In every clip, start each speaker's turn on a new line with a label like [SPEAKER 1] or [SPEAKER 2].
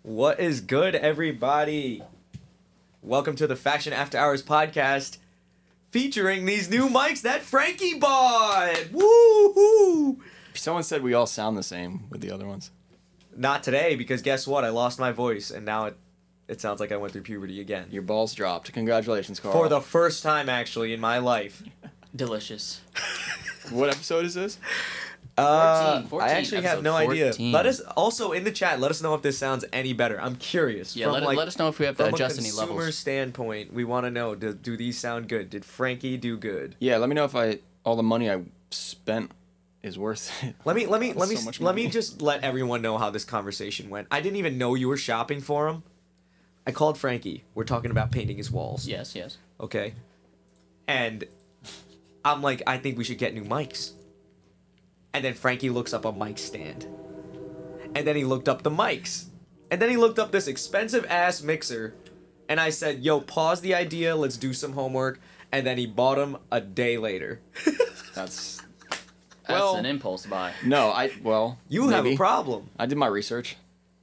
[SPEAKER 1] What is good, everybody? Welcome to the Fashion After Hours podcast featuring these new mics that Frankie bought. Woo-hoo!
[SPEAKER 2] Someone said we all sound the same with the other ones.
[SPEAKER 1] Not today, because guess what? I lost my voice, and now it, it sounds like I went through puberty again.
[SPEAKER 2] Your balls dropped. Congratulations, Carl.
[SPEAKER 1] For the first time, actually, in my life.
[SPEAKER 3] Delicious.
[SPEAKER 2] what episode is this?
[SPEAKER 1] Uh,
[SPEAKER 3] 14, 14,
[SPEAKER 1] I actually have
[SPEAKER 3] episode
[SPEAKER 1] no idea.
[SPEAKER 3] 14.
[SPEAKER 1] Let us also in the chat. Let us know if this sounds any better. I'm curious.
[SPEAKER 3] Yeah,
[SPEAKER 1] From,
[SPEAKER 3] let,
[SPEAKER 1] like,
[SPEAKER 3] let us know if we have to
[SPEAKER 1] From
[SPEAKER 3] adjust
[SPEAKER 1] a
[SPEAKER 3] any
[SPEAKER 1] consumer
[SPEAKER 3] levels.
[SPEAKER 1] standpoint, we want to know: do, do these sound good? Did Frankie do good?
[SPEAKER 2] Yeah, let me know if I all the money I spent is worth it.
[SPEAKER 1] Let me let me let me
[SPEAKER 2] so much
[SPEAKER 1] let me
[SPEAKER 2] money.
[SPEAKER 1] just let everyone know how this conversation went. I didn't even know you were shopping for him. I called Frankie. We're talking about painting his walls.
[SPEAKER 3] Yes, yes.
[SPEAKER 1] Okay. And I'm like, I think we should get new mics. And then Frankie looks up a mic stand. And then he looked up the mics. And then he looked up this expensive ass mixer. And I said, yo, pause the idea. Let's do some homework. And then he bought him a day later.
[SPEAKER 2] That's
[SPEAKER 3] That's
[SPEAKER 2] Well-
[SPEAKER 3] an impulse buy.
[SPEAKER 2] no, I well.
[SPEAKER 1] You have a
[SPEAKER 2] maybe.
[SPEAKER 1] problem.
[SPEAKER 2] I did my research.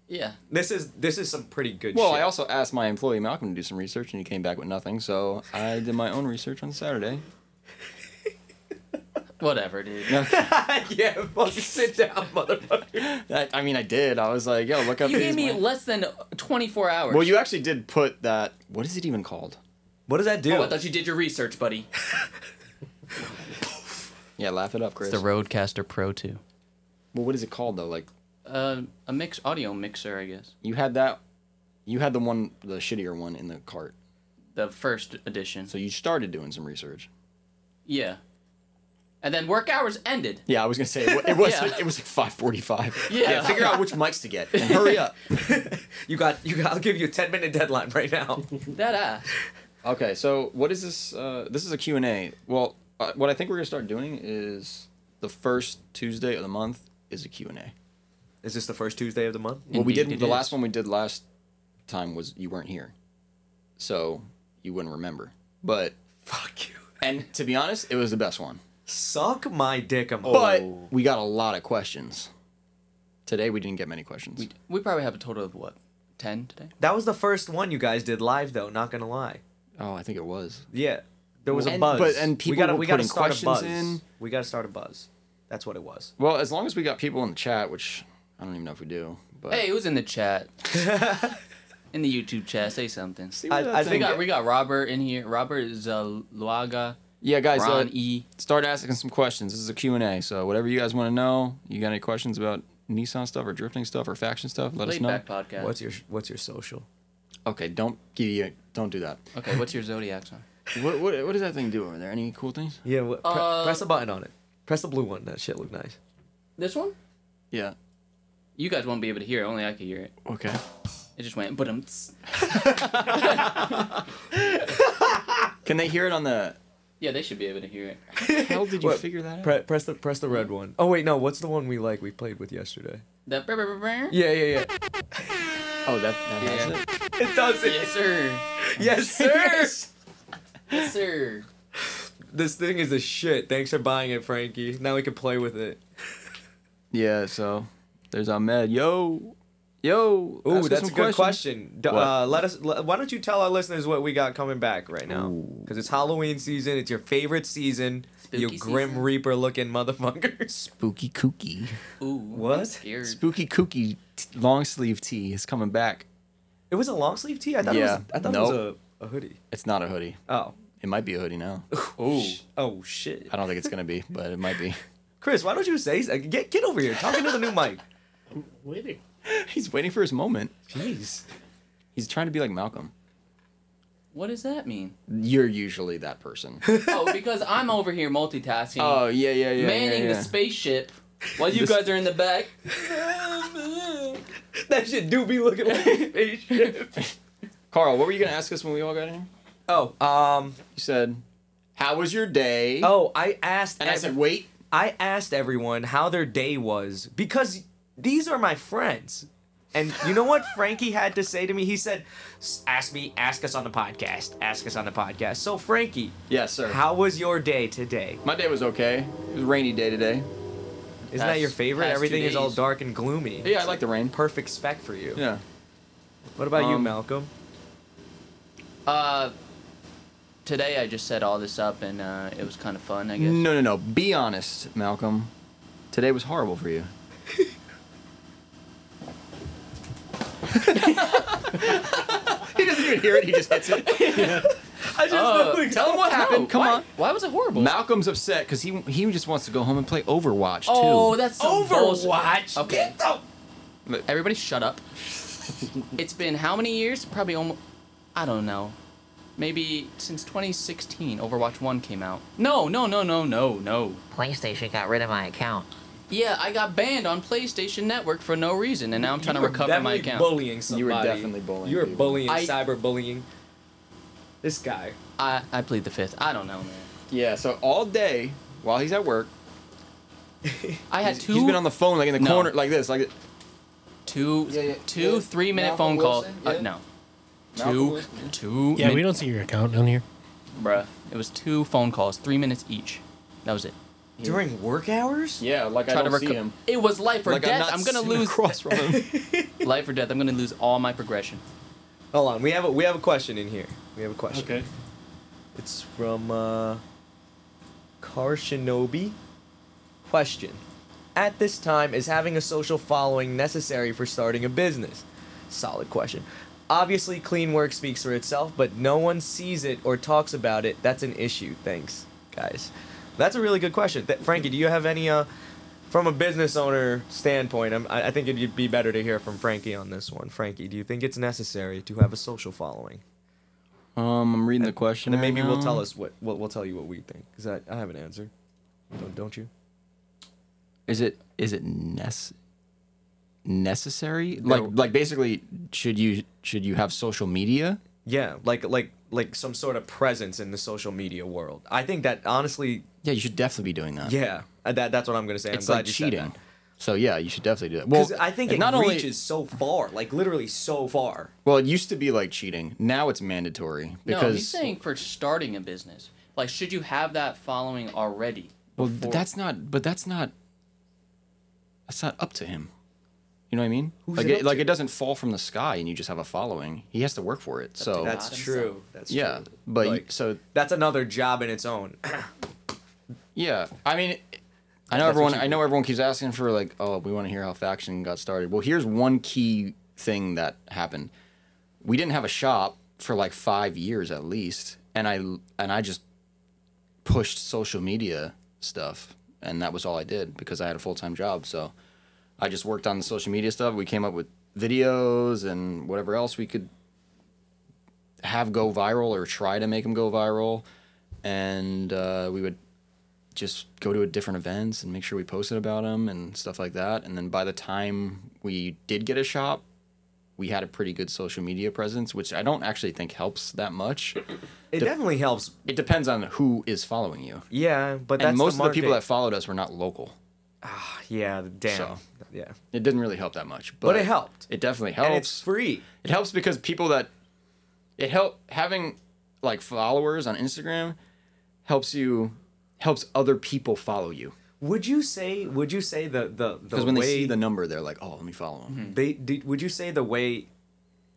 [SPEAKER 3] Yeah.
[SPEAKER 1] This is this is some pretty good
[SPEAKER 2] Well,
[SPEAKER 1] shit.
[SPEAKER 2] I also asked my employee Malcolm to do some research, and he came back with nothing. So I did my own research on Saturday.
[SPEAKER 3] Whatever, dude.
[SPEAKER 2] No,
[SPEAKER 1] yeah, fucking sit down, motherfucker.
[SPEAKER 2] that, I mean, I did. I was like, yo, look up.
[SPEAKER 3] You
[SPEAKER 2] these
[SPEAKER 3] gave me
[SPEAKER 2] mon-
[SPEAKER 3] less than 24 hours.
[SPEAKER 2] well, you actually did put that. What is it even called?
[SPEAKER 1] What does that do?
[SPEAKER 3] Oh, I thought you did your research, buddy.
[SPEAKER 2] Yeah, laugh it up, Chris.
[SPEAKER 3] Rodecaster Pro 2.
[SPEAKER 2] well, what is it called though? Like
[SPEAKER 3] Uh, a mix audio mixer, I guess.
[SPEAKER 2] you had that. You had the one, the shittier one, in the cart.
[SPEAKER 3] The first edition.
[SPEAKER 2] So you started doing some research.
[SPEAKER 3] yeah. And then work hours ended.
[SPEAKER 2] Yeah, I was gonna say it, wa- it was
[SPEAKER 3] Yeah.
[SPEAKER 2] it was like five forty five.
[SPEAKER 3] Yeah.
[SPEAKER 2] figure out which mics to get and hurry up.
[SPEAKER 1] you got you got I'll give you a 10 minute deadline right now.
[SPEAKER 3] That ass.
[SPEAKER 2] okay, so what is this? Uh, this is a Q and A. Well, uh, what I think we're gonna start doing is the first Tuesday of the month is a Q and A.
[SPEAKER 1] Is this the first Tuesday of the month?
[SPEAKER 2] What we
[SPEAKER 3] Indeed,
[SPEAKER 2] did
[SPEAKER 3] it
[SPEAKER 2] the
[SPEAKER 3] is.
[SPEAKER 2] last one we did last time was you weren't here, so you wouldn't remember. But
[SPEAKER 1] Fuck you.
[SPEAKER 2] and to be honest, it was the best one.
[SPEAKER 1] Suck my dick, I'm
[SPEAKER 2] But we got a lot of questions. Today we didn't get many questions.
[SPEAKER 3] We probably have a total of what? 10 today?
[SPEAKER 1] that was the first one you guys did live, though. Not gonna lie.
[SPEAKER 2] oh, I think it was.
[SPEAKER 1] Yeah, there was a
[SPEAKER 2] And-
[SPEAKER 1] buzz.
[SPEAKER 2] but- and people
[SPEAKER 1] we gotta,
[SPEAKER 2] were
[SPEAKER 1] we gotta
[SPEAKER 2] putting
[SPEAKER 1] start a
[SPEAKER 2] questions
[SPEAKER 1] buzz.
[SPEAKER 2] in.
[SPEAKER 1] We gotta start a buzz. That's what it was.
[SPEAKER 2] Well, as long as we got people in the chat, which I don't even know if we do. But
[SPEAKER 3] Hey, it was in the chat. in the YouTube chat. Say something.
[SPEAKER 1] I- I
[SPEAKER 3] We
[SPEAKER 1] think-
[SPEAKER 3] got, we got Robert in here. Robert is uh, Luaga.
[SPEAKER 2] yeah, guys, uh,
[SPEAKER 3] Ron E.
[SPEAKER 2] start asking some questions. This is a Q&A, so whatever you guys want to know, you got any questions about Nissan stuff or drifting stuff or faction stuff, let us
[SPEAKER 3] Laid
[SPEAKER 2] know.
[SPEAKER 3] back podcast.
[SPEAKER 1] What's your What's your social?
[SPEAKER 2] Okay, don't give you don't do that.
[SPEAKER 3] Okay, what's your zodiac sign?
[SPEAKER 2] what, what what does that thing do over there? Any cool things?
[SPEAKER 1] Yeah, what, pre-
[SPEAKER 3] Uh,
[SPEAKER 1] press a button on it. Press the blue one. That shit look nice.
[SPEAKER 3] This one?
[SPEAKER 2] Yeah.
[SPEAKER 3] You guys won't be able to hear it. Only I could hear it.
[SPEAKER 2] Okay.
[SPEAKER 3] It just went. But um.
[SPEAKER 2] Can they hear it on the
[SPEAKER 3] Yeah, they should be able to hear it.
[SPEAKER 2] How did you
[SPEAKER 1] What?
[SPEAKER 2] figure that out?
[SPEAKER 1] Pre- press the Press the red one. Oh wait, no. What's the one we like? We played with yesterday.
[SPEAKER 3] That. brr, brr, brr, brr.
[SPEAKER 1] Yeah, yeah, yeah.
[SPEAKER 2] oh, that, that has
[SPEAKER 3] Yeah.
[SPEAKER 2] it.
[SPEAKER 1] It does it.
[SPEAKER 3] Yes, sir.
[SPEAKER 1] Yes, sir.
[SPEAKER 3] Yes. Yes, sir.
[SPEAKER 1] This thing is the shit. Thanks for buying it, Frankie. Now we can play with it.
[SPEAKER 2] Yeah, so there's Ahmed. Yo. Yo. ask
[SPEAKER 1] Ooh,
[SPEAKER 2] us
[SPEAKER 1] that's
[SPEAKER 2] some
[SPEAKER 1] a good
[SPEAKER 2] questions.
[SPEAKER 1] question. D-
[SPEAKER 2] What?
[SPEAKER 1] Uh, let us. le- why don't you tell our listeners what we got coming back right now? Because it's Halloween season. It's your favorite season. you
[SPEAKER 3] Spooky
[SPEAKER 1] grim
[SPEAKER 3] season.
[SPEAKER 1] reaper looking motherfuckers.
[SPEAKER 2] Spooky kooky.
[SPEAKER 3] Ooh.
[SPEAKER 1] What?
[SPEAKER 3] I'm scared.
[SPEAKER 2] Spooky kooky t- long sleeve tee is coming back.
[SPEAKER 1] It was a long sleeve tee. I thought it was.
[SPEAKER 2] Yeah.
[SPEAKER 1] I thought it was
[SPEAKER 2] Nope.
[SPEAKER 1] a, a hoodie.
[SPEAKER 2] It's not a hoodie.
[SPEAKER 1] Oh.
[SPEAKER 2] It might be a hoodie now.
[SPEAKER 1] Oh. Oh shit.
[SPEAKER 2] I don't think it's gonna be, but it might be.
[SPEAKER 1] Chris, why don't you say? s- Get get over here. Talking to the new mic.
[SPEAKER 4] Waiting.
[SPEAKER 2] He's waiting for his moment.
[SPEAKER 1] Jeez.
[SPEAKER 2] He's trying to be like Malcolm.
[SPEAKER 3] What does that mean?
[SPEAKER 2] You're usually that person.
[SPEAKER 3] Oh, because I'm over here multitasking,
[SPEAKER 2] oh yeah, yeah, yeah.
[SPEAKER 3] manning
[SPEAKER 2] yeah, yeah.
[SPEAKER 3] the spaceship, while you
[SPEAKER 2] This-
[SPEAKER 3] guys are in the back.
[SPEAKER 1] That shit do be looking like a spaceship.
[SPEAKER 2] Carl, what were you gonna ask us when we all got in here?
[SPEAKER 1] Oh. Um.
[SPEAKER 2] You said, "How was your day?"
[SPEAKER 1] Oh, I asked.
[SPEAKER 2] and I
[SPEAKER 1] every-
[SPEAKER 2] said, "Wait."
[SPEAKER 1] I asked everyone how their day was because these are my friends. And you know what Frankie had to say to me? He said, "S- "Ask me, ask us on the podcast, ask us on the podcast." So Frankie,
[SPEAKER 2] Yes, sir.
[SPEAKER 1] how was your day today?
[SPEAKER 2] My day was okay. It was a rainy day today.
[SPEAKER 1] Isn't that your
[SPEAKER 3] Past-
[SPEAKER 1] favorite?
[SPEAKER 3] past two
[SPEAKER 1] Everything is all
[SPEAKER 3] days.
[SPEAKER 1] dark and gloomy.
[SPEAKER 2] Yeah, I like the rain.
[SPEAKER 1] Perfect spec for you.
[SPEAKER 2] Yeah.
[SPEAKER 1] What about you,
[SPEAKER 2] Um,
[SPEAKER 1] Malcolm?
[SPEAKER 3] Uh, today I just set all this up and uh, it was kind of fun. I guess.
[SPEAKER 2] No, no, no. Be honest, Malcolm. Today was horrible for you. he doesn't even hear it. He just hits it.
[SPEAKER 1] I just
[SPEAKER 3] Oh,
[SPEAKER 2] uh, Tell him what happened.
[SPEAKER 3] No,
[SPEAKER 2] Come
[SPEAKER 3] why-
[SPEAKER 2] on.
[SPEAKER 3] Why was it horrible?
[SPEAKER 2] Malcolm's upset because he he just wants to go home and play Overwatch too.
[SPEAKER 3] oh, that's some bullshit.
[SPEAKER 1] Overwatch.
[SPEAKER 3] Okay.
[SPEAKER 1] Get the-
[SPEAKER 3] Everybody, shut up. it's been how many years? Probably almost. I don't know. Maybe since 2016, Overwatch 1 came out. No, no, no, no, no, no.
[SPEAKER 4] PlayStation got rid of my account.
[SPEAKER 3] Yeah, I got banned on PlayStation Network for no reason, and now I'm trying
[SPEAKER 1] You
[SPEAKER 3] to
[SPEAKER 1] were
[SPEAKER 3] recover my
[SPEAKER 1] definitely
[SPEAKER 3] account.
[SPEAKER 1] Bullying somebody.
[SPEAKER 2] You were definitely bullying
[SPEAKER 1] You were
[SPEAKER 2] people.
[SPEAKER 1] bullying,
[SPEAKER 3] I-
[SPEAKER 1] cyberbullying. This guy.
[SPEAKER 3] I, I plead the fifth. I don't know, man.
[SPEAKER 2] yeah. So all day while he's at work,
[SPEAKER 3] I had
[SPEAKER 2] he's-
[SPEAKER 3] two,
[SPEAKER 2] he's been on the phone like in the
[SPEAKER 3] No.
[SPEAKER 2] corner like this, like it-
[SPEAKER 3] two,
[SPEAKER 2] Yeah, yeah,
[SPEAKER 3] two
[SPEAKER 2] yeah.
[SPEAKER 3] three-minute
[SPEAKER 2] Malcolm
[SPEAKER 3] phone calls.
[SPEAKER 2] Wilson,
[SPEAKER 3] Uh,
[SPEAKER 2] yeah.
[SPEAKER 3] no,
[SPEAKER 2] Malcolm
[SPEAKER 3] two,
[SPEAKER 2] Wilson, yeah.
[SPEAKER 3] two.
[SPEAKER 5] Yeah,
[SPEAKER 3] min-
[SPEAKER 5] we don't see your account down here.
[SPEAKER 3] Bruh, it was two phone calls, three minutes each. That was it.
[SPEAKER 1] During work hours?
[SPEAKER 2] Yeah, like I
[SPEAKER 3] Try
[SPEAKER 2] don't
[SPEAKER 3] to
[SPEAKER 2] see
[SPEAKER 3] reco-
[SPEAKER 2] him.
[SPEAKER 3] It was life or
[SPEAKER 2] Like I'm
[SPEAKER 3] death.
[SPEAKER 2] not
[SPEAKER 3] I'm, gonna
[SPEAKER 2] sitting
[SPEAKER 3] lose
[SPEAKER 2] across from him.
[SPEAKER 3] life or death. I'm gonna lose all my progression.
[SPEAKER 1] Hold on. We have a we have a question in here. We have a question. It's from uh, Car Shinobi. Question: At this time, is having a social following necessary for starting a business? Solid question. Obviously, clean work speaks for itself, but no one sees it or talks about it. That's an issue. Thanks, guys. That's a really good question. Th- Frankie, do you have any uh, from a business owner standpoint? I'm, I I think it'd be better to hear from Frankie on this one. Frankie, do you think it's necessary to have a social following?
[SPEAKER 2] Um, I'm reading the question.
[SPEAKER 1] And then
[SPEAKER 2] right
[SPEAKER 1] maybe we'll
[SPEAKER 2] now.
[SPEAKER 1] tell us what we'll, we'll tell you what we think. Cause I, I have an answer. Don't, don't you?
[SPEAKER 2] Is it is it nece- necessary?
[SPEAKER 1] No.
[SPEAKER 2] Like like basically, should you should you have social media?
[SPEAKER 1] Yeah, like like like some sort of presence in the social media world. I think that honestly,
[SPEAKER 2] Yeah, you should definitely be doing that.
[SPEAKER 1] yeah, uh, that that's what I'm gonna say. I'm
[SPEAKER 2] it's
[SPEAKER 1] glad
[SPEAKER 2] like
[SPEAKER 1] you said
[SPEAKER 2] cheating.
[SPEAKER 1] that.
[SPEAKER 2] So yeah, you should definitely do that. Well,
[SPEAKER 1] 'Cause I think
[SPEAKER 2] and
[SPEAKER 1] it
[SPEAKER 2] not only-
[SPEAKER 1] reaches so far, like literally so far.
[SPEAKER 2] well, it used to be like cheating. Now it's mandatory because
[SPEAKER 3] no, he's saying for starting a business. Like, should you have that following already?
[SPEAKER 2] well,
[SPEAKER 3] before-
[SPEAKER 2] that's not. But that's not. That's not up to him. You know what I mean?
[SPEAKER 1] Who's
[SPEAKER 2] like
[SPEAKER 1] it up
[SPEAKER 2] like
[SPEAKER 1] to?
[SPEAKER 2] it doesn't fall from the sky and you just have a following. He has to work for it. So
[SPEAKER 1] That's
[SPEAKER 3] God
[SPEAKER 1] true.
[SPEAKER 3] himself.
[SPEAKER 1] That's
[SPEAKER 2] Oh, yeah,
[SPEAKER 1] true.
[SPEAKER 2] but you-
[SPEAKER 1] Like,
[SPEAKER 2] so
[SPEAKER 1] that's another job in its own.
[SPEAKER 2] Yeah, I mean, I know
[SPEAKER 1] what
[SPEAKER 2] everyone.
[SPEAKER 1] you
[SPEAKER 2] I know everyone keeps asking for like, oh, we want to hear how faction got started. Well, here's one key thing that happened. We didn't have a shop for like five years at least, and I and I just pushed social media stuff, and that was all I did because I had a full time job. So I just worked on the social media stuff. We came up with videos and whatever else we could have go viral or try to make them go viral, and uh, we would just go to different events and make sure we posted about them and stuff like that. And then by the time we did get a shop, we had a pretty good social media presence, which I don't actually think helps that much.
[SPEAKER 1] It definitely helps.
[SPEAKER 2] It depends on who is following you.
[SPEAKER 1] Yeah, but that's
[SPEAKER 2] And most
[SPEAKER 1] the
[SPEAKER 2] of the people that
[SPEAKER 1] market.
[SPEAKER 2] followed us were not local.
[SPEAKER 1] yeah, damn,
[SPEAKER 2] So.
[SPEAKER 1] yeah,
[SPEAKER 2] It didn't really help that much, but,
[SPEAKER 1] But it helped.
[SPEAKER 2] It definitely helps.
[SPEAKER 1] and it's free.
[SPEAKER 2] It helps because people that it help having like followers on Instagram helps you helps other people follow you
[SPEAKER 1] Would you say? Would you say the the the
[SPEAKER 2] because when
[SPEAKER 1] way
[SPEAKER 2] they see the number, they're like, "Oh, let me follow them."
[SPEAKER 1] they did, would you say the way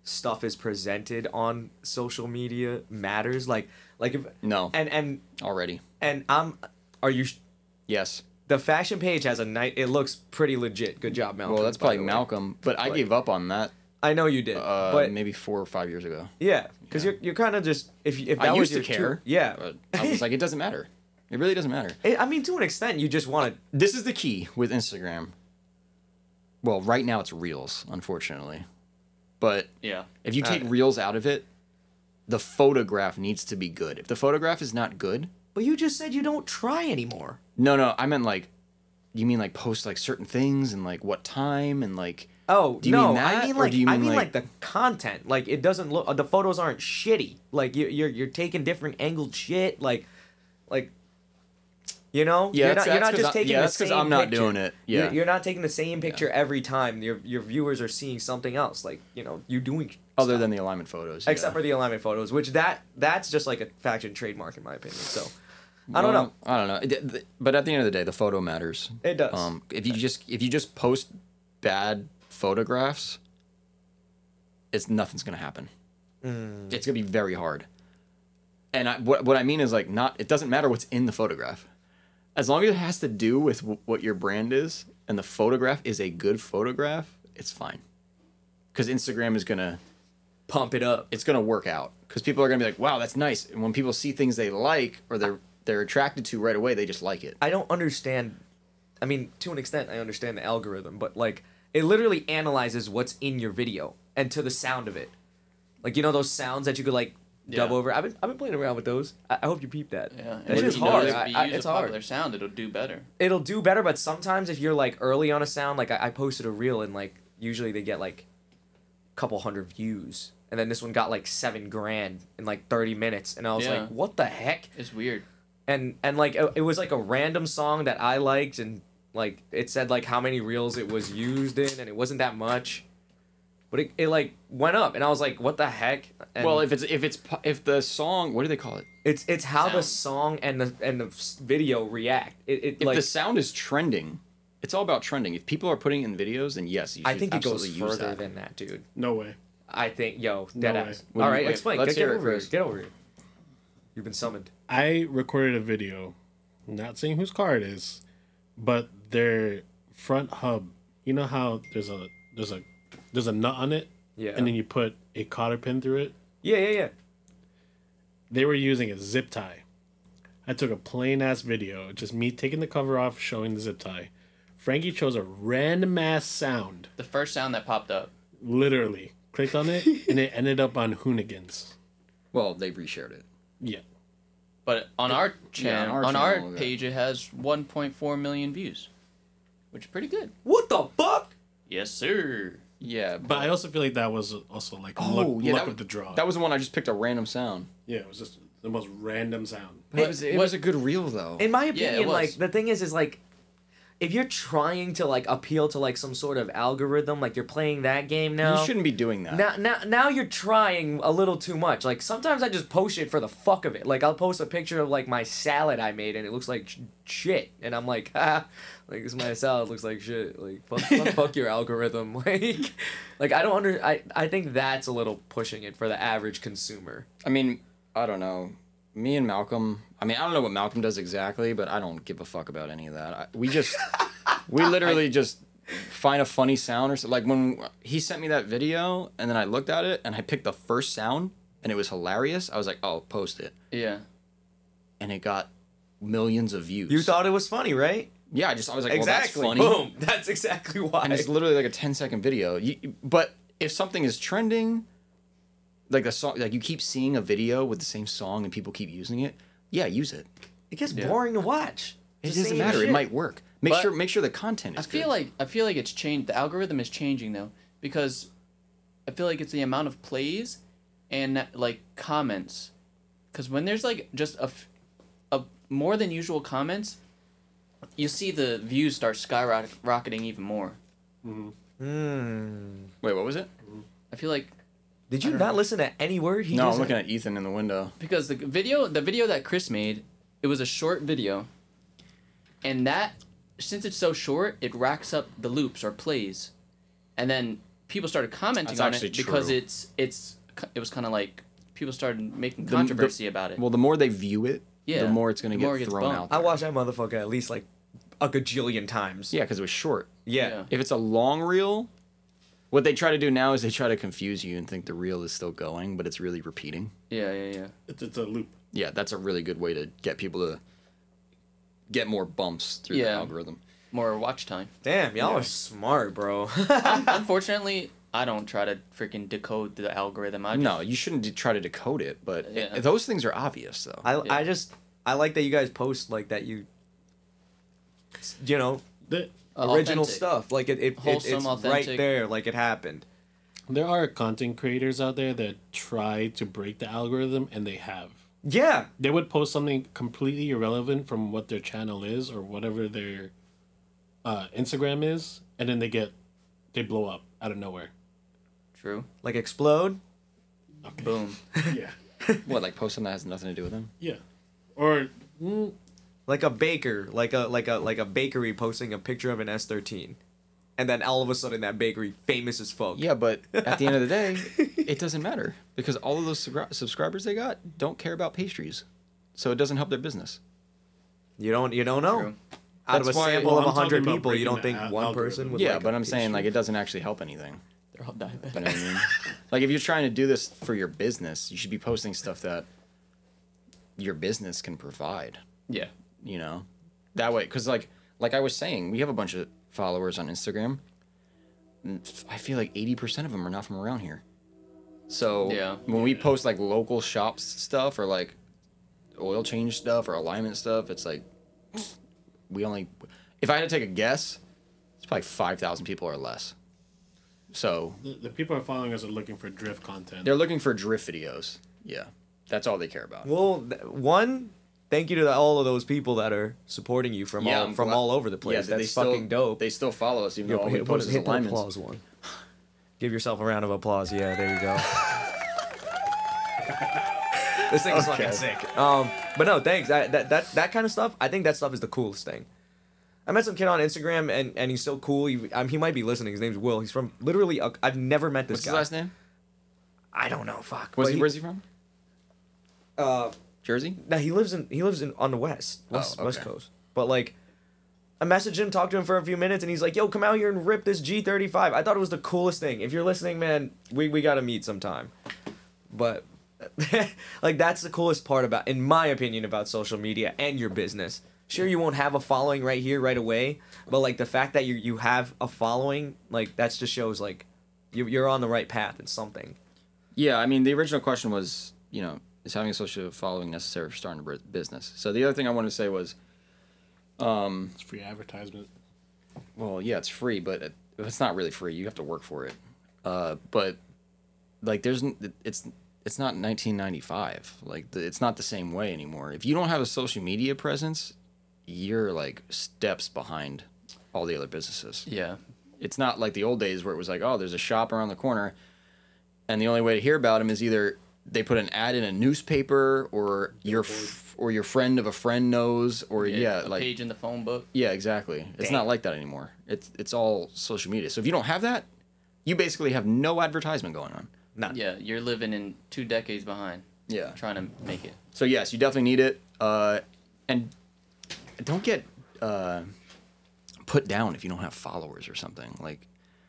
[SPEAKER 1] stuff is presented on social media matters like like if
[SPEAKER 2] No.
[SPEAKER 1] and and
[SPEAKER 2] already.
[SPEAKER 1] and i'm are you sh-
[SPEAKER 2] Yes.
[SPEAKER 1] the fashion page has a night it looks pretty legit good job malcolm
[SPEAKER 2] Well, that's
[SPEAKER 1] by
[SPEAKER 2] probably
[SPEAKER 1] the way.
[SPEAKER 2] Malcolm, but I gave up on that
[SPEAKER 1] i know you did
[SPEAKER 2] uh,
[SPEAKER 1] but
[SPEAKER 2] maybe four or five years ago.
[SPEAKER 1] yeah because you're, you're kind of just if, you- if that
[SPEAKER 2] I
[SPEAKER 1] was
[SPEAKER 2] used to
[SPEAKER 1] your
[SPEAKER 2] care.
[SPEAKER 1] tool- yeah
[SPEAKER 2] but I was like, it doesn't matter. It really doesn't matter.
[SPEAKER 1] It- i mean to an extent you just want to
[SPEAKER 2] This is the key with Instagram. Well, right now it's Reels, unfortunately, but
[SPEAKER 3] Yeah.
[SPEAKER 2] if you take Reels out of it, the photograph needs to be good. If the photograph is not good,
[SPEAKER 1] but you just said you don't try anymore
[SPEAKER 2] no, no, I meant like, you mean like post like certain things and like what time and like.
[SPEAKER 1] Oh
[SPEAKER 2] do you
[SPEAKER 1] no!
[SPEAKER 2] mean that,
[SPEAKER 1] I mean
[SPEAKER 2] or
[SPEAKER 1] like
[SPEAKER 2] do you
[SPEAKER 1] I
[SPEAKER 2] mean,
[SPEAKER 1] mean like, the
[SPEAKER 2] like-
[SPEAKER 1] content. Like it doesn't look. uh, The photos aren't shitty. Like you, you're you're taking different angled shit. Like, like, you know.
[SPEAKER 2] Yeah,
[SPEAKER 1] you're
[SPEAKER 2] that's-
[SPEAKER 1] not, you're
[SPEAKER 2] that's
[SPEAKER 1] not
[SPEAKER 2] 'cause
[SPEAKER 1] just
[SPEAKER 2] I-
[SPEAKER 1] taking.
[SPEAKER 2] yeah,
[SPEAKER 1] the
[SPEAKER 2] that's 'cause
[SPEAKER 1] same
[SPEAKER 2] I'm not
[SPEAKER 1] picture.
[SPEAKER 2] doing it.
[SPEAKER 1] You're-
[SPEAKER 2] Yeah.
[SPEAKER 1] you're, not taking the same picture every time. Your your viewers are seeing something else. Like you know, you doing
[SPEAKER 2] Other than the alignment photos,
[SPEAKER 1] except for the alignment photos, which that that's just like a faction trademark in my opinion. So, I don't
[SPEAKER 2] Well,
[SPEAKER 1] know.
[SPEAKER 2] I don't know. Th- th- But at the end of the day, the photo matters.
[SPEAKER 1] It does.
[SPEAKER 2] Um, if you just if you just post bad photographs, it's nothing's gonna happen.
[SPEAKER 1] Hmm.
[SPEAKER 2] It's gonna be very hard. And I, what what I mean is like not it doesn't matter what's in the photograph, as long as it has to do with w- what your brand is and the photograph is a good photograph, it's fine. Because Instagram is gonna
[SPEAKER 1] Pump it up.
[SPEAKER 2] it's gonna work out because people are gonna be like, wow, that's nice. And when people see things they like or they're they're attracted to right away, they just like it.
[SPEAKER 1] I don't understand. I mean, to an extent, I understand the algorithm, but like, it literally analyzes what's in your video and to the sound of it. Like, you know those sounds that you could like dub
[SPEAKER 3] Yeah.
[SPEAKER 1] over. I've been, I've been playing around with those. I, I hope you peep that.
[SPEAKER 3] Yeah, and
[SPEAKER 1] that
[SPEAKER 3] if
[SPEAKER 1] shit's
[SPEAKER 3] you know
[SPEAKER 1] hard.
[SPEAKER 3] If you
[SPEAKER 1] I-
[SPEAKER 3] use
[SPEAKER 1] I-
[SPEAKER 3] a
[SPEAKER 1] it's
[SPEAKER 3] popular
[SPEAKER 1] hard.
[SPEAKER 3] sound, it'll do better.
[SPEAKER 1] It'll do better, but sometimes if you're like early on a sound, like I, I posted a reel and like usually they get like a couple hundred views, and then this one got like seven grand in like thirty minutes, and I was
[SPEAKER 3] Yeah.
[SPEAKER 1] like, what the heck?
[SPEAKER 3] It's weird.
[SPEAKER 1] and and like it it was like a random song that I liked and like it said like how many reels it was used in and it wasn't that much but it, it like went up and I was like what the heck and
[SPEAKER 2] well, if it's if it's po- if the song, what do they call it?
[SPEAKER 1] it's it's how the
[SPEAKER 3] Sound.
[SPEAKER 1] song and the and the s- video react it, it
[SPEAKER 2] If
[SPEAKER 1] like
[SPEAKER 2] the sound is trending, it's all about trending. If people are putting in videos, then yes, you should
[SPEAKER 1] I think it goes
[SPEAKER 2] absolutely use
[SPEAKER 1] further
[SPEAKER 2] that.
[SPEAKER 1] than that dude
[SPEAKER 5] No way.
[SPEAKER 1] I think yo
[SPEAKER 5] No
[SPEAKER 1] dead
[SPEAKER 5] way.
[SPEAKER 1] ass
[SPEAKER 2] Wait,
[SPEAKER 1] all right
[SPEAKER 2] wait,
[SPEAKER 1] explain
[SPEAKER 2] let's
[SPEAKER 1] get, get
[SPEAKER 2] hear it
[SPEAKER 1] over here
[SPEAKER 2] first.
[SPEAKER 1] get over here you've been summoned
[SPEAKER 5] I recorded a video, not saying whose car it is, but their front hub. You know how there's a there's a there's a nut on it,
[SPEAKER 1] yeah
[SPEAKER 5] and then you put a cotter pin through it.
[SPEAKER 1] yeah yeah yeah
[SPEAKER 5] They were using a zip tie. I took a plain ass video, just me taking the cover off, showing the zip tie. Frankie chose a random ass sound,
[SPEAKER 3] The first sound that popped up.
[SPEAKER 5] literally. Clicked on it, and it ended up on Hoonigans.
[SPEAKER 2] Well, they've reshared it.
[SPEAKER 5] Yeah.
[SPEAKER 3] But on our
[SPEAKER 2] yeah, on
[SPEAKER 3] channel,
[SPEAKER 2] our
[SPEAKER 3] on our,
[SPEAKER 2] channel, yeah.
[SPEAKER 3] page, it has 1.4 million views, which is pretty good.
[SPEAKER 1] what the fuck
[SPEAKER 3] Yes, sir.
[SPEAKER 2] Yeah,
[SPEAKER 5] But I also feel like that was also like luck,
[SPEAKER 2] Oh, yeah,
[SPEAKER 5] luck
[SPEAKER 2] that,
[SPEAKER 5] of the draw.
[SPEAKER 2] That was the one I just picked a random sound.
[SPEAKER 5] yeah, it was just the most random sound.
[SPEAKER 2] But it was, it
[SPEAKER 3] what-
[SPEAKER 2] was a good reel though.
[SPEAKER 1] in my
[SPEAKER 3] Yeah, it
[SPEAKER 1] opinion like
[SPEAKER 3] was.
[SPEAKER 1] the thing is is like if you're trying to like appeal to like some sort of algorithm like you're playing that game now
[SPEAKER 2] you shouldn't be doing that.
[SPEAKER 1] now, now, now you're trying a little too much. Like sometimes I just post shit for the fuck of it. Like I'll post a picture of like my salad I made and it looks like sh- shit, and I'm like, ah, like this my salad looks like shit. Like fuck, fuck, fuck your algorithm. Like, like I don't under. I I think that's a little pushing it for the average consumer.
[SPEAKER 2] I mean, I don't know. Me and Malcolm. I mean, I don't know what Malcolm does exactly, but I don't give a fuck about any of that. I, we just, we literally just find a funny sound or something. Like when he sent me that video, and then I looked at it, and I picked the first sound, and it was hilarious. I was like, "Oh, post it,"
[SPEAKER 3] Yeah.
[SPEAKER 2] and it got millions of views.
[SPEAKER 1] You thought it was funny, right?
[SPEAKER 2] Yeah, I just I was like,
[SPEAKER 1] exactly.
[SPEAKER 2] "Well, that's funny."
[SPEAKER 1] Boom. That's exactly why.
[SPEAKER 2] and it's literally like a 10 second video you, but if something is trending like the song like you keep seeing a video with the same song and people keep using it yeah use it
[SPEAKER 1] It gets boring to watch.
[SPEAKER 2] it
[SPEAKER 1] Just
[SPEAKER 2] doesn't
[SPEAKER 1] same
[SPEAKER 2] matter
[SPEAKER 1] shit.
[SPEAKER 2] it might work make
[SPEAKER 3] But-
[SPEAKER 2] sure make sure the content
[SPEAKER 3] I
[SPEAKER 2] is
[SPEAKER 3] feel
[SPEAKER 2] good.
[SPEAKER 3] like I feel like it's changed. The algorithm is changing though, because I feel like it's the amount of plays and like comments. Because when there's like just a, f- a more than usual comments, you see the views start skyrocketing even more.
[SPEAKER 2] wait what was it
[SPEAKER 3] I feel like
[SPEAKER 1] Did you not listen to any word he
[SPEAKER 2] no i'm
[SPEAKER 1] just-
[SPEAKER 2] looking at ethan in the window
[SPEAKER 3] because the video the video that Chris made, it was a short video. And that since it's so short, it racks up the loops or plays. And then people started commenting
[SPEAKER 2] That's
[SPEAKER 3] on
[SPEAKER 2] actually
[SPEAKER 3] it because
[SPEAKER 2] true.
[SPEAKER 3] it's it's it was kind of like people started making controversy about it.
[SPEAKER 2] well the more they view it
[SPEAKER 3] Yeah,
[SPEAKER 2] the more it's going
[SPEAKER 3] the
[SPEAKER 2] to
[SPEAKER 3] more it
[SPEAKER 2] get
[SPEAKER 3] gets
[SPEAKER 2] thrown
[SPEAKER 3] bumped.
[SPEAKER 2] out
[SPEAKER 1] I
[SPEAKER 2] there.
[SPEAKER 1] watched that motherfucker at least like a gajillion times.
[SPEAKER 2] yeah because it was short
[SPEAKER 1] Yeah.
[SPEAKER 3] Yeah.
[SPEAKER 2] if it's a long reel what they try to do now is they try to confuse you and think the reel is still going but it's really repeating
[SPEAKER 3] yeah, yeah, yeah.
[SPEAKER 5] It's, it's a loop.
[SPEAKER 2] yeah, that's a really good way to get people to get more bumps through the
[SPEAKER 3] Yeah.
[SPEAKER 2] algorithm.
[SPEAKER 3] More watch time.
[SPEAKER 1] Damn, y'all are smart, bro.
[SPEAKER 3] Unfortunately, I don't try to freaking decode the algorithm. I just,
[SPEAKER 2] No, you shouldn't de- try to decode it, but it-
[SPEAKER 3] Yeah.
[SPEAKER 2] those things are obvious though.
[SPEAKER 1] I I just I like that you guys post like that you you know,
[SPEAKER 5] The,
[SPEAKER 1] original
[SPEAKER 3] Authentic.
[SPEAKER 1] stuff. Like it, it, it-
[SPEAKER 3] Wholesome,
[SPEAKER 1] it's right
[SPEAKER 3] authentic.
[SPEAKER 1] there like it happened.
[SPEAKER 5] there are content creators out there that try to break the algorithm, and they have.
[SPEAKER 1] Yeah.
[SPEAKER 5] They would post something completely irrelevant from what their channel is or whatever their uh, Instagram is, and then they get they blow up out of nowhere.
[SPEAKER 3] True.
[SPEAKER 1] Like explode.
[SPEAKER 3] Boom.
[SPEAKER 5] yeah,
[SPEAKER 2] what like post something that has nothing to do with them?
[SPEAKER 5] yeah, or mm,
[SPEAKER 1] Like a baker, like a like a like a bakery posting a picture of an S thirteen. and then all of a sudden that bakery famous as fuck.
[SPEAKER 2] Yeah, but at the end of the day, it doesn't matter because all of those subscri- subscribers they got don't care about pastries, so it doesn't help their business.
[SPEAKER 1] You don't you don't know.
[SPEAKER 3] True.
[SPEAKER 1] Out of a
[SPEAKER 2] That's why-
[SPEAKER 1] sample
[SPEAKER 2] well,
[SPEAKER 1] of
[SPEAKER 5] I'm
[SPEAKER 1] of hundred
[SPEAKER 5] talking about
[SPEAKER 1] people, you don't
[SPEAKER 5] breaking
[SPEAKER 1] think
[SPEAKER 5] the
[SPEAKER 1] one
[SPEAKER 5] algorithm.
[SPEAKER 1] person would.
[SPEAKER 2] yeah,
[SPEAKER 1] like
[SPEAKER 2] but
[SPEAKER 1] a
[SPEAKER 2] I'm saying
[SPEAKER 1] pastry?
[SPEAKER 2] like it doesn't actually help anything.
[SPEAKER 3] They're all diabetic.
[SPEAKER 2] You know what I mean? like if you're trying to do this for your business, you should be posting stuff that your business can provide.
[SPEAKER 3] Yeah.
[SPEAKER 2] you know that way because like like i was saying we have a bunch of followers on instagram And i feel like 80% of them are not from around here so
[SPEAKER 3] Yeah.
[SPEAKER 2] when we post like local shops stuff or like oil change stuff or alignment stuff it's like we only if i had to take a guess it's probably 5000 people or less so
[SPEAKER 5] The, the people are following us are looking for drift content.
[SPEAKER 2] they're looking for drift videos yeah that's all they care about
[SPEAKER 1] Well, th- one, thank you to the- all of those people that are supporting you from all
[SPEAKER 2] I'm
[SPEAKER 1] from
[SPEAKER 2] glad-
[SPEAKER 1] all over the
[SPEAKER 2] Yeah,
[SPEAKER 1] place.
[SPEAKER 2] that they
[SPEAKER 1] That's
[SPEAKER 2] still-
[SPEAKER 1] fucking dope.
[SPEAKER 2] They still follow us, even
[SPEAKER 1] Yo,
[SPEAKER 2] though all we
[SPEAKER 1] hit,
[SPEAKER 2] post is
[SPEAKER 1] hit the
[SPEAKER 2] alignments.
[SPEAKER 1] applause one. Give yourself a round of applause. Yeah, there you go. this thing is fucking
[SPEAKER 2] Okay.
[SPEAKER 1] sick. Um, but no, thanks. I, that that that kind of stuff. I think that stuff is the coolest thing. I met some kid on Instagram and, and he's so cool. He, um, he might be listening. His name's Will. He's from literally. i I've never met this
[SPEAKER 2] What's
[SPEAKER 1] guy.
[SPEAKER 2] his last name?
[SPEAKER 1] I don't know. Fuck.
[SPEAKER 2] Was
[SPEAKER 1] But
[SPEAKER 2] he, where's he from?
[SPEAKER 1] Uh,
[SPEAKER 2] Jersey?
[SPEAKER 1] Now he lives in he lives in on the west west,
[SPEAKER 2] Oh,
[SPEAKER 1] west
[SPEAKER 2] okay.
[SPEAKER 1] coast. But like, I messaged him, talked to him for a few minutes, and he's like, "Yo, come out here and rip this G thirty five. I thought it was the coolest thing. If you're listening, man, we we gotta meet sometime. But like that's the coolest part about, in my opinion, about social media and your business. Sure, you won't have a following right here right away, but like the fact that you you have a following, like that's just shows like you you're on the right path in something.
[SPEAKER 2] Yeah, I mean, the original question was, you know, is having a social following necessary for starting a br- business? So the other thing I wanted to say was,
[SPEAKER 5] It's free advertisement.
[SPEAKER 2] well, yeah, it's free, but it- it's not really free. You have to work for it. Uh, but like, there's n- it's it's not 1995. Like, the, it's not the same way anymore. If you don't have a social media presence, you're like steps behind all the other businesses.
[SPEAKER 3] Yeah.
[SPEAKER 2] it's not like the old days where it was like, oh, there's a shop around the corner, and the only way to hear about them is either they put an ad in a newspaper or your f- or your friend of a friend knows or yeah,
[SPEAKER 3] a
[SPEAKER 2] like
[SPEAKER 3] page in the phone book.
[SPEAKER 2] yeah, exactly. It's not like that anymore. It's it's all social media. So if you don't have that, you basically have no advertisement going on.
[SPEAKER 1] Not
[SPEAKER 3] Yeah, you're living in two decades behind.
[SPEAKER 2] Yeah.
[SPEAKER 3] Trying to make it.
[SPEAKER 2] So yes, you definitely need it. Uh, and don't get uh, put down if you don't have followers or something like.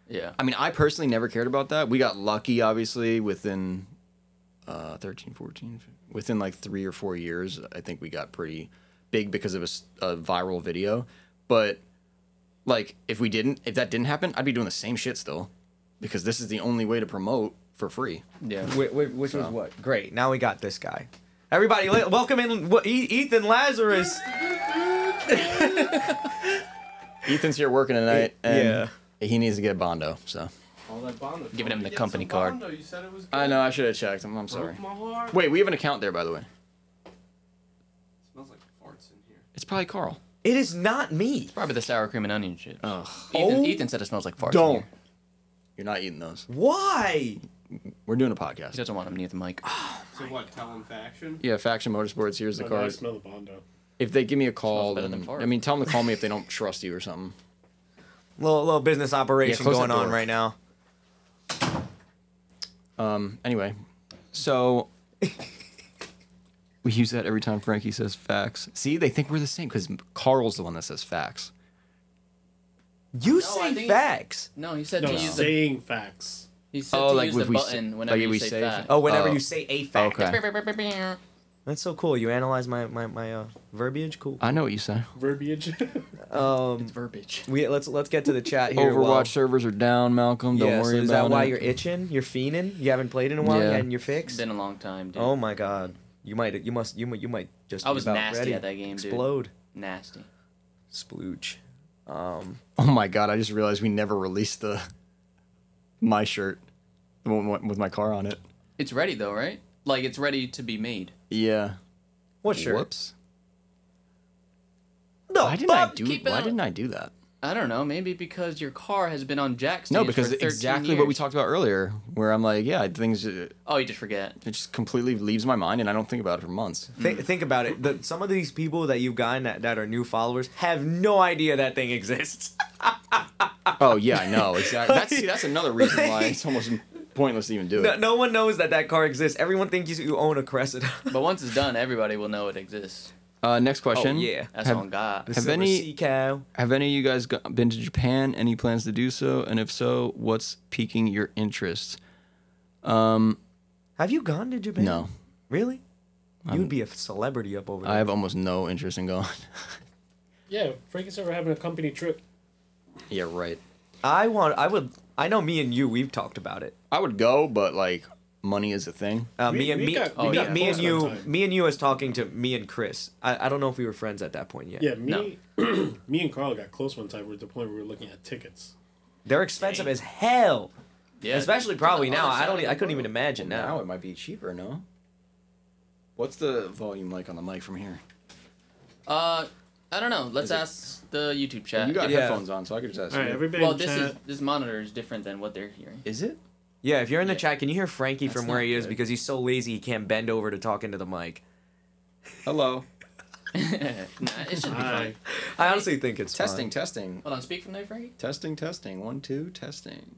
[SPEAKER 3] Yeah.
[SPEAKER 2] I mean, I personally never cared about that. We got lucky, obviously, within uh, 13, 14, within like three or four years. I think we got pretty big because of a, s- a viral video. But like, if we didn't, if that didn't happen, I'd be doing the same shit still because this is the only way to promote for free.
[SPEAKER 3] Yeah.
[SPEAKER 1] Wh- wh- which was what? Great. Now we got this guy. Everybody, le- welcome in wh- E- Ethan Lazarus.
[SPEAKER 2] Ethan's here working tonight. And
[SPEAKER 1] Yeah.
[SPEAKER 2] He needs to get Bondo. So
[SPEAKER 3] Giving him the company card.
[SPEAKER 2] I know I should have checked him. I'm sorry. Wait, we have an account there, by the way.
[SPEAKER 6] Smells like farts in here.
[SPEAKER 2] It's probably Carl.
[SPEAKER 1] It is not me.
[SPEAKER 3] Probably the sour cream and onion shit.
[SPEAKER 2] Ugh.
[SPEAKER 3] Ethan,
[SPEAKER 1] Oh.
[SPEAKER 3] Ethan said it smells like farts. in
[SPEAKER 2] Don't.
[SPEAKER 3] here.
[SPEAKER 2] You're not eating those.
[SPEAKER 1] Why?
[SPEAKER 2] We're doing a
[SPEAKER 3] He
[SPEAKER 2] podcast.
[SPEAKER 3] doesn't want him near the mic.
[SPEAKER 2] Ah.
[SPEAKER 6] So what? Tell him faction.
[SPEAKER 2] Yeah, Faction Motorsports. Here's the
[SPEAKER 5] Oh, now I
[SPEAKER 2] card.
[SPEAKER 5] smell the Bondo.
[SPEAKER 2] If they give me a call,
[SPEAKER 3] Smells better
[SPEAKER 2] then,
[SPEAKER 3] than fart.
[SPEAKER 2] I mean, tell them to call me if they don't trust you or something.
[SPEAKER 1] Little little business operation
[SPEAKER 2] Yeah, close
[SPEAKER 1] going
[SPEAKER 2] that
[SPEAKER 1] on
[SPEAKER 2] door.
[SPEAKER 1] right now.
[SPEAKER 2] Anyway, so we use that every time Frankie says facts. See, they think we're the same because Carl's the one that says facts.
[SPEAKER 1] You
[SPEAKER 3] No, I
[SPEAKER 1] say
[SPEAKER 3] think-
[SPEAKER 1] facts.
[SPEAKER 3] No, he said
[SPEAKER 5] No,
[SPEAKER 3] to use the,
[SPEAKER 5] saying facts.
[SPEAKER 3] he said
[SPEAKER 2] Oh,
[SPEAKER 3] to
[SPEAKER 2] like
[SPEAKER 3] use
[SPEAKER 2] if
[SPEAKER 3] the
[SPEAKER 2] we say-
[SPEAKER 3] button whenever
[SPEAKER 2] like if
[SPEAKER 3] you
[SPEAKER 2] we
[SPEAKER 3] say
[SPEAKER 2] say
[SPEAKER 3] fat.
[SPEAKER 1] Oh, whenever
[SPEAKER 2] Oh.
[SPEAKER 1] you say a fact.
[SPEAKER 2] Okay,
[SPEAKER 1] That's so cool. You analyze my my my uh, verbiage. Cool.
[SPEAKER 2] I know what you say.
[SPEAKER 5] Verbiage.
[SPEAKER 1] Um,
[SPEAKER 3] It's verbiage.
[SPEAKER 1] we let's let's get to the chat here.
[SPEAKER 2] Overwatch
[SPEAKER 1] while-
[SPEAKER 2] servers are down, Malcolm. Don't
[SPEAKER 1] yeah.
[SPEAKER 2] worry
[SPEAKER 1] so is
[SPEAKER 2] about
[SPEAKER 1] that why
[SPEAKER 2] it.
[SPEAKER 1] you're itching? You're fiending. You haven't played in a while,
[SPEAKER 2] Yeah.
[SPEAKER 1] yet and you're
[SPEAKER 3] It's
[SPEAKER 1] fixed.
[SPEAKER 3] been a long time, dude.
[SPEAKER 1] Oh my god. You might. You must. You might. You might just.
[SPEAKER 3] I
[SPEAKER 1] be
[SPEAKER 3] was
[SPEAKER 1] about
[SPEAKER 3] nasty
[SPEAKER 1] ready.
[SPEAKER 3] at that game, dude.
[SPEAKER 1] Explode.
[SPEAKER 3] Nasty.
[SPEAKER 1] Splooge. Um.
[SPEAKER 2] oh my god! I just realized we never released the my shirt, the one with my car on it.
[SPEAKER 3] It's ready though, right? Like it's ready to be made.
[SPEAKER 2] Yeah.
[SPEAKER 1] What shirt?
[SPEAKER 2] Whoops.
[SPEAKER 1] No.
[SPEAKER 2] Why didn't I
[SPEAKER 1] fuck.
[SPEAKER 2] do?
[SPEAKER 3] keep it
[SPEAKER 2] Why
[SPEAKER 3] on-
[SPEAKER 2] didn't I do that?
[SPEAKER 3] I don't know. Maybe because your car has been on jack stands
[SPEAKER 2] No, because
[SPEAKER 3] for 13
[SPEAKER 2] exactly what we
[SPEAKER 3] years.
[SPEAKER 2] talked about earlier, where I'm like, yeah, things uh,
[SPEAKER 3] Oh, you just forget.
[SPEAKER 2] it just completely leaves my mind, and I don't think about it for months.
[SPEAKER 1] Think, think about it. The, some of these people that you've gotten that, that are new followers have no idea that thing exists.
[SPEAKER 2] Oh yeah, I know exactly. That's see, that's another reason why it's almost pointless to even do
[SPEAKER 1] No,
[SPEAKER 2] it.
[SPEAKER 1] no one knows that that car exists. Everyone thinks you own a Cressida.
[SPEAKER 3] But once it's done, everybody will know it exists.
[SPEAKER 2] Uh, next question.
[SPEAKER 1] Oh, yeah.
[SPEAKER 3] That's
[SPEAKER 2] Have-
[SPEAKER 3] all on God.
[SPEAKER 2] Have any-
[SPEAKER 1] sea cow?
[SPEAKER 2] Have any of you guys go- been to Japan? Any plans to do so? And if so, what's piquing your interest?
[SPEAKER 1] Have you gone to Japan?
[SPEAKER 2] No,
[SPEAKER 1] Really? You'd be a celebrity up over there.
[SPEAKER 2] I have almost no interest in going.
[SPEAKER 5] Yeah, Frank and Sarah are having a company trip.
[SPEAKER 2] yeah, right.
[SPEAKER 1] I want. I would. I know. Me and you. We've talked about it.
[SPEAKER 2] I would go, but like money is a thing.
[SPEAKER 1] Uh,
[SPEAKER 5] We-
[SPEAKER 1] me and
[SPEAKER 5] we
[SPEAKER 1] me.
[SPEAKER 5] got-
[SPEAKER 1] me,
[SPEAKER 3] we got
[SPEAKER 1] me
[SPEAKER 5] close
[SPEAKER 1] and you.
[SPEAKER 5] one time.
[SPEAKER 1] Me and you as talking to me and Chris. I, I don't know if we were friends at that point yet.
[SPEAKER 5] Yeah, me, me and Carl got close one time. We were at the point where we were looking at tickets.
[SPEAKER 1] They're expensive as hell.
[SPEAKER 3] Yeah.
[SPEAKER 1] Especially probably
[SPEAKER 3] the
[SPEAKER 1] now.
[SPEAKER 3] other
[SPEAKER 1] I don't.
[SPEAKER 3] side
[SPEAKER 1] e-
[SPEAKER 3] of
[SPEAKER 1] I
[SPEAKER 3] the
[SPEAKER 1] couldn't even imagine now.
[SPEAKER 2] it might be cheaper, no? What's the volume like on the mic from here?
[SPEAKER 3] Uh, I don't know. Let's ask the YouTube chat.
[SPEAKER 2] You got
[SPEAKER 1] Yeah.
[SPEAKER 2] headphones on, so I could just ask.
[SPEAKER 5] All right,
[SPEAKER 2] you.
[SPEAKER 5] everybody.
[SPEAKER 3] well,
[SPEAKER 5] in the
[SPEAKER 3] this
[SPEAKER 5] chat.
[SPEAKER 3] is this monitor is different than what they're hearing.
[SPEAKER 2] Is it?
[SPEAKER 1] Yeah. If you're in the
[SPEAKER 3] Yeah.
[SPEAKER 1] chat, can you hear Frankie from
[SPEAKER 2] That's
[SPEAKER 1] where
[SPEAKER 2] not
[SPEAKER 1] he is
[SPEAKER 2] good.
[SPEAKER 1] because he's so lazy he can't bend over to talk into the mic.
[SPEAKER 2] Hello.
[SPEAKER 3] nah, it should be fine.
[SPEAKER 5] Hi.
[SPEAKER 1] I honestly think it's
[SPEAKER 2] Testing,
[SPEAKER 1] fine.
[SPEAKER 2] testing,
[SPEAKER 3] Hold on, speak from there, Frankie.
[SPEAKER 2] testing, testing. One, two, testing.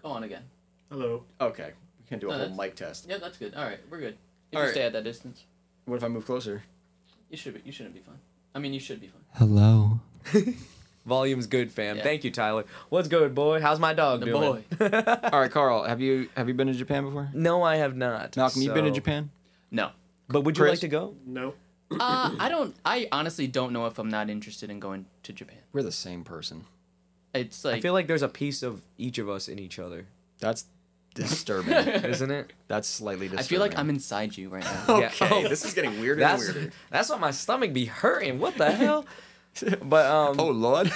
[SPEAKER 3] Go on again.
[SPEAKER 5] Hello.
[SPEAKER 2] Okay, we can do a
[SPEAKER 3] No,
[SPEAKER 2] whole
[SPEAKER 3] that's-
[SPEAKER 2] mic test.
[SPEAKER 3] Yeah, that's good. All right, we're good. If
[SPEAKER 2] All
[SPEAKER 3] you
[SPEAKER 2] right.
[SPEAKER 3] stay at that distance,
[SPEAKER 2] What if I move closer?
[SPEAKER 3] you should be, you shouldn't be fine. I mean, you should be fine.
[SPEAKER 2] Hello.
[SPEAKER 1] Volume's good, fam.
[SPEAKER 3] Yeah.
[SPEAKER 1] Thank you, Tyler. What's good, boy? How's my dog
[SPEAKER 3] The
[SPEAKER 1] doing?
[SPEAKER 2] All right, Carl. Have you have you been to Japan before?
[SPEAKER 1] No, I have not.
[SPEAKER 2] Malcolm, you've been to
[SPEAKER 1] so-
[SPEAKER 2] Japan.
[SPEAKER 3] No.
[SPEAKER 1] But would you
[SPEAKER 2] Chris?
[SPEAKER 1] like to go?
[SPEAKER 5] No.
[SPEAKER 3] Uh, I don't. I honestly don't know if I'm not interested in going to Japan.
[SPEAKER 2] We're the same person.
[SPEAKER 3] It's like
[SPEAKER 1] I feel like there's a piece of each of us in each other,
[SPEAKER 2] That's disturbing.
[SPEAKER 1] isn't it?
[SPEAKER 2] that's slightly disturbing.
[SPEAKER 3] I feel like I'm inside you right now.
[SPEAKER 1] Yeah.
[SPEAKER 2] Okay,
[SPEAKER 1] Oh,
[SPEAKER 2] this is getting weirder and
[SPEAKER 1] that's
[SPEAKER 2] weirder.
[SPEAKER 1] that's why my stomach be hurting. What the hell? But um,
[SPEAKER 2] Oh lord.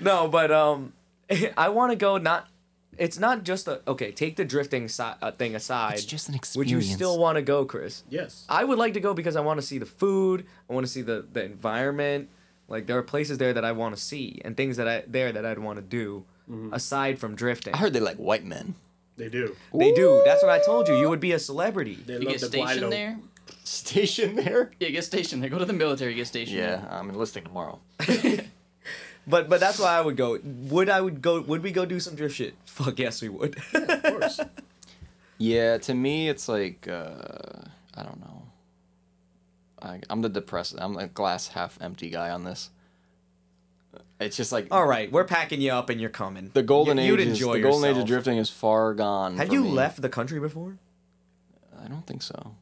[SPEAKER 1] no, but um, I want to go. Not, it's not just a okay. Take the drifting si- uh, thing aside.
[SPEAKER 2] It's just an
[SPEAKER 1] Would you still
[SPEAKER 2] experience.
[SPEAKER 1] want to go, Chris?
[SPEAKER 5] Yes.
[SPEAKER 3] Uh,
[SPEAKER 1] I would like to go because I want to see the food. I want to see the the environment. Like there are places there that I want to see and things that I there that I'd want to do aside from drifting.
[SPEAKER 2] I heard they like white men.
[SPEAKER 5] They do.
[SPEAKER 1] They do. That's what I told you. You would be a celebrity.
[SPEAKER 5] They
[SPEAKER 3] You
[SPEAKER 5] love
[SPEAKER 3] get
[SPEAKER 5] the
[SPEAKER 3] stationed
[SPEAKER 5] Guido.
[SPEAKER 3] there.
[SPEAKER 2] Station there.
[SPEAKER 3] Yeah, get stationed there. Go to the military. Get stationed.
[SPEAKER 2] Yeah, I'm enlisting tomorrow.
[SPEAKER 1] But but that's why I would go. Would I would go? Would we go do some drift shit? Fuck yes, we would.
[SPEAKER 5] Of course.
[SPEAKER 2] Yeah, to me it's like uh, I don't know. I, I'm the depressed. I'm a glass half empty guy on this. It's just like
[SPEAKER 1] All right, we're packing you up and you're coming.
[SPEAKER 2] the golden
[SPEAKER 1] You-
[SPEAKER 2] age.
[SPEAKER 1] you'd
[SPEAKER 2] is-
[SPEAKER 1] enjoy
[SPEAKER 2] the golden age of
[SPEAKER 1] yourself.
[SPEAKER 2] drifting is far gone.
[SPEAKER 1] Have
[SPEAKER 2] for
[SPEAKER 1] you
[SPEAKER 2] me.
[SPEAKER 1] left the country before?
[SPEAKER 2] I don't think so.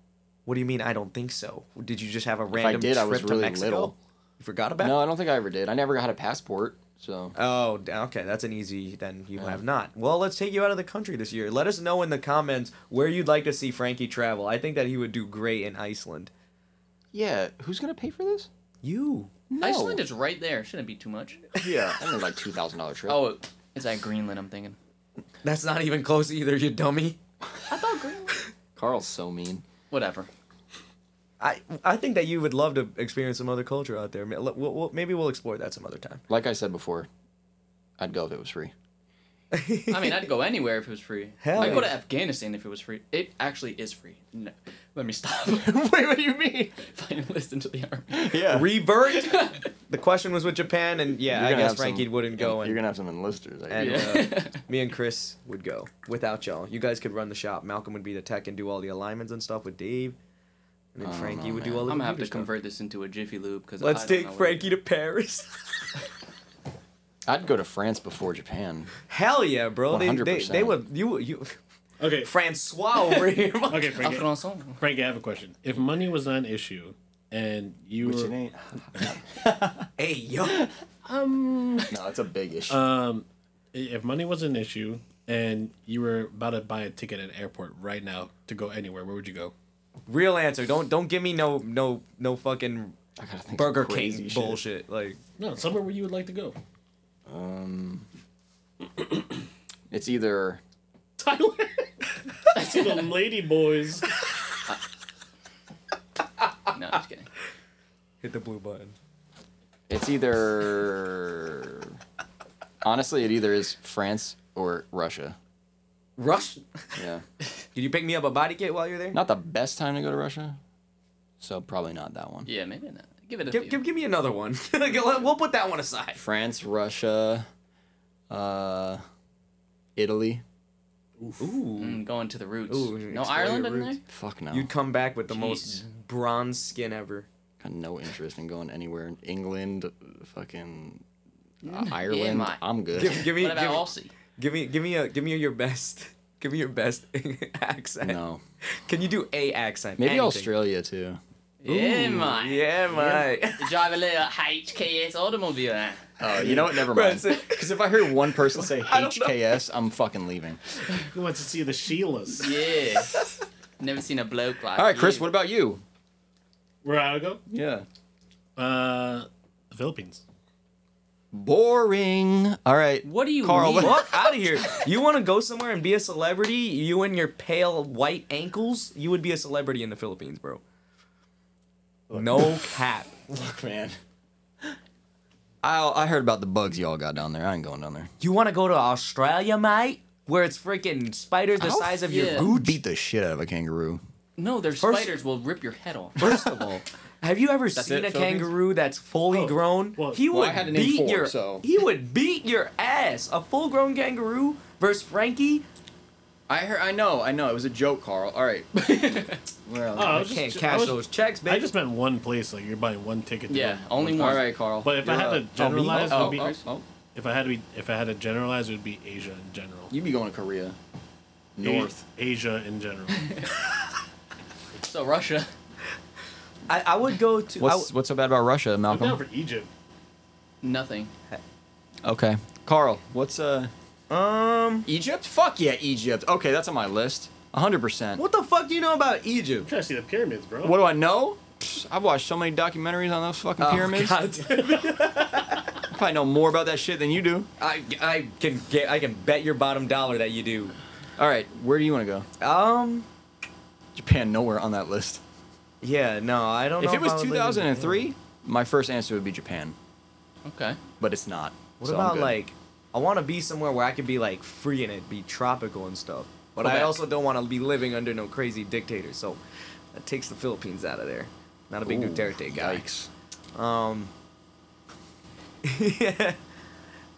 [SPEAKER 1] What do you mean? I don't think so. Did you just have a
[SPEAKER 2] I
[SPEAKER 1] random
[SPEAKER 2] did,
[SPEAKER 1] trip
[SPEAKER 2] I was
[SPEAKER 1] to
[SPEAKER 2] really
[SPEAKER 1] Mexico?
[SPEAKER 2] little.
[SPEAKER 1] You forgot about?
[SPEAKER 2] No, I don't think I ever did. I never had a passport, so
[SPEAKER 1] Oh, d- okay. That's an easy. Then you have not. Well, let's take you out of the country this year. Let us know in the comments where you'd like to see Frankie travel. I think that he would do great in Iceland.
[SPEAKER 2] yeah. Who's gonna pay for this?
[SPEAKER 1] You.
[SPEAKER 2] No.
[SPEAKER 3] Iceland is right there. Shouldn't be too much.
[SPEAKER 2] yeah. I mean, like two thousand dollar trip.
[SPEAKER 3] Oh, it's at Greenland. I'm thinking.
[SPEAKER 1] That's not even close either. You dummy.
[SPEAKER 2] Carl's so mean.
[SPEAKER 3] Whatever.
[SPEAKER 1] I I think that you would love to experience some other culture out there. Ma- le- we'll- we'll- Maybe we'll explore that some other time.
[SPEAKER 2] Like I said before, I'd go if it was free.
[SPEAKER 3] I mean, I'd go anywhere if it was free.
[SPEAKER 1] Hell
[SPEAKER 3] I'd go
[SPEAKER 1] yeah.
[SPEAKER 3] to Afghanistan if it was free. It actually is free. No, let me stop.
[SPEAKER 2] Wait, what do you mean?
[SPEAKER 3] if I enlist into the army.
[SPEAKER 2] Yeah.
[SPEAKER 1] Revert. the question was with Japan, and yeah,
[SPEAKER 2] You're
[SPEAKER 1] I
[SPEAKER 2] gonna
[SPEAKER 1] guess
[SPEAKER 2] have some-
[SPEAKER 1] Frankie wouldn't go,
[SPEAKER 2] You're
[SPEAKER 1] and,
[SPEAKER 2] gonna have some enlisters. I
[SPEAKER 1] and
[SPEAKER 2] guess.
[SPEAKER 1] uh, me and Chris would go without y'all. You guys could run the shop. Malcolm would be the tech and do all the alignments and stuff with Dave, and then
[SPEAKER 2] I don't
[SPEAKER 1] Frankie
[SPEAKER 2] know,
[SPEAKER 1] would do
[SPEAKER 2] man.
[SPEAKER 1] all
[SPEAKER 3] I'm
[SPEAKER 1] the.
[SPEAKER 3] gonna have to
[SPEAKER 1] computer stuff.
[SPEAKER 3] convert this into a Jiffy Lube because
[SPEAKER 1] Let's take Frankie to Paris.
[SPEAKER 2] I'd go to France before Japan.
[SPEAKER 1] Hell yeah, bro! They, they
[SPEAKER 2] 100%.
[SPEAKER 1] they would you you
[SPEAKER 5] Okay.
[SPEAKER 1] Francois over here.
[SPEAKER 5] Okay,
[SPEAKER 3] I'm
[SPEAKER 5] Frankie.
[SPEAKER 3] Franson.
[SPEAKER 5] Frankie, I have a question. If money was not an issue, and you
[SPEAKER 2] Which
[SPEAKER 5] were,
[SPEAKER 2] it ain't.
[SPEAKER 1] Hey yo,
[SPEAKER 2] No, it's a big issue.
[SPEAKER 1] Uh,
[SPEAKER 5] if money was an issue, and you were about to buy a ticket at an airport right now to go anywhere, where would you go?
[SPEAKER 1] real answer. Don't don't give me no no no fucking
[SPEAKER 2] I gotta think
[SPEAKER 1] Burger
[SPEAKER 2] some
[SPEAKER 1] King
[SPEAKER 2] crazy shit.
[SPEAKER 1] bullshit. Like
[SPEAKER 5] No, somewhere where you would like to go.
[SPEAKER 2] It's either
[SPEAKER 5] Tyler. I see the lady boys.
[SPEAKER 3] No, I'm just kidding.
[SPEAKER 1] hit the blue button.
[SPEAKER 2] it's either honestly it either is France or Russia.
[SPEAKER 1] Rush.
[SPEAKER 2] Yeah.
[SPEAKER 1] Did you pick me up a body kit while you're there?
[SPEAKER 2] Not the best time to go to Russia. So probably not that one.
[SPEAKER 3] Yeah, maybe not. Give it a
[SPEAKER 1] Give,
[SPEAKER 3] few.
[SPEAKER 1] give, give me another one. we'll put that one aside.
[SPEAKER 2] France, Russia, uh, Italy.
[SPEAKER 1] Ooh.
[SPEAKER 3] Mm, going to the roots.
[SPEAKER 1] Ooh,
[SPEAKER 3] no
[SPEAKER 1] explore
[SPEAKER 3] Ireland
[SPEAKER 1] your
[SPEAKER 3] in there.
[SPEAKER 1] roots.
[SPEAKER 2] Fuck no.
[SPEAKER 1] You'd come back with the most bronze skin ever.
[SPEAKER 2] Got no interest in going anywhere. England, fucking uh, Ireland.
[SPEAKER 3] my.
[SPEAKER 2] I'm good.
[SPEAKER 1] Give, give me,
[SPEAKER 3] What
[SPEAKER 1] give,
[SPEAKER 3] about
[SPEAKER 1] me-
[SPEAKER 3] Aussie?
[SPEAKER 1] give me, give me a, give me your best, give me your best accent.
[SPEAKER 2] no.
[SPEAKER 1] Can you do a accent?
[SPEAKER 2] Maybe
[SPEAKER 1] Anything.
[SPEAKER 2] Australia too.
[SPEAKER 3] Yeah, mate.
[SPEAKER 1] Yeah, mate.
[SPEAKER 3] Drive a little HKS automobile. eh?
[SPEAKER 2] Oh, you know what? Never
[SPEAKER 1] Bro,
[SPEAKER 2] mind.
[SPEAKER 1] it's-
[SPEAKER 2] Because if I hear one person say
[SPEAKER 1] don't know.
[SPEAKER 2] HKS, I'm fucking leaving.
[SPEAKER 5] Who wants to see the Sheilas?
[SPEAKER 3] Yeah. Never seen a bloke like.
[SPEAKER 2] All right, Chris.
[SPEAKER 3] you.
[SPEAKER 2] What about you?
[SPEAKER 5] Where I would go?
[SPEAKER 2] Yeah.
[SPEAKER 5] Uh, the Philippines.
[SPEAKER 2] Boring. All right.
[SPEAKER 3] What do you
[SPEAKER 2] Carl,
[SPEAKER 3] mean?
[SPEAKER 1] Fuck out of here. You want to go somewhere and be a celebrity? You and your pale white ankles? You would be a celebrity in the Philippines, bro. No cap.
[SPEAKER 2] Look, man. I I heard about the bugs y'all got down there. I ain't going down there.
[SPEAKER 1] You want to go to Australia, mate? Where it's freaking spiders the
[SPEAKER 2] I'll
[SPEAKER 1] size of your
[SPEAKER 3] yeah.
[SPEAKER 1] gooch?
[SPEAKER 2] Beat the shit out of a kangaroo.
[SPEAKER 3] No, their
[SPEAKER 1] First-
[SPEAKER 3] spiders will rip your head off.
[SPEAKER 1] First of all, have you ever seen
[SPEAKER 2] it,
[SPEAKER 1] a
[SPEAKER 2] Philippines?
[SPEAKER 1] kangaroo that's fully
[SPEAKER 5] Oh,
[SPEAKER 1] grown?
[SPEAKER 5] well-
[SPEAKER 1] he would
[SPEAKER 2] well, I had to name
[SPEAKER 1] beat
[SPEAKER 2] four,
[SPEAKER 1] your
[SPEAKER 2] so-
[SPEAKER 1] he would beat your ass. A full-grown kangaroo versus Frankie.
[SPEAKER 2] I heard. I know. I know. It was a joke, Carl. All right.
[SPEAKER 5] Oh, I
[SPEAKER 1] I
[SPEAKER 5] was just-
[SPEAKER 1] can't
[SPEAKER 5] I
[SPEAKER 1] cash
[SPEAKER 5] was-
[SPEAKER 1] those checks, baby.
[SPEAKER 5] I just meant one place. Like you're buying one ticket. To
[SPEAKER 3] Yeah,
[SPEAKER 5] go.
[SPEAKER 3] only one.
[SPEAKER 2] All right, Carl.
[SPEAKER 5] But if I
[SPEAKER 2] You're
[SPEAKER 5] had
[SPEAKER 2] up.
[SPEAKER 5] to generalize, it
[SPEAKER 2] Oh,
[SPEAKER 5] would be
[SPEAKER 2] oh, oh.
[SPEAKER 5] if I had to be if I had to generalize, it would be Asia in general.
[SPEAKER 2] You'd be going to Korea.
[SPEAKER 5] A-
[SPEAKER 2] North.
[SPEAKER 5] Asia in general.
[SPEAKER 3] So Russia.
[SPEAKER 1] I, I would go to. I
[SPEAKER 2] What's
[SPEAKER 1] w-
[SPEAKER 2] what's so bad about Russia,
[SPEAKER 5] I'm down
[SPEAKER 2] Malcolm?
[SPEAKER 5] for Egypt.
[SPEAKER 3] Nothing.
[SPEAKER 2] Okay. Carl, what's uh
[SPEAKER 1] um,
[SPEAKER 2] Egypt? Fuck yeah, Egypt. Okay, that's on my list. 100%.
[SPEAKER 1] what the fuck do you know about Egypt?
[SPEAKER 5] I'm trying to see the pyramids, bro.
[SPEAKER 2] What do I know? Pfft, I've watched so many documentaries on those fucking pyramids.
[SPEAKER 1] Oh, God damn it.
[SPEAKER 2] I probably know more about that shit than you do.
[SPEAKER 1] I, I can get I can bet your bottom dollar that you do.
[SPEAKER 2] All right, where do you want to go?
[SPEAKER 1] Um
[SPEAKER 2] Japan, nowhere on that list.
[SPEAKER 1] yeah, no, I don't
[SPEAKER 2] If
[SPEAKER 1] know.
[SPEAKER 2] it was
[SPEAKER 1] I would live in-
[SPEAKER 2] 2003, my first answer would be Japan,
[SPEAKER 3] Okay.
[SPEAKER 2] but it's not.
[SPEAKER 1] What
[SPEAKER 2] so I'm
[SPEAKER 1] about
[SPEAKER 2] good.
[SPEAKER 1] like I want to be somewhere where I could be like free and it be tropical and stuff. But I
[SPEAKER 2] Quebec.
[SPEAKER 1] also don't want to be living under no crazy dictator. So that takes the Philippines out of there. Not a big
[SPEAKER 2] Ooh,
[SPEAKER 1] Duterte guy.
[SPEAKER 2] Yikes.
[SPEAKER 1] Um Yeah.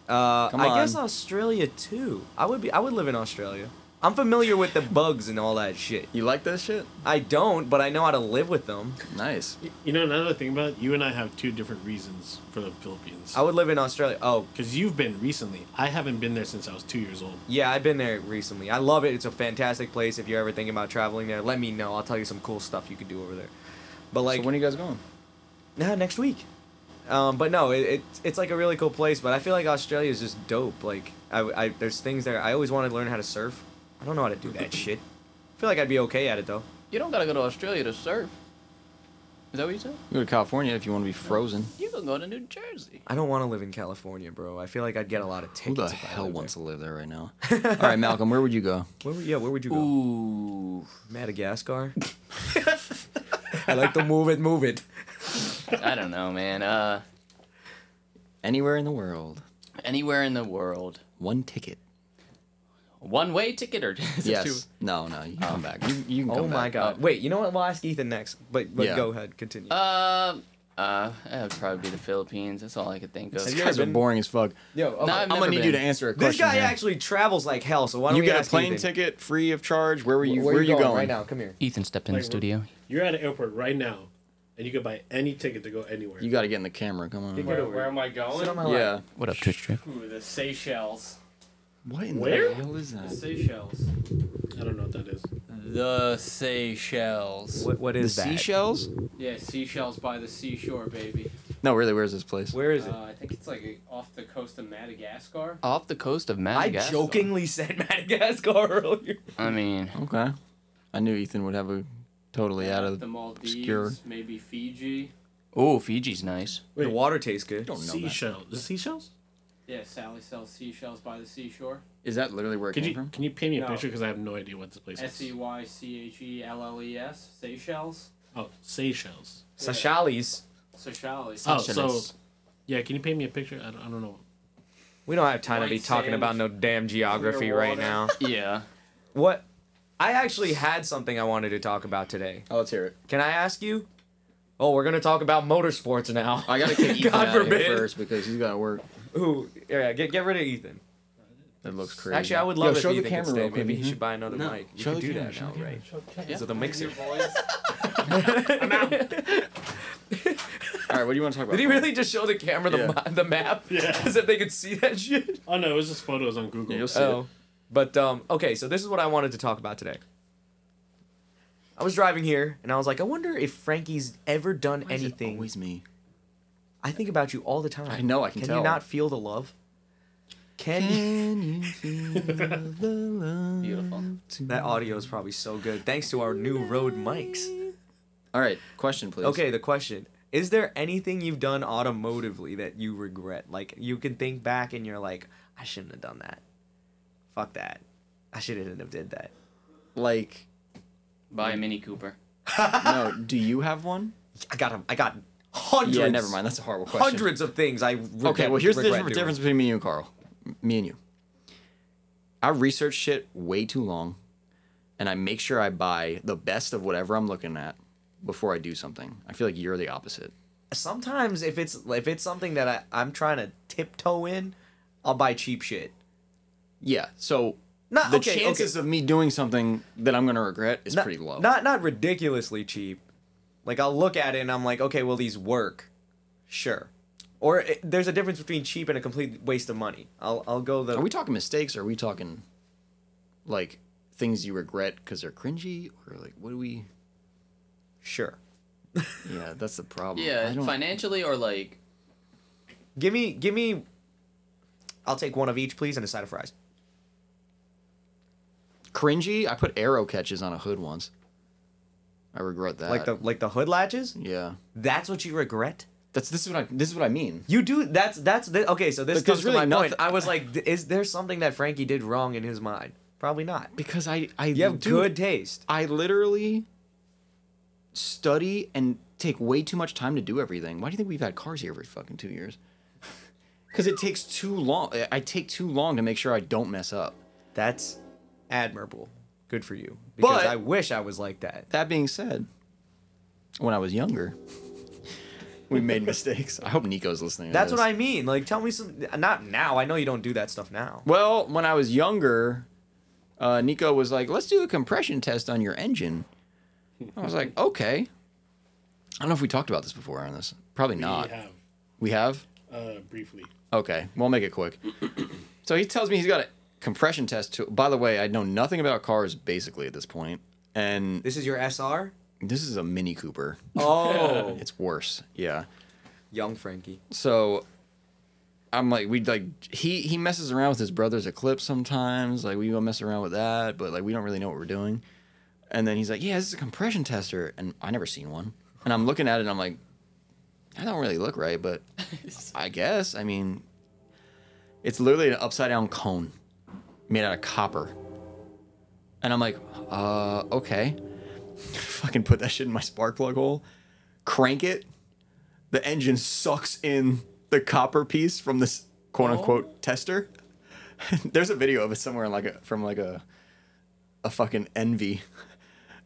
[SPEAKER 1] Uh,
[SPEAKER 2] Come
[SPEAKER 1] I guess
[SPEAKER 2] on.
[SPEAKER 1] Australia too. I would be I would live in Australia. I'm familiar with the bugs and all that shit.
[SPEAKER 2] You like that shit?
[SPEAKER 1] I don't, but I know how to live with them.
[SPEAKER 2] Nice.
[SPEAKER 5] You know another thing about it, you and I have two different reasons for the Philippines.
[SPEAKER 1] I would live in Australia. Oh,
[SPEAKER 5] Because you've been recently. I haven't been there since I was two years old.
[SPEAKER 1] yeah, I've been there recently. I love it. It's a fantastic place. If you're ever thinking about traveling there, let me know. I'll tell you some cool stuff you could do over there. But like,
[SPEAKER 2] so when are you guys going?
[SPEAKER 1] nah, next week. Um, but no, it, it it's like a really cool place. But I feel like Australia is just dope. Like, I, I there's things there. I always wanted to learn how to surf. I don't know how to do that shit. I feel like I'd be okay at it though.
[SPEAKER 3] You don't gotta go to Australia to surf. Is that what you said?
[SPEAKER 2] Go to California if you want to be frozen.
[SPEAKER 3] You can go to New Jersey.
[SPEAKER 1] I don't want to live in California, bro. I feel like I'd get a lot of
[SPEAKER 2] Who
[SPEAKER 1] tickets.
[SPEAKER 2] the
[SPEAKER 1] if I
[SPEAKER 2] hell
[SPEAKER 1] lived
[SPEAKER 2] wants to
[SPEAKER 1] there.
[SPEAKER 2] live there right now? All right, Malcolm, where would you go?
[SPEAKER 1] Where, would- yeah, where would you go?
[SPEAKER 3] Ooh.
[SPEAKER 1] Madagascar. I like to move it, move it.
[SPEAKER 3] I don't know, man. Uh,
[SPEAKER 2] Anywhere in the world.
[SPEAKER 3] anywhere in the world.
[SPEAKER 2] One ticket.
[SPEAKER 3] One way ticket or is it two?
[SPEAKER 2] Yes. No, no, you can come back. You, you can come
[SPEAKER 1] Oh my
[SPEAKER 2] back.
[SPEAKER 1] god. Wait, you know what? We'll ask Ethan next. But but
[SPEAKER 2] Yeah.
[SPEAKER 1] go ahead, continue.
[SPEAKER 3] Uh, uh, that would probably be the Philippines. That's all I could think of.
[SPEAKER 1] Have
[SPEAKER 2] These
[SPEAKER 1] you ever
[SPEAKER 2] guys are
[SPEAKER 1] been-
[SPEAKER 2] boring as fuck.
[SPEAKER 1] Yo, okay.
[SPEAKER 3] Nah, I've
[SPEAKER 2] I'm
[SPEAKER 3] never
[SPEAKER 2] gonna need you to
[SPEAKER 3] been.
[SPEAKER 2] answer a question.
[SPEAKER 1] this guy
[SPEAKER 2] here.
[SPEAKER 1] actually Oh, travels like hell, so why don't
[SPEAKER 2] You
[SPEAKER 1] we
[SPEAKER 2] get a
[SPEAKER 1] ask
[SPEAKER 2] plane
[SPEAKER 1] Ethan?
[SPEAKER 2] ticket free of charge. Where were you?
[SPEAKER 1] Where,
[SPEAKER 2] Where,
[SPEAKER 1] are
[SPEAKER 2] you going?
[SPEAKER 1] right now? Come here.
[SPEAKER 3] Ethan stepped in
[SPEAKER 5] Like,
[SPEAKER 3] the
[SPEAKER 5] we're-
[SPEAKER 3] studio.
[SPEAKER 5] You're at an airport right now, and you could buy any ticket to go anywhere.
[SPEAKER 2] You got to get in the camera. Come on.
[SPEAKER 1] Get
[SPEAKER 7] Where,
[SPEAKER 1] over
[SPEAKER 7] where
[SPEAKER 1] it.
[SPEAKER 7] am I
[SPEAKER 1] Sit
[SPEAKER 7] going?
[SPEAKER 1] on my
[SPEAKER 2] Yeah.
[SPEAKER 1] lap.
[SPEAKER 3] What up, Twitch Trip?
[SPEAKER 7] Ooh, the Seychelles.
[SPEAKER 2] What in
[SPEAKER 5] Where?
[SPEAKER 2] the hell is that?
[SPEAKER 7] Seychelles.
[SPEAKER 5] I don't know what that is.
[SPEAKER 7] The Seychelles.
[SPEAKER 1] What what
[SPEAKER 2] The
[SPEAKER 1] is that?
[SPEAKER 2] seashells?
[SPEAKER 7] Yeah, seashells by the seashore, baby.
[SPEAKER 2] No, really. Where's this place?
[SPEAKER 1] Where is it?
[SPEAKER 7] Uh, I think it's like off the coast of Madagascar.
[SPEAKER 3] Off the coast of
[SPEAKER 1] I
[SPEAKER 3] Madagascar.
[SPEAKER 1] jokingly said Madagascar earlier.
[SPEAKER 3] I mean,
[SPEAKER 2] Okay. I knew Ethan would have a totally out of.
[SPEAKER 7] the Maldives,
[SPEAKER 2] obscure.
[SPEAKER 7] maybe Fiji.
[SPEAKER 3] oh, Fiji's nice.
[SPEAKER 1] The water tastes good.
[SPEAKER 2] Don't know that.
[SPEAKER 5] Seashells. The seashells?
[SPEAKER 7] Yeah, Sally sells seashells by the seashore.
[SPEAKER 2] Is that literally where it
[SPEAKER 5] Could
[SPEAKER 2] came
[SPEAKER 5] you
[SPEAKER 2] from?
[SPEAKER 5] can you paint me a
[SPEAKER 7] No.
[SPEAKER 5] picture because I have no idea what this place
[SPEAKER 7] S e
[SPEAKER 5] is.
[SPEAKER 7] y c h e l l e s Seychelles.
[SPEAKER 5] Oh, Seychelles.
[SPEAKER 1] Sashali's.
[SPEAKER 7] Seychelles.
[SPEAKER 5] Oh, so
[SPEAKER 3] Seychelles.
[SPEAKER 5] yeah. Can you paint me a picture? I don't, I don't know.
[SPEAKER 1] We don't have time to be
[SPEAKER 7] White
[SPEAKER 1] talking
[SPEAKER 7] sand.
[SPEAKER 1] about no damn geography right
[SPEAKER 7] Underwater.
[SPEAKER 1] now.
[SPEAKER 3] Yeah.
[SPEAKER 1] What I actually had something I wanted to talk about today.
[SPEAKER 2] Oh, let's hear it.
[SPEAKER 1] Can I ask you? Oh, we're gonna talk about motorsports now.
[SPEAKER 2] I gotta kick Ethan
[SPEAKER 1] God
[SPEAKER 2] out of here
[SPEAKER 1] forbid.
[SPEAKER 2] first because he's gotta work.
[SPEAKER 1] Ooh, yeah, get get rid of Ethan.
[SPEAKER 2] That looks crazy.
[SPEAKER 1] Actually, I would love
[SPEAKER 2] Yo,
[SPEAKER 1] if
[SPEAKER 2] show the
[SPEAKER 1] Ethan could
[SPEAKER 2] camera
[SPEAKER 1] stay.
[SPEAKER 2] real quick.
[SPEAKER 1] Maybe he
[SPEAKER 2] Mhm.
[SPEAKER 1] should buy another
[SPEAKER 6] No,
[SPEAKER 1] mic. You
[SPEAKER 2] show
[SPEAKER 1] can
[SPEAKER 2] the
[SPEAKER 1] do
[SPEAKER 2] camera,
[SPEAKER 1] that
[SPEAKER 2] show the
[SPEAKER 1] now,
[SPEAKER 2] camera,
[SPEAKER 1] right?
[SPEAKER 7] Yeah.
[SPEAKER 1] Because of the mixer.
[SPEAKER 7] Your voice.
[SPEAKER 2] All right, what do you want to talk about?
[SPEAKER 1] Did he really just show the camera the,
[SPEAKER 2] Yeah.
[SPEAKER 1] ma- the map?
[SPEAKER 5] Yeah.
[SPEAKER 1] As if they could see that shit.
[SPEAKER 5] Oh no, it was just photos on Google.
[SPEAKER 2] Yeah, you'll see it.
[SPEAKER 1] Oh. But um, okay, so this is what I wanted to talk about today. I was driving here and I was like, I wonder if Frankie's ever done
[SPEAKER 2] Why is it
[SPEAKER 1] anything.
[SPEAKER 2] Always me.
[SPEAKER 1] I think about you all the time.
[SPEAKER 2] I know, I can
[SPEAKER 1] Can
[SPEAKER 2] tell.
[SPEAKER 1] you not feel the love? Can
[SPEAKER 2] Can you feel the love?
[SPEAKER 3] Beautiful.
[SPEAKER 1] that audio is probably so good. Thanks to our new Rode mics.
[SPEAKER 2] All right, question please.
[SPEAKER 1] Okay, the question. Is there anything you've done automotively that you regret? Like you can think back and you're like, I shouldn't have done that. Fuck that. I shouldn't have did that.
[SPEAKER 2] Like,
[SPEAKER 3] Buy a Mini Cooper.
[SPEAKER 2] no, do you have one?
[SPEAKER 1] I got I got hundreds.
[SPEAKER 2] Yeah, never mind. That's a horrible question.
[SPEAKER 1] Hundreds of things I regret,
[SPEAKER 2] Okay, well, here's the
[SPEAKER 1] regret
[SPEAKER 2] difference,
[SPEAKER 1] doing.
[SPEAKER 2] difference between me and you, Carl. M- Me and you. I research shit way too long, and I make sure I buy the best of whatever I'm looking at before I do something. I feel like you're the opposite.
[SPEAKER 1] Sometimes if it's if it's something that I, I'm trying to tiptoe in, I'll buy cheap shit.
[SPEAKER 2] Yeah. So
[SPEAKER 1] Not-
[SPEAKER 2] the
[SPEAKER 1] okay, okay.
[SPEAKER 2] chances of me doing something that I'm gonna regret is
[SPEAKER 1] Not-
[SPEAKER 2] pretty low.
[SPEAKER 1] Not not ridiculously cheap. Like I'll look at it and I'm like, okay, well these work, sure. Or it, there's a difference between cheap and a complete waste of money. I'll I'll go the
[SPEAKER 2] are we talking mistakes? Or are we talking like things you regret because they're cringy, or like what do we?
[SPEAKER 1] sure.
[SPEAKER 2] Yeah, that's the problem.
[SPEAKER 3] Yeah,
[SPEAKER 2] I don't-
[SPEAKER 3] financially or like
[SPEAKER 1] Give me give me. I'll take one of each, please, and a side of fries.
[SPEAKER 2] cringy. I put arrow catches on a hood once. I regret that.
[SPEAKER 1] Like the like the hood latches.
[SPEAKER 2] yeah.
[SPEAKER 1] That's what you regret.
[SPEAKER 2] That's this is what I this is what I mean.
[SPEAKER 1] You do. That's that's the, okay. So this
[SPEAKER 2] Because
[SPEAKER 1] comes to
[SPEAKER 2] really
[SPEAKER 1] my point.
[SPEAKER 2] nothing-
[SPEAKER 1] I was like, d- is there something that Frankie did wrong in his mind? Probably not.
[SPEAKER 2] Because I I
[SPEAKER 1] You have
[SPEAKER 2] do-
[SPEAKER 1] good taste.
[SPEAKER 2] I literally study and take way too much time to do everything. Why do you think we've had cars here every fucking two years? Because it takes too long. I- I take too long to make sure I don't mess up.
[SPEAKER 1] That's admirable. Good for you. Because
[SPEAKER 2] But-
[SPEAKER 1] I wish I was like that.
[SPEAKER 2] That being said, when I was younger, we made mistakes. I hope Nico's listening. to
[SPEAKER 1] That's what
[SPEAKER 2] this.
[SPEAKER 1] I mean. Like, tell me some. Not now. I know you don't do that stuff now.
[SPEAKER 2] Well, when I was younger, uh, Nico was like, "Let's do a compression test on your engine." I was like, "Okay." I don't know if we talked about this before on this. Probably not.
[SPEAKER 5] We have
[SPEAKER 2] We have.
[SPEAKER 5] uh, briefly.
[SPEAKER 2] Okay, we'll make it quick. so he tells me he's got a compression test. To, by the way, I know nothing about cars basically at this point, and
[SPEAKER 1] This is your SR.
[SPEAKER 2] this is a Mini Cooper.
[SPEAKER 1] Oh,
[SPEAKER 2] It's worse. Yeah.
[SPEAKER 1] young Frankie.
[SPEAKER 2] So I'm like, we like he he messes around with his brother's Eclipse sometimes. Like we go mess around with that, but like we don't really know what we're doing. And then he's like, yeah, this is a compression tester, and I never seen one. And I'm looking at it, and I'm like, I don't really look right, but I guess I mean, it's literally an upside down cone made out of copper. And I'm like, uh, okay. Fucking put that shit in my spark plug hole, crank it, the engine sucks in the copper piece from this quote unquote tester. There's a video of it somewhere like a, from like a a fucking envy.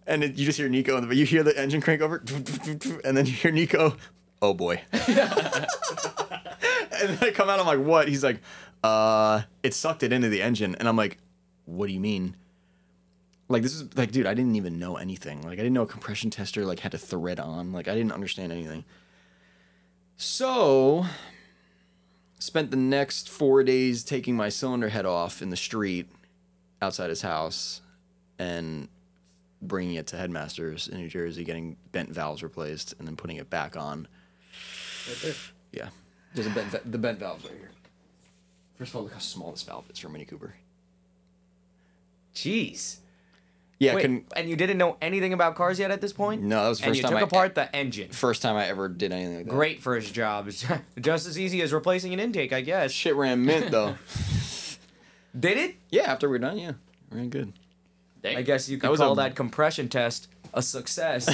[SPEAKER 2] And it, you just hear Nico, but you hear the engine crank over, and then you hear Nico, oh boy. and then I come out, I'm like, what? He's like, uh, it sucked it into the engine. And I'm like, what do you mean? Like, this is like, dude, I didn't even know anything. Like, I didn't know a compression tester, like, had to thread on. Like, I didn't understand anything. So, spent the next four days taking my cylinder head off in the street outside his house and bringing it to headmasters in New Jersey, getting bent valves replaced, and then putting it back on. Yeah. There's a bent, va- the bent valve right here. First of all, look how small this valve is for a Mini Cooper.
[SPEAKER 1] Jeez.
[SPEAKER 2] Yeah,
[SPEAKER 1] Wait,
[SPEAKER 2] couldn't.
[SPEAKER 1] and you didn't know anything about cars yet at this point?
[SPEAKER 2] No, that was the
[SPEAKER 1] and
[SPEAKER 2] first
[SPEAKER 1] you
[SPEAKER 2] time
[SPEAKER 1] took
[SPEAKER 2] I- e-,
[SPEAKER 1] apart the engine.
[SPEAKER 2] First time I ever did anything like that.
[SPEAKER 1] Great first job. It's Just as easy as replacing an intake, I guess.
[SPEAKER 2] Shit ran mint though.
[SPEAKER 1] Did it?
[SPEAKER 2] yeah, after we're done, yeah, ran good.
[SPEAKER 1] I guess you could
[SPEAKER 2] was
[SPEAKER 1] call
[SPEAKER 2] a-
[SPEAKER 1] that compression test a success.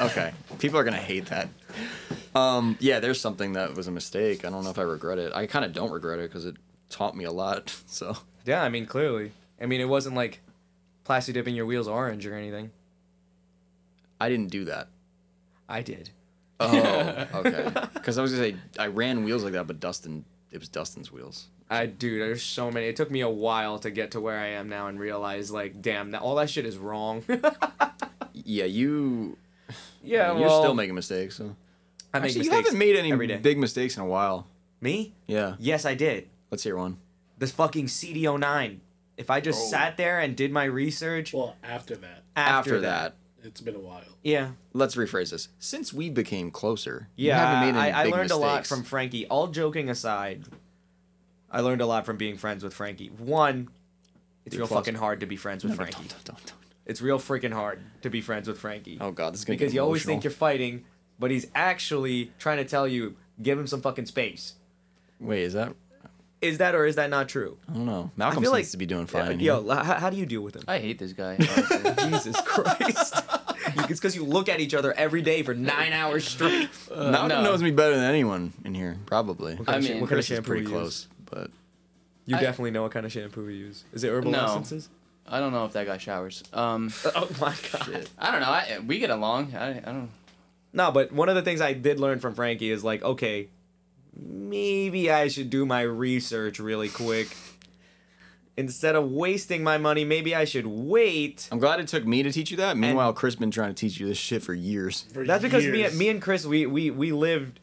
[SPEAKER 2] Okay. People are gonna hate that. Um, yeah, there's something that was a mistake. I don't know if I regret it. I kind of don't regret it because it taught me a lot. So
[SPEAKER 1] yeah, I mean, clearly. I mean, it wasn't like plasti dipping your wheels orange or anything.
[SPEAKER 2] I didn't do that.
[SPEAKER 1] I did.
[SPEAKER 2] Oh, okay. Because I was gonna say I ran wheels like that, but Dustin, it was Dustin's wheels.
[SPEAKER 1] I dude, there's so many. It took me a while to get to where I am now and realize like, damn, that all that shit is wrong.
[SPEAKER 2] Yeah, you.
[SPEAKER 1] yeah,
[SPEAKER 2] you're still making mistakes. So.
[SPEAKER 1] I make
[SPEAKER 2] Actually, you
[SPEAKER 1] mistakes
[SPEAKER 2] haven't made any
[SPEAKER 1] every day.
[SPEAKER 2] big mistakes in a while.
[SPEAKER 1] Me?
[SPEAKER 2] Yeah.
[SPEAKER 1] Yes, I did.
[SPEAKER 2] Let's hear one.
[SPEAKER 1] This fucking CD09. If I
[SPEAKER 2] Oh.
[SPEAKER 1] just sat there and did my research
[SPEAKER 5] Well, after that,
[SPEAKER 1] after, that.
[SPEAKER 5] it's been a while.
[SPEAKER 1] Yeah.
[SPEAKER 2] let's rephrase this. Since we became closer, you
[SPEAKER 1] Yeah.
[SPEAKER 2] haven't made any
[SPEAKER 1] I, I
[SPEAKER 2] big
[SPEAKER 1] learned a lot
[SPEAKER 2] mistakes.
[SPEAKER 1] from Frankie. All joking aside, I learned a lot from being friends with Frankie. One, it's
[SPEAKER 2] You're
[SPEAKER 1] real
[SPEAKER 2] close.
[SPEAKER 1] fucking hard to be friends with
[SPEAKER 2] No,
[SPEAKER 1] Frankie.
[SPEAKER 2] don't, don't, don't, don't.
[SPEAKER 1] It's real freaking hard to be friends with Frankie.
[SPEAKER 2] Oh god, this is gonna
[SPEAKER 1] because
[SPEAKER 2] get
[SPEAKER 1] you always
[SPEAKER 2] emotional.
[SPEAKER 1] think you're fighting, but he's actually trying to tell you, give him some fucking space.
[SPEAKER 2] Wait, is that?
[SPEAKER 1] Is that or is that not true?
[SPEAKER 2] I don't know. Mm-hmm. Malcolm
[SPEAKER 1] feel
[SPEAKER 2] seems
[SPEAKER 1] like-
[SPEAKER 2] to be doing
[SPEAKER 1] Yeah,
[SPEAKER 2] fine.
[SPEAKER 1] Yo,
[SPEAKER 2] here.
[SPEAKER 1] li- how, how do you deal with him?
[SPEAKER 3] I hate this guy. honestly.
[SPEAKER 1] Jesus Christ. You- it's because you look at each other every day for nine hours straight.
[SPEAKER 2] Malcolm
[SPEAKER 3] no.
[SPEAKER 2] knows me better than anyone in here, probably.
[SPEAKER 3] I
[SPEAKER 1] what
[SPEAKER 3] mean,
[SPEAKER 1] kind of
[SPEAKER 2] Chris is
[SPEAKER 1] shampoo
[SPEAKER 2] pretty
[SPEAKER 1] we
[SPEAKER 2] close, but
[SPEAKER 1] You
[SPEAKER 3] I-
[SPEAKER 1] definitely know what kind of shampoo we use. Is it herbal
[SPEAKER 3] No.
[SPEAKER 1] essences?
[SPEAKER 3] I don't know if that guy showers. Um,
[SPEAKER 1] Oh my god.
[SPEAKER 3] I don't know. I, we get along. I, I don't.
[SPEAKER 1] No, but one of the things I did learn from Frankie is like, okay, maybe I should do my research really quick. Instead of wasting my money, maybe I should wait.
[SPEAKER 2] I'm glad it took me to teach you that. Meanwhile, Chris been trying to teach you this shit for years.
[SPEAKER 5] For
[SPEAKER 1] That's because
[SPEAKER 5] years.
[SPEAKER 1] me, me and Chris, we we we lived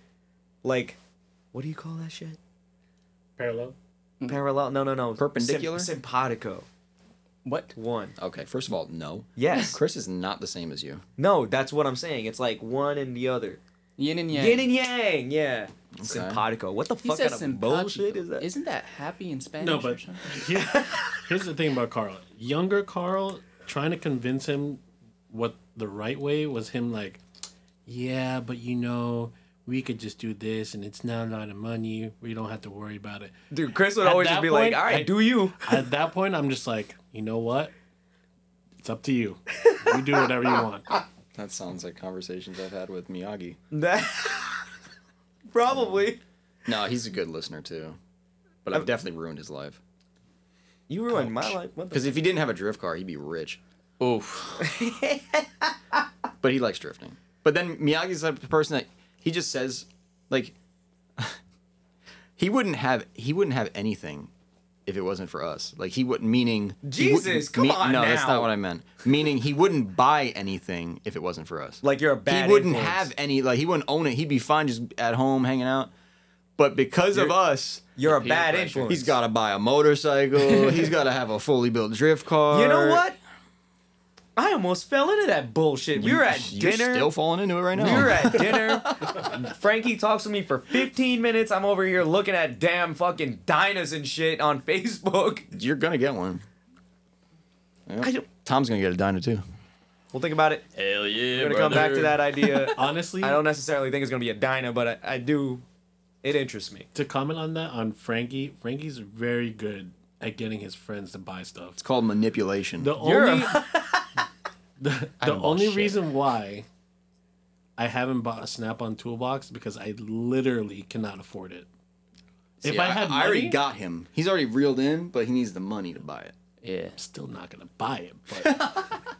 [SPEAKER 1] like, what do you call that shit?
[SPEAKER 5] parallel.
[SPEAKER 1] Parallel? No, no, no. Symp-
[SPEAKER 2] Perpendicular?
[SPEAKER 1] simpatico.
[SPEAKER 3] What?
[SPEAKER 1] One.
[SPEAKER 2] Okay, first of all, no.
[SPEAKER 1] Yes.
[SPEAKER 2] Chris is not the same as you.
[SPEAKER 1] No, that's what I'm saying. It's like one and the other.
[SPEAKER 3] Yin and yang.
[SPEAKER 1] Yin and yang. Yeah. Simpatico. What the
[SPEAKER 3] He
[SPEAKER 1] fuck
[SPEAKER 3] says
[SPEAKER 1] kind of
[SPEAKER 3] simpatico.
[SPEAKER 1] bullshit is that?
[SPEAKER 3] Isn't that happy in Spanish?
[SPEAKER 5] No,
[SPEAKER 3] or
[SPEAKER 5] but
[SPEAKER 3] something?
[SPEAKER 5] here, here's the thing about Carl. Younger Carl trying to convince him what the right way was him like, yeah, but you know, we could just do this and it's not a lot of money. We don't have to worry about it.
[SPEAKER 1] Dude, Chris would
[SPEAKER 5] At
[SPEAKER 1] always
[SPEAKER 5] that
[SPEAKER 1] just be
[SPEAKER 5] point,
[SPEAKER 1] like, "All right,
[SPEAKER 5] I-
[SPEAKER 1] do you?"
[SPEAKER 5] At that point, I'm just like, you know what? It's up to you. You do whatever you want.
[SPEAKER 2] That sounds like conversations I've had with Miyagi.
[SPEAKER 1] Probably.
[SPEAKER 2] No, he's a good listener too, but I've definitely ruined his life.
[SPEAKER 1] You ruined my life. What the
[SPEAKER 2] Because if he didn't have a drift car, he'd be rich.
[SPEAKER 3] Oof.
[SPEAKER 2] But he likes drifting. But then Miyagi's the type of person that he just says, like, he wouldn't have he wouldn't have anything if it wasn't for us. Like he wouldn't meaning he wouldn't-
[SPEAKER 1] Jesus, come on
[SPEAKER 2] No, that's
[SPEAKER 1] now.
[SPEAKER 2] not what I meant. Meaning he wouldn't buy anything if it wasn't for us.
[SPEAKER 1] Like you're a bad.
[SPEAKER 2] he wouldn't
[SPEAKER 1] influence.
[SPEAKER 2] have any. Like he wouldn't own it. He'd be fine just at home hanging out. But because of
[SPEAKER 1] You're-
[SPEAKER 2] us,
[SPEAKER 1] You're a
[SPEAKER 3] Peer
[SPEAKER 1] bad
[SPEAKER 3] pressure.
[SPEAKER 1] influence.
[SPEAKER 2] he's got to buy a motorcycle. he's got to have a fully built drift car.
[SPEAKER 1] You know what? I almost fell into that bullshit. we
[SPEAKER 2] You-
[SPEAKER 1] were at
[SPEAKER 2] you're
[SPEAKER 1] dinner.
[SPEAKER 2] Still falling into it right now.
[SPEAKER 1] We were at dinner. Frankie talks to me for 15 minutes. I'm over here looking at damn fucking dinas and shit on Facebook.
[SPEAKER 2] You're gonna get one. Yeah.
[SPEAKER 1] I don't-
[SPEAKER 2] Tom's gonna get a diner too.
[SPEAKER 1] We'll think about it.
[SPEAKER 2] Hell yeah!
[SPEAKER 1] We're gonna come back to that idea.
[SPEAKER 5] Honestly,
[SPEAKER 1] I don't necessarily think it's gonna be a diner, but I, I do. It interests me.
[SPEAKER 5] to comment on that on Frankie, Frankie's very good at getting his friends to buy stuff.
[SPEAKER 2] It's called manipulation.
[SPEAKER 5] The
[SPEAKER 1] You're
[SPEAKER 5] only
[SPEAKER 1] a-
[SPEAKER 2] I
[SPEAKER 5] the, the
[SPEAKER 2] haven't bought
[SPEAKER 5] only
[SPEAKER 2] shit.
[SPEAKER 5] reason why I haven't bought a Snap-on toolbox because I literally cannot afford it. if
[SPEAKER 2] Yeah,
[SPEAKER 5] I had
[SPEAKER 2] I already
[SPEAKER 5] money-
[SPEAKER 2] got him. He's already reeled in, but he needs the money to buy it.
[SPEAKER 3] Yeah.
[SPEAKER 5] Still not gonna buy it, but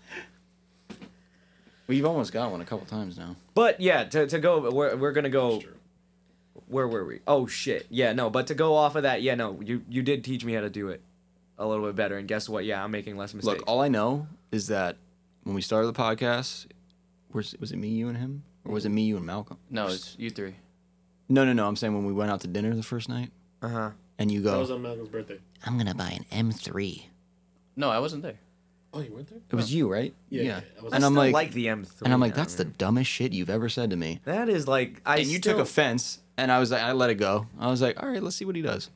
[SPEAKER 2] We've almost got one a couple times now.
[SPEAKER 1] But yeah, to, to go, we're, we're gonna go. Where were we? Oh shit! Yeah, no. But to go off of that, yeah, no. You you did teach me how to do it a little bit better, and guess what? Yeah, I'm making less mistakes.
[SPEAKER 2] Look, all I know is that when we started the podcast, was was it me, you, and him, or was it me, you, and Malcolm?
[SPEAKER 3] No, it's you three.
[SPEAKER 2] No, no, no. I'm saying when we went out to dinner the first night,
[SPEAKER 1] uh huh.
[SPEAKER 2] and you
[SPEAKER 5] that was
[SPEAKER 2] go,
[SPEAKER 5] on Malcolm's birthday.
[SPEAKER 4] I'm gonna buy an M3.
[SPEAKER 3] No, I wasn't there.
[SPEAKER 5] Oh, you weren't there?
[SPEAKER 2] it was you, right?
[SPEAKER 5] Yeah, yeah, I was-
[SPEAKER 2] And
[SPEAKER 5] I
[SPEAKER 2] I'm
[SPEAKER 1] Still
[SPEAKER 2] like,
[SPEAKER 1] like, the M3.
[SPEAKER 2] and I'm like,
[SPEAKER 1] now,
[SPEAKER 2] that's the
[SPEAKER 1] man.
[SPEAKER 2] dumbest shit you've ever said to me.
[SPEAKER 1] That is like I.
[SPEAKER 2] and you took
[SPEAKER 1] still-
[SPEAKER 2] offense, and I was like, I let it go. I was like, all right, let's see what he does.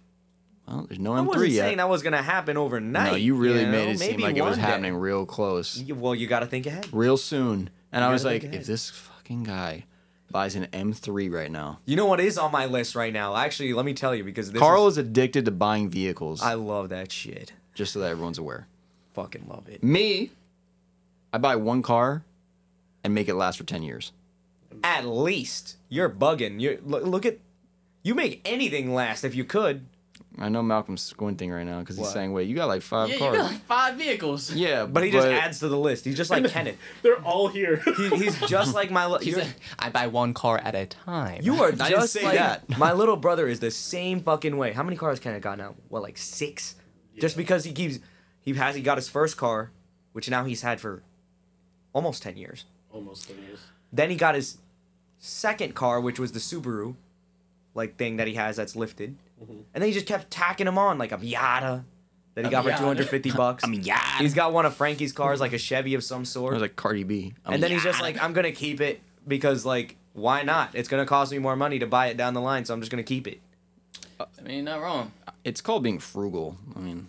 [SPEAKER 2] Well, there's no
[SPEAKER 1] I
[SPEAKER 2] M3
[SPEAKER 1] wasn't
[SPEAKER 2] yet.
[SPEAKER 1] saying that was gonna happen overnight.
[SPEAKER 2] no, you really
[SPEAKER 1] know?
[SPEAKER 2] made it seem
[SPEAKER 1] Maybe
[SPEAKER 2] like it was
[SPEAKER 1] one day.
[SPEAKER 2] happening real close,
[SPEAKER 1] You- Well, you got to think ahead.
[SPEAKER 2] real soon. And I was
[SPEAKER 1] gotta
[SPEAKER 2] like,
[SPEAKER 1] think ahead.
[SPEAKER 2] if this fucking guy buys an M3 right now,
[SPEAKER 1] You know what is on my list right now? Actually, let me tell you because this
[SPEAKER 2] Carl
[SPEAKER 1] Is,
[SPEAKER 2] is, addicted to buying vehicles.
[SPEAKER 1] I love that shit.
[SPEAKER 2] just so that everyone's aware.
[SPEAKER 1] Fucking love it.
[SPEAKER 2] Me, I buy one car and make it last for ten years.
[SPEAKER 1] At least you're bugging. You look, look at. You make anything last if you could.
[SPEAKER 2] I know Malcolm's squinting right now because he's
[SPEAKER 1] Why?
[SPEAKER 2] saying, "Wait, you got like five
[SPEAKER 3] Yeah, you
[SPEAKER 2] cars."
[SPEAKER 3] got like five vehicles.
[SPEAKER 2] yeah,
[SPEAKER 1] But he just adds to the list. He's just like Kenneth.
[SPEAKER 5] They're all here.
[SPEAKER 1] He, he's just like my. Li-
[SPEAKER 3] He's
[SPEAKER 1] you're-
[SPEAKER 3] like, I buy one car at a time.
[SPEAKER 1] you are
[SPEAKER 2] didn't
[SPEAKER 1] just
[SPEAKER 2] say
[SPEAKER 1] like
[SPEAKER 2] that.
[SPEAKER 1] my little brother is the same fucking way. How many cars Kenneth got now? What, like six? Just because he keeps he has he got his first car, which now he's had for almost ten years.
[SPEAKER 5] Almost ten years.
[SPEAKER 1] Then he got his second car, which was the Subaru, like thing that he has that's lifted. And then he just kept tacking them on, like a Miata that he got for
[SPEAKER 3] Miata.
[SPEAKER 1] 250 bucks. a Miata. He's got one of Frankie's cars, like a Chevy of some
[SPEAKER 2] I
[SPEAKER 1] sort.
[SPEAKER 2] was like Cardi B. Um, I'm
[SPEAKER 1] and then he's just like, I'm gonna keep it because like, why not? It's gonna cost me more money to buy it down the line, so I'm just gonna keep it.
[SPEAKER 3] I mean, not wrong.
[SPEAKER 2] it's called being frugal. I mean,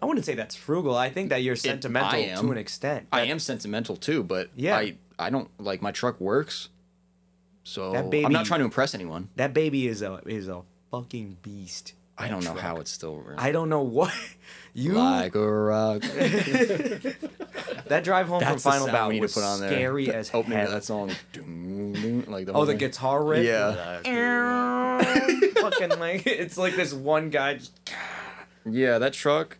[SPEAKER 1] I wouldn't say that's frugal. I think that you're sentimental
[SPEAKER 2] I am.
[SPEAKER 1] to an extent.
[SPEAKER 2] I am sentimental too, but
[SPEAKER 1] Yeah.
[SPEAKER 2] I I don't like my truck works. So
[SPEAKER 1] That baby-
[SPEAKER 2] I'm not trying to impress anyone.
[SPEAKER 1] That baby is a is a fucking beast.
[SPEAKER 2] I don't know how it's still around.
[SPEAKER 1] I don't know what you
[SPEAKER 2] like a rock.
[SPEAKER 1] That drive home
[SPEAKER 2] That's
[SPEAKER 1] from
[SPEAKER 2] the
[SPEAKER 1] Final
[SPEAKER 2] sound
[SPEAKER 1] Bout
[SPEAKER 2] we need
[SPEAKER 1] was
[SPEAKER 2] to put on there.
[SPEAKER 1] scary
[SPEAKER 2] The
[SPEAKER 1] as hell.
[SPEAKER 2] opening of that song. Dun, dun, like the
[SPEAKER 1] Oh,
[SPEAKER 2] whole
[SPEAKER 1] the
[SPEAKER 2] thing.
[SPEAKER 1] guitar riff.
[SPEAKER 2] Yeah.
[SPEAKER 1] fucking like it's like this one guy. Just...
[SPEAKER 2] Yeah, that truck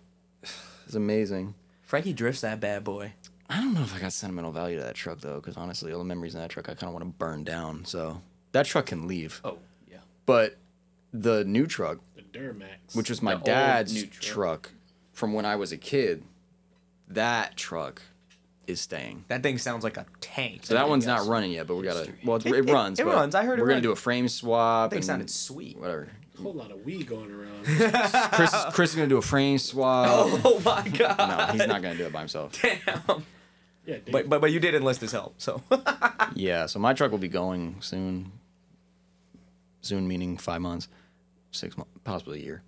[SPEAKER 2] is amazing.
[SPEAKER 1] Frankie drifts that bad boy.
[SPEAKER 2] I don't know if I got sentimental value to that truck though, because honestly, all the memories in that truck I kind of want to burn down. So that truck can leave.
[SPEAKER 3] Oh, yeah.
[SPEAKER 2] But the new truck,
[SPEAKER 5] The Duramax.
[SPEAKER 2] which was my
[SPEAKER 3] old
[SPEAKER 2] dad's
[SPEAKER 3] new
[SPEAKER 2] truck.
[SPEAKER 3] truck.
[SPEAKER 2] from when I was a kid, that truck is staying.
[SPEAKER 1] That thing sounds like a tank.
[SPEAKER 2] So that one's
[SPEAKER 3] yes.
[SPEAKER 2] not running yet, but we gotta.
[SPEAKER 3] History.
[SPEAKER 2] Well, it,
[SPEAKER 1] It-
[SPEAKER 2] it
[SPEAKER 1] it-
[SPEAKER 2] runs.
[SPEAKER 1] it
[SPEAKER 2] but
[SPEAKER 1] runs. I heard it
[SPEAKER 2] We're gonna
[SPEAKER 1] run.
[SPEAKER 2] do a frame swap.
[SPEAKER 1] that thing
[SPEAKER 2] and
[SPEAKER 1] sounded sweet.
[SPEAKER 2] whatever.
[SPEAKER 5] a whole lot of we going around.
[SPEAKER 2] Chris, is- Chris is gonna do a frame swap.
[SPEAKER 1] Uh. Oh my god.
[SPEAKER 2] No, he's not gonna do it by himself.
[SPEAKER 1] Damn.
[SPEAKER 5] Yeah, dude.
[SPEAKER 1] But but but you did enlist his help, so
[SPEAKER 2] Yeah, so my truck will be going soon. Soon meaning five months, six months, possibly a year.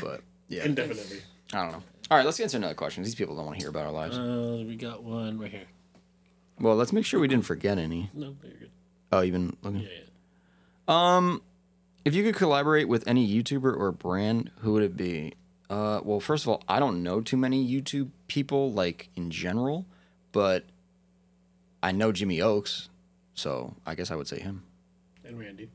[SPEAKER 2] But yeah,
[SPEAKER 5] indefinitely.
[SPEAKER 2] I don't know. All right, let's get into another question. These people don't want to hear about our lives.
[SPEAKER 5] Uh, we got one right here.
[SPEAKER 2] well, let's make sure we didn't forget any.
[SPEAKER 5] No, you're good.
[SPEAKER 2] Oh, even looking.
[SPEAKER 5] Yeah, yeah.
[SPEAKER 2] If you could collaborate with any YouTuber or brand, who would it be? Uh, well, first of all, I don't know too many YouTube people like in general, but I know Jimmy Oaks, so I guess I would say him.
[SPEAKER 5] And Randy.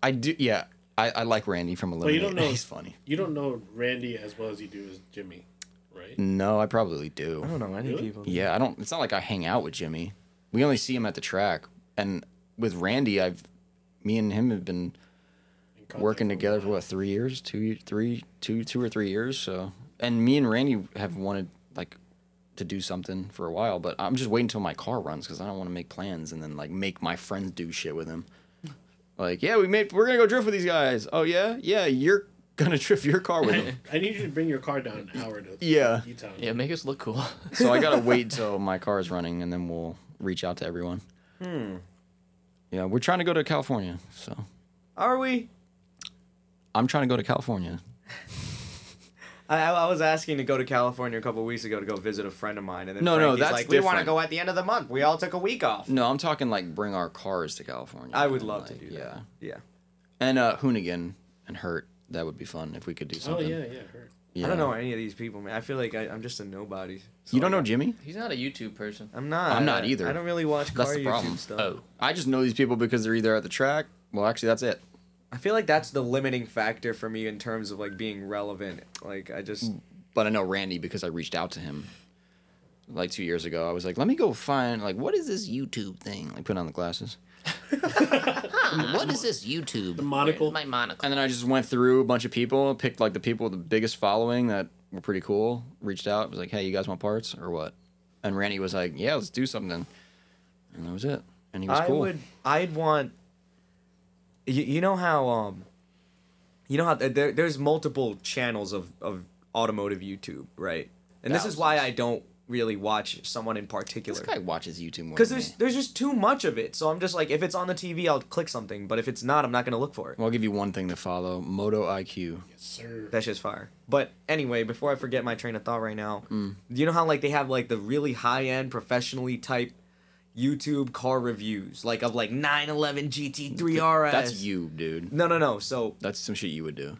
[SPEAKER 2] I do, yeah. I, I like Randy from
[SPEAKER 5] But you
[SPEAKER 2] Eliminate.
[SPEAKER 5] don't know.
[SPEAKER 2] He's funny.
[SPEAKER 5] You don't know Randy as well as you do as Jimmy, right?
[SPEAKER 2] No, I probably do.
[SPEAKER 1] don't know any
[SPEAKER 5] Really?
[SPEAKER 1] people.
[SPEAKER 2] Yeah, I don't. It's not like I hang out with Jimmy. We only see him at the track, and with Randy, I've me and him have been
[SPEAKER 5] In contact
[SPEAKER 2] working
[SPEAKER 5] for a
[SPEAKER 2] together for
[SPEAKER 5] while.
[SPEAKER 2] what three years, two, ye- three, two, two or three years. So, and me and Randy have wanted like to do something for a while, but I'm just waiting until my car runs because I don't want to make plans and then like make my friends do shit with him. Like, yeah, we made we're gonna go drift with these guys. Oh yeah, yeah, you're gonna drift your car with them.
[SPEAKER 5] I need you to bring your car down an hour to
[SPEAKER 2] Yeah.
[SPEAKER 5] Utah.
[SPEAKER 3] Yeah, make us look cool.
[SPEAKER 2] So I gotta wait till my car is running, and then we'll reach out to everyone. Hmm. Yeah, we're trying to go to California, so
[SPEAKER 1] Are we?
[SPEAKER 2] I'm trying to go to California.
[SPEAKER 1] I, I I was asking to go to California a couple weeks ago to go visit a friend of mine, and then
[SPEAKER 2] No, no,
[SPEAKER 1] Frankie's
[SPEAKER 2] that's
[SPEAKER 1] like, we want to
[SPEAKER 2] different.
[SPEAKER 1] go at the end of the month. We all took a week off.
[SPEAKER 2] No, I'm talking like bring our cars to California.
[SPEAKER 1] I would
[SPEAKER 2] and,
[SPEAKER 1] love to
[SPEAKER 2] like,
[SPEAKER 1] do that.
[SPEAKER 2] Yeah,
[SPEAKER 1] Yeah.
[SPEAKER 2] and uh, Hoonigan and Hurt. That would be fun if we could do
[SPEAKER 5] Oh
[SPEAKER 2] something.
[SPEAKER 5] yeah, yeah. Her.
[SPEAKER 1] I don't
[SPEAKER 2] Yeah.
[SPEAKER 1] know any of these people, man. I feel like I, I'm just a nobody. so
[SPEAKER 2] You don't
[SPEAKER 1] I-
[SPEAKER 2] know Jimmy?
[SPEAKER 3] He's not a YouTube person.
[SPEAKER 1] I'm not.
[SPEAKER 2] I'm not
[SPEAKER 1] I-
[SPEAKER 2] either.
[SPEAKER 1] I don't really watch car
[SPEAKER 2] That's the
[SPEAKER 1] YouTube
[SPEAKER 2] problem. Oh.
[SPEAKER 1] stuff.
[SPEAKER 2] I just know these people because they're either at the track. Well, actually, that's it.
[SPEAKER 1] I feel like that's the limiting factor for me in terms of like being relevant. Like I just
[SPEAKER 2] But I know Randy because I reached out to him like two years ago. I was like, let me go find like what is this YouTube thing? Like put on the glasses.
[SPEAKER 4] What is this YouTube? The
[SPEAKER 5] monocle.
[SPEAKER 4] My monocle.
[SPEAKER 2] And then I just went through a bunch of people, picked like the people with the biggest following that were pretty cool, reached out, was like, hey, you guys want parts or what? And Randy was like, yeah, let's do something. And that was it. And he was
[SPEAKER 1] I
[SPEAKER 2] cool.
[SPEAKER 1] would I'd want you, you know how um you know how th- there, there's multiple channels of of automotive YouTube, right? And this is why I don't really watch someone in particular.
[SPEAKER 2] This guy watches YouTube more.
[SPEAKER 1] Cuz
[SPEAKER 2] than
[SPEAKER 1] there's
[SPEAKER 2] me.
[SPEAKER 1] there's just too much of it. So I'm just like if it's on the TV, I'll click something, but if it's not, I'm not going to look for it.
[SPEAKER 2] Well, I'll give you one thing to follow Moto IQ.
[SPEAKER 5] Yes, sir.
[SPEAKER 1] That's just fire. But anyway, before I forget my train of thought right now,
[SPEAKER 2] Hmm.
[SPEAKER 1] you know how like they have like the really high end, professionally type YouTube car reviews, like of like 911 GT3 RS.
[SPEAKER 2] That's you, dude.
[SPEAKER 1] No, no, no. So
[SPEAKER 2] That's some shit you would do.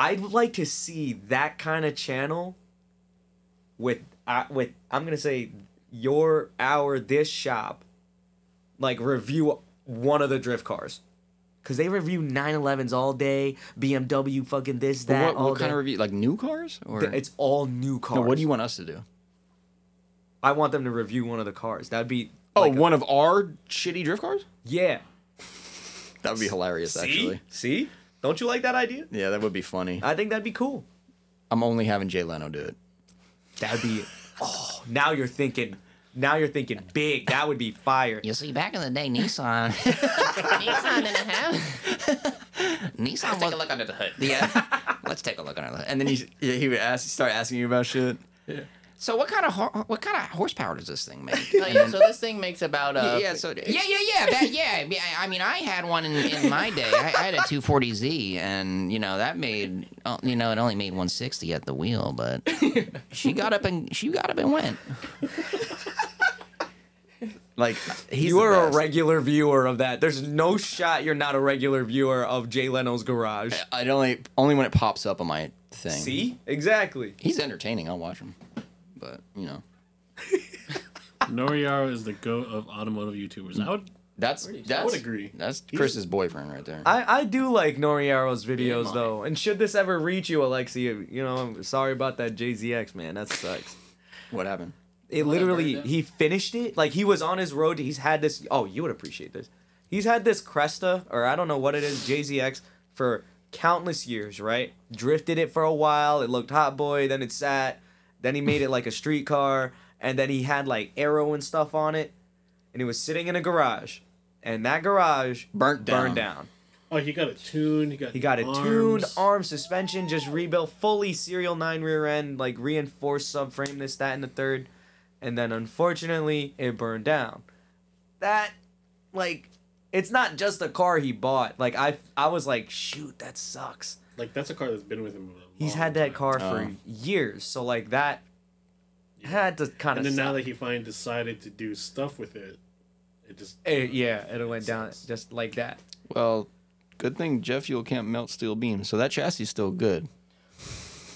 [SPEAKER 1] I'd like to see that kind of channel with uh, with I'm gonna say your our this shop, like review one of the drift cars. Cause they review 911s all day, BMW fucking this
[SPEAKER 2] But
[SPEAKER 1] that
[SPEAKER 2] what,
[SPEAKER 1] all
[SPEAKER 2] what kind
[SPEAKER 1] day.
[SPEAKER 2] of review? Like new cars or
[SPEAKER 1] Th- it's all new cars.
[SPEAKER 2] no, what do you want us to do?
[SPEAKER 1] I want them to review one of the cars. That'd be
[SPEAKER 2] Oh, one
[SPEAKER 1] like a-
[SPEAKER 2] of our shitty drift cars?
[SPEAKER 1] yeah.
[SPEAKER 2] That would be hilarious, actually.
[SPEAKER 1] See, see, don't you like that idea?
[SPEAKER 2] Yeah, that would be funny.
[SPEAKER 1] I think that'd be cool.
[SPEAKER 2] I'm only having Jay Leno do it.
[SPEAKER 1] That'd be. Oh, now you're thinking. Now you're thinking big. That would be fire.
[SPEAKER 4] You see, back in the day, Nissan. Nissan didn't have. Nissan Let's take a look under the hood. Yeah. Let's take a look under the hood.
[SPEAKER 2] And then he he would ask, start asking you about shit.
[SPEAKER 4] So, what kind of hor- what kind of horsepower does this thing make?
[SPEAKER 3] Oh, yeah, so this thing makes about uh,
[SPEAKER 2] yeah, so
[SPEAKER 4] Yeah, yeah, yeah, that, yeah. yeah, I mean, I had one in, in my day. I, I had a 240Z, and you know that made oh, you know it only made 160 at the wheel, but she got up and she got up and went.
[SPEAKER 2] like he's
[SPEAKER 1] you
[SPEAKER 2] the
[SPEAKER 1] are a
[SPEAKER 2] best.
[SPEAKER 1] regular viewer of that. There's no shot you're not a regular viewer of Jay Leno's Garage.
[SPEAKER 2] I'd only only when it pops up on my thing.
[SPEAKER 1] See, exactly.
[SPEAKER 2] he's entertaining. I'll watch him, but you know
[SPEAKER 5] Noriaro is the goat of automotive YouTubers. I would
[SPEAKER 2] that's that's
[SPEAKER 5] agree.
[SPEAKER 2] That's Chris's boyfriend right there.
[SPEAKER 1] I, I do like Noriaro's videos
[SPEAKER 4] mine.
[SPEAKER 1] though, and should this ever reach you, Alexia, you know, I'm sorry about that JZX man, that sucks.
[SPEAKER 2] what happened?
[SPEAKER 1] It literally, he finished it. Like he was on his road. He's had this. Oh, you would appreciate this. He's had this Cresta, or I don't know what it is, JZX, for countless years. Right? Drifted it for a while. It looked hot boy. Then it sat. Then he made it like a street car, and then he had like arrow and stuff on it, and it was sitting in a garage, and that garage
[SPEAKER 2] Burnt down.
[SPEAKER 1] Burned down.
[SPEAKER 5] Oh, he got it tuned. He got
[SPEAKER 1] He got a
[SPEAKER 5] arms.
[SPEAKER 1] tuned arm suspension, just rebuilt fully serial nine rear end, like reinforced subframe, this, that, and the third. And then unfortunately, it burned down. That, like, it's not just the car he bought. Like, I, I was like, shoot, that sucks.
[SPEAKER 5] Like that's a car that's been with him. a
[SPEAKER 1] He's
[SPEAKER 5] long
[SPEAKER 1] had that
[SPEAKER 5] time.
[SPEAKER 1] car for
[SPEAKER 2] Oh.
[SPEAKER 1] years. So, like, that had to kind
[SPEAKER 5] And
[SPEAKER 1] of
[SPEAKER 5] then now that he finally decided to do stuff with it, it just
[SPEAKER 1] Yeah, it went down just like that.
[SPEAKER 2] Well, good thing Jeff Fuel can't melt steel beams, so that chassis is still good.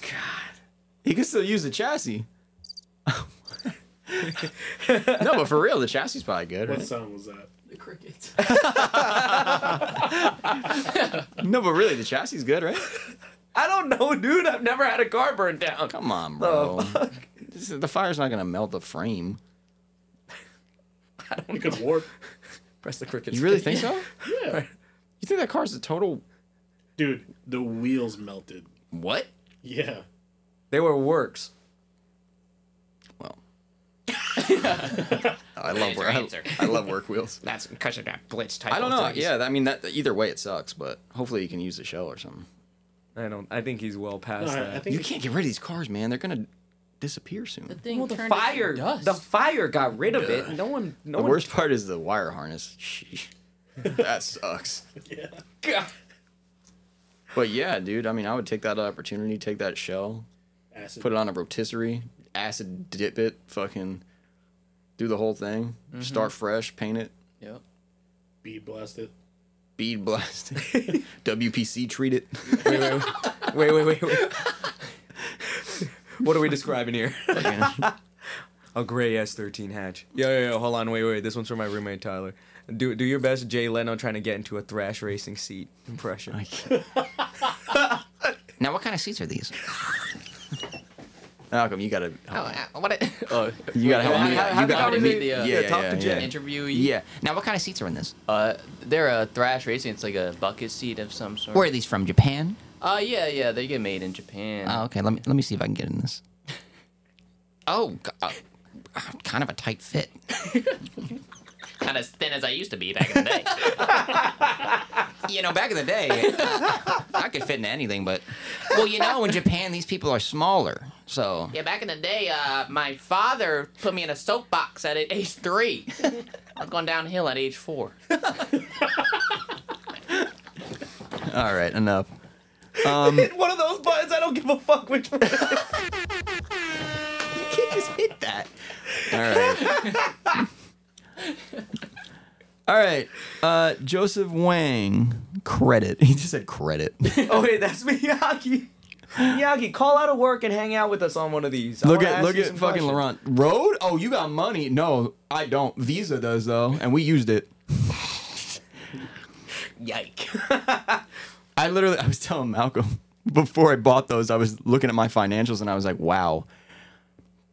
[SPEAKER 2] God, he can still use the chassis. no, but for real, the chassis is probably good,
[SPEAKER 5] What
[SPEAKER 2] right?
[SPEAKER 5] sound was that?
[SPEAKER 3] the crickets.
[SPEAKER 2] No, but really, the chassis is good, right?
[SPEAKER 1] I don't know, dude. I've never had a car burned down.
[SPEAKER 2] Come on,
[SPEAKER 1] Oh,
[SPEAKER 2] bro. This is- the fire's not gonna melt the frame.
[SPEAKER 5] It could warp,
[SPEAKER 1] Press the crickets.
[SPEAKER 2] You really think so?
[SPEAKER 5] Yeah.
[SPEAKER 2] You think that car's a total
[SPEAKER 5] dude. The wheels melted.
[SPEAKER 2] what?
[SPEAKER 5] Yeah.
[SPEAKER 1] They were works.
[SPEAKER 2] Well, I love work. I, I love work wheels.
[SPEAKER 1] That's because of that blitz type.
[SPEAKER 2] I don't know.
[SPEAKER 1] of things.
[SPEAKER 2] Yeah, I mean that. Either way, it sucks. But hopefully, you can use the shell or something.
[SPEAKER 1] I don't. I think he's well
[SPEAKER 5] No,
[SPEAKER 1] past
[SPEAKER 5] I,
[SPEAKER 1] that.
[SPEAKER 5] I think
[SPEAKER 2] You can't get rid of these cars, man. They're gonna disappear soon.
[SPEAKER 3] thing
[SPEAKER 1] well, the
[SPEAKER 3] turned into
[SPEAKER 1] fire,
[SPEAKER 3] dust.
[SPEAKER 1] the fire got rid of it. No one, no
[SPEAKER 2] The
[SPEAKER 1] one.
[SPEAKER 2] worst part is the wire harness. Sheesh. that sucks.
[SPEAKER 1] God.
[SPEAKER 2] But yeah, dude. I mean, I would take that opportunity, take that shell,
[SPEAKER 5] acid.
[SPEAKER 2] put it on a rotisserie, acid dip it, fucking do the whole thing,
[SPEAKER 1] Mm-hmm.
[SPEAKER 2] start fresh, paint it,
[SPEAKER 3] Yep.
[SPEAKER 5] bead blasted.
[SPEAKER 2] bead blast, it, WPC treat it.
[SPEAKER 1] Wait, wait, wait, wait, wait, wait. what are we describing here? A gray S13 hatch. Yo, yo, yo. Hold on. Wait, wait. This one's for my roommate Tyler. Do do your best, Jay Leno, trying to get into a thrash racing seat impression.
[SPEAKER 4] Now, what kind of seats are these?
[SPEAKER 2] Malcolm, you gotta.
[SPEAKER 4] Oh, uh, what? A,
[SPEAKER 2] Uh, you gotta help
[SPEAKER 3] how-
[SPEAKER 2] me.
[SPEAKER 3] how-
[SPEAKER 2] out.
[SPEAKER 3] how
[SPEAKER 2] You
[SPEAKER 3] come
[SPEAKER 2] gotta help
[SPEAKER 3] we made
[SPEAKER 2] me.
[SPEAKER 3] the, uh,
[SPEAKER 2] yeah,
[SPEAKER 1] the top
[SPEAKER 2] yeah,
[SPEAKER 1] to
[SPEAKER 2] yeah.
[SPEAKER 1] Jay?
[SPEAKER 3] Interviewee.
[SPEAKER 2] Yeah.
[SPEAKER 4] now, what kind of seats are in this?
[SPEAKER 3] Uh, they're a thrash racing. It's like a bucket seat of some sort.
[SPEAKER 4] Where are these from? Japan?
[SPEAKER 3] Uh, yeah, yeah. They get made in Japan.
[SPEAKER 4] Oh, okay. Let me let me see if I can get in this. Oh, g- uh, uh, kind of a tight fit. Not as thin as I used to be back in the day. you know, back in the day, I could fit into anything, but well, you know, in Japan, these people are smaller, so
[SPEAKER 8] Yeah, back in the day, uh, my father put me in a soapbox at age three. I was going downhill at age four.
[SPEAKER 2] All right, enough. Um,
[SPEAKER 1] Hit one of those buttons. I don't give a fuck which one.
[SPEAKER 2] You can't just hit that. All right. All right. Uh, Joseph Wang, credit. He just said credit.
[SPEAKER 1] oh wait, that's Miyagi. Miyagi, call out of work and hang out with us on one of these. I
[SPEAKER 2] look
[SPEAKER 1] wanna
[SPEAKER 2] at
[SPEAKER 1] ask
[SPEAKER 2] look
[SPEAKER 1] you
[SPEAKER 2] at
[SPEAKER 1] some
[SPEAKER 2] fucking
[SPEAKER 1] questions.
[SPEAKER 2] Laurent. Road? Oh, you got money? No, I don't. Visa does though, and we used it.
[SPEAKER 1] Yike.
[SPEAKER 2] I literally, I was telling Malcolm before I bought those, I was looking at my financials and I was like, wow,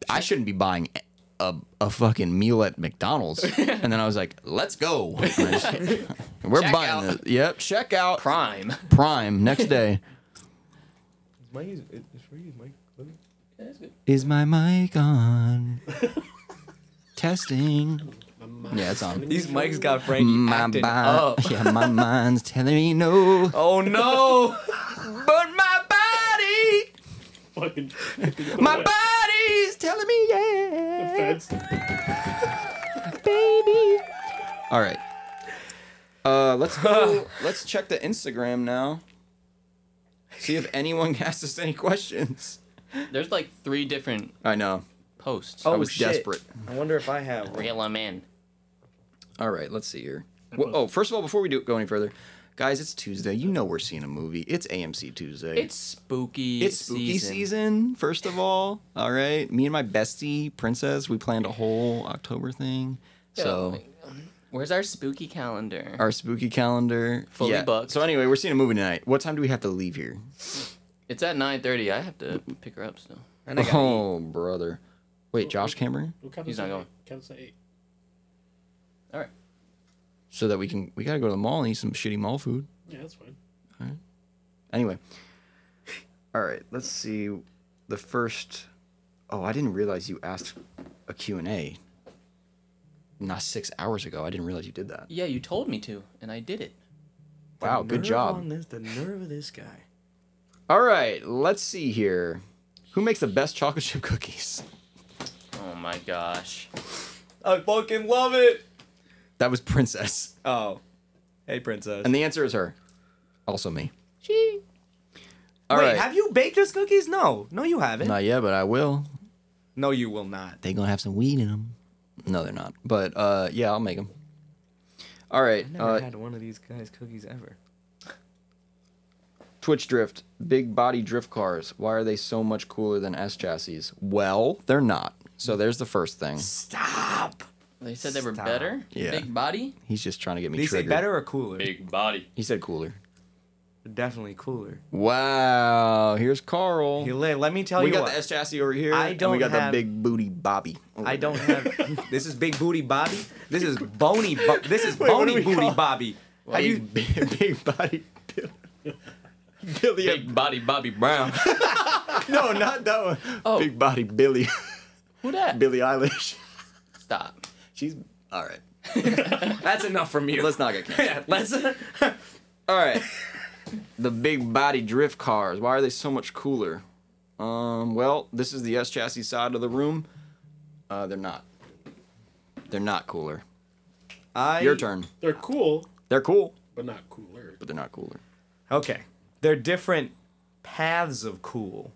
[SPEAKER 2] I shouldn't be buying a, a fucking meal at McDonald's. and then I was like, let's go. We're
[SPEAKER 8] Check
[SPEAKER 2] buying
[SPEAKER 8] out.
[SPEAKER 2] this. Yep, check out Prime,
[SPEAKER 8] Prime.
[SPEAKER 2] next day.
[SPEAKER 6] Mike is, is for you, Mike.
[SPEAKER 2] Is my mic on? Testing. Yeah, it's on.
[SPEAKER 1] These mics got Frankie
[SPEAKER 2] Mm, My
[SPEAKER 1] acting
[SPEAKER 2] mind,
[SPEAKER 1] up.
[SPEAKER 2] yeah, my mind's telling me no.
[SPEAKER 1] Oh no!
[SPEAKER 2] But my body,
[SPEAKER 5] Fucking
[SPEAKER 2] my body's telling me yeah,
[SPEAKER 5] fence.
[SPEAKER 2] baby. All right. Uh, let's go. let's check the Instagram now. See if anyone asked us any questions.
[SPEAKER 3] There's like three different
[SPEAKER 2] I know.
[SPEAKER 3] posts.
[SPEAKER 1] Oh.
[SPEAKER 2] I was desperate.
[SPEAKER 1] I wonder if I have. one.
[SPEAKER 8] Reel them in.
[SPEAKER 2] All right, let's see here. Well, oh, first of all, before we do go any further, guys, it's Tuesday. You know we're seeing a movie. It's AMC Tuesday.
[SPEAKER 3] It's spooky.
[SPEAKER 2] it's spooky season. first of all all right me and my bestie princess we planned a whole october thing so
[SPEAKER 3] Where's our spooky calendar?
[SPEAKER 2] our spooky calendar
[SPEAKER 3] Fully booked.
[SPEAKER 2] so anyway we're seeing a movie tonight what time do we have to leave here
[SPEAKER 3] It's at 9:30. I have to pick her up still.
[SPEAKER 1] And I gotta eat.
[SPEAKER 2] oh brother wait josh cameron
[SPEAKER 3] He's not going.
[SPEAKER 5] Counts to eight.
[SPEAKER 3] All right.
[SPEAKER 2] so that we can we gotta go to the mall and eat some shitty mall food
[SPEAKER 5] Yeah, that's fine.
[SPEAKER 2] anyway all right let's see the first oh i didn't realize you asked a q&a not six hours ago i didn't realize you did that
[SPEAKER 3] Yeah, you told me to, and I did it.
[SPEAKER 2] wow good
[SPEAKER 1] Nerve
[SPEAKER 2] job
[SPEAKER 1] on this- the nerve of this guy.
[SPEAKER 2] All right, let's see here. Who makes the best chocolate chip cookies?
[SPEAKER 3] Oh my gosh.
[SPEAKER 1] I fucking love it.
[SPEAKER 2] That was Princess.
[SPEAKER 1] Oh, hey princess.
[SPEAKER 2] And the answer is her. Also me. She. All
[SPEAKER 1] Wait,
[SPEAKER 2] right.
[SPEAKER 1] have you baked us cookies? No, no, you haven't.
[SPEAKER 2] Not yet, but I will.
[SPEAKER 1] No, you will not.
[SPEAKER 2] They gonna have some weed in them. No, they're not. But uh, yeah, I'll make them. All right.
[SPEAKER 1] I never
[SPEAKER 2] Uh,
[SPEAKER 1] had one of these guys' cookies ever.
[SPEAKER 2] Twitch drift. Big body drift cars. Why are they so much cooler than S chassis? Well, they're not. So there's the first thing.
[SPEAKER 1] Stop.
[SPEAKER 3] They said they were
[SPEAKER 1] Stop.
[SPEAKER 3] better.
[SPEAKER 2] Yeah.
[SPEAKER 3] Big body.
[SPEAKER 2] He's just trying to get me
[SPEAKER 1] They say
[SPEAKER 2] triggered.
[SPEAKER 1] better or cooler.
[SPEAKER 7] body.
[SPEAKER 2] He said cooler.
[SPEAKER 1] Definitely cooler.
[SPEAKER 2] Wow. Here's Carl.
[SPEAKER 1] Hey, Lay, let me tell
[SPEAKER 2] we
[SPEAKER 1] you
[SPEAKER 2] got
[SPEAKER 1] what.
[SPEAKER 2] the S chassis over here.
[SPEAKER 1] I
[SPEAKER 2] And we
[SPEAKER 1] don't
[SPEAKER 2] got
[SPEAKER 1] have-
[SPEAKER 2] the big booty Bobby. over
[SPEAKER 1] I
[SPEAKER 2] there.
[SPEAKER 1] don't have. this is Big Booty Bobby. This is Bony. Bo- this is Bony Booty Bobby. Have you?
[SPEAKER 2] big, big, big body. Bill- Billy.
[SPEAKER 3] Big body Bobby Brown.
[SPEAKER 2] No, not that one.
[SPEAKER 1] Oh.
[SPEAKER 2] Big body Billy.
[SPEAKER 3] Who that?
[SPEAKER 2] Billie Eilish.
[SPEAKER 3] Stop.
[SPEAKER 2] She's all right.
[SPEAKER 1] That's enough from you.
[SPEAKER 2] Let's not get canceled.
[SPEAKER 1] Yeah, let's.
[SPEAKER 2] All right. The big body drift cars. Why are they so much cooler? Um. Well, this is the S chassis side of the room. Uh, they're not. They're not cooler.
[SPEAKER 1] I,
[SPEAKER 2] Your turn.
[SPEAKER 5] They're cool,
[SPEAKER 2] They're cool,
[SPEAKER 5] but not cooler.
[SPEAKER 2] but they're not cooler.
[SPEAKER 1] Okay. They're different paths of cool.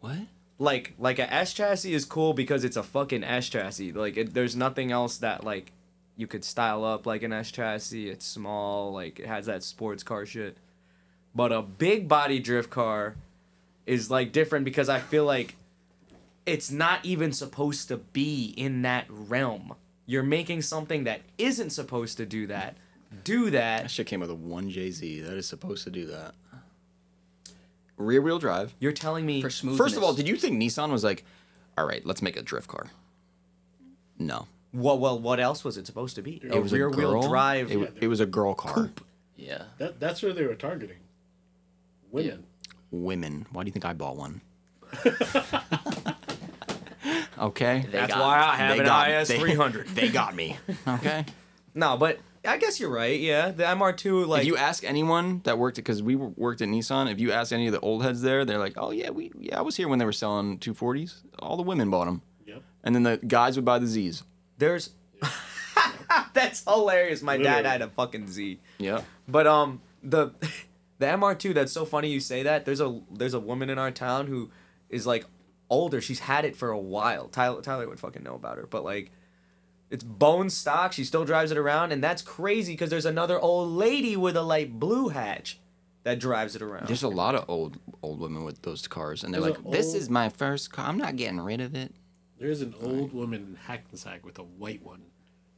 [SPEAKER 2] What?
[SPEAKER 1] Like like a S chassis is cool because it's a fucking S chassis. Like it, there's nothing else that like you could style up like an S chassis. It's small, like it has that sports car shit. But a big body drift car is like different because I feel like it's not even supposed to be in that realm. You're making something that isn't supposed to do that. Do that.
[SPEAKER 2] That shit came with a one Jay Z. That is supposed to do that. Rear wheel drive.
[SPEAKER 1] You're telling me
[SPEAKER 3] For smoothness.
[SPEAKER 2] First of all, did you think Nissan was like, all right, let's make a drift car? No.
[SPEAKER 1] Well, well, what else was it supposed to be?
[SPEAKER 2] It was a
[SPEAKER 1] rear wheel
[SPEAKER 2] girl-
[SPEAKER 1] drive.
[SPEAKER 2] It, wa- it was a girl car.
[SPEAKER 3] yeah.
[SPEAKER 5] That, that's where they were targeting. Women.
[SPEAKER 2] Women. Why do you think I bought one? okay.
[SPEAKER 8] They
[SPEAKER 1] That's
[SPEAKER 8] got
[SPEAKER 1] why I have
[SPEAKER 2] They
[SPEAKER 1] an
[SPEAKER 2] got-
[SPEAKER 1] IS
[SPEAKER 2] they-
[SPEAKER 1] 300.
[SPEAKER 2] They got me. Okay.
[SPEAKER 1] No, but I guess you're right. Yeah, the MR2 like
[SPEAKER 2] if you ask anyone that worked at, because we w- worked at Nissan, if you ask any of the old heads there, they're like, oh yeah, we yeah, I was here when they were selling 240s. All the women bought them,
[SPEAKER 5] Yep.
[SPEAKER 2] and then the guys would buy the Zs.
[SPEAKER 1] there's. That's hilarious. My dad
[SPEAKER 5] Literally.
[SPEAKER 1] had a fucking Z.
[SPEAKER 2] Yeah.
[SPEAKER 1] But um the the MR2 that's so funny you say that. There's a there's a woman in our town who is like older. She's had it for a while. Tyler Tyler would fucking know about her, but like it's bone stock. She still drives it around and that's crazy cuz there's another old lady with a light blue hatch that drives it around.
[SPEAKER 2] There's a lot of old old women with those cars, and they're
[SPEAKER 5] There's
[SPEAKER 2] like,
[SPEAKER 5] an
[SPEAKER 2] "This
[SPEAKER 5] old-
[SPEAKER 2] is my first car. I'm not getting rid of it."
[SPEAKER 5] There's an old woman in Hackensack with a white one.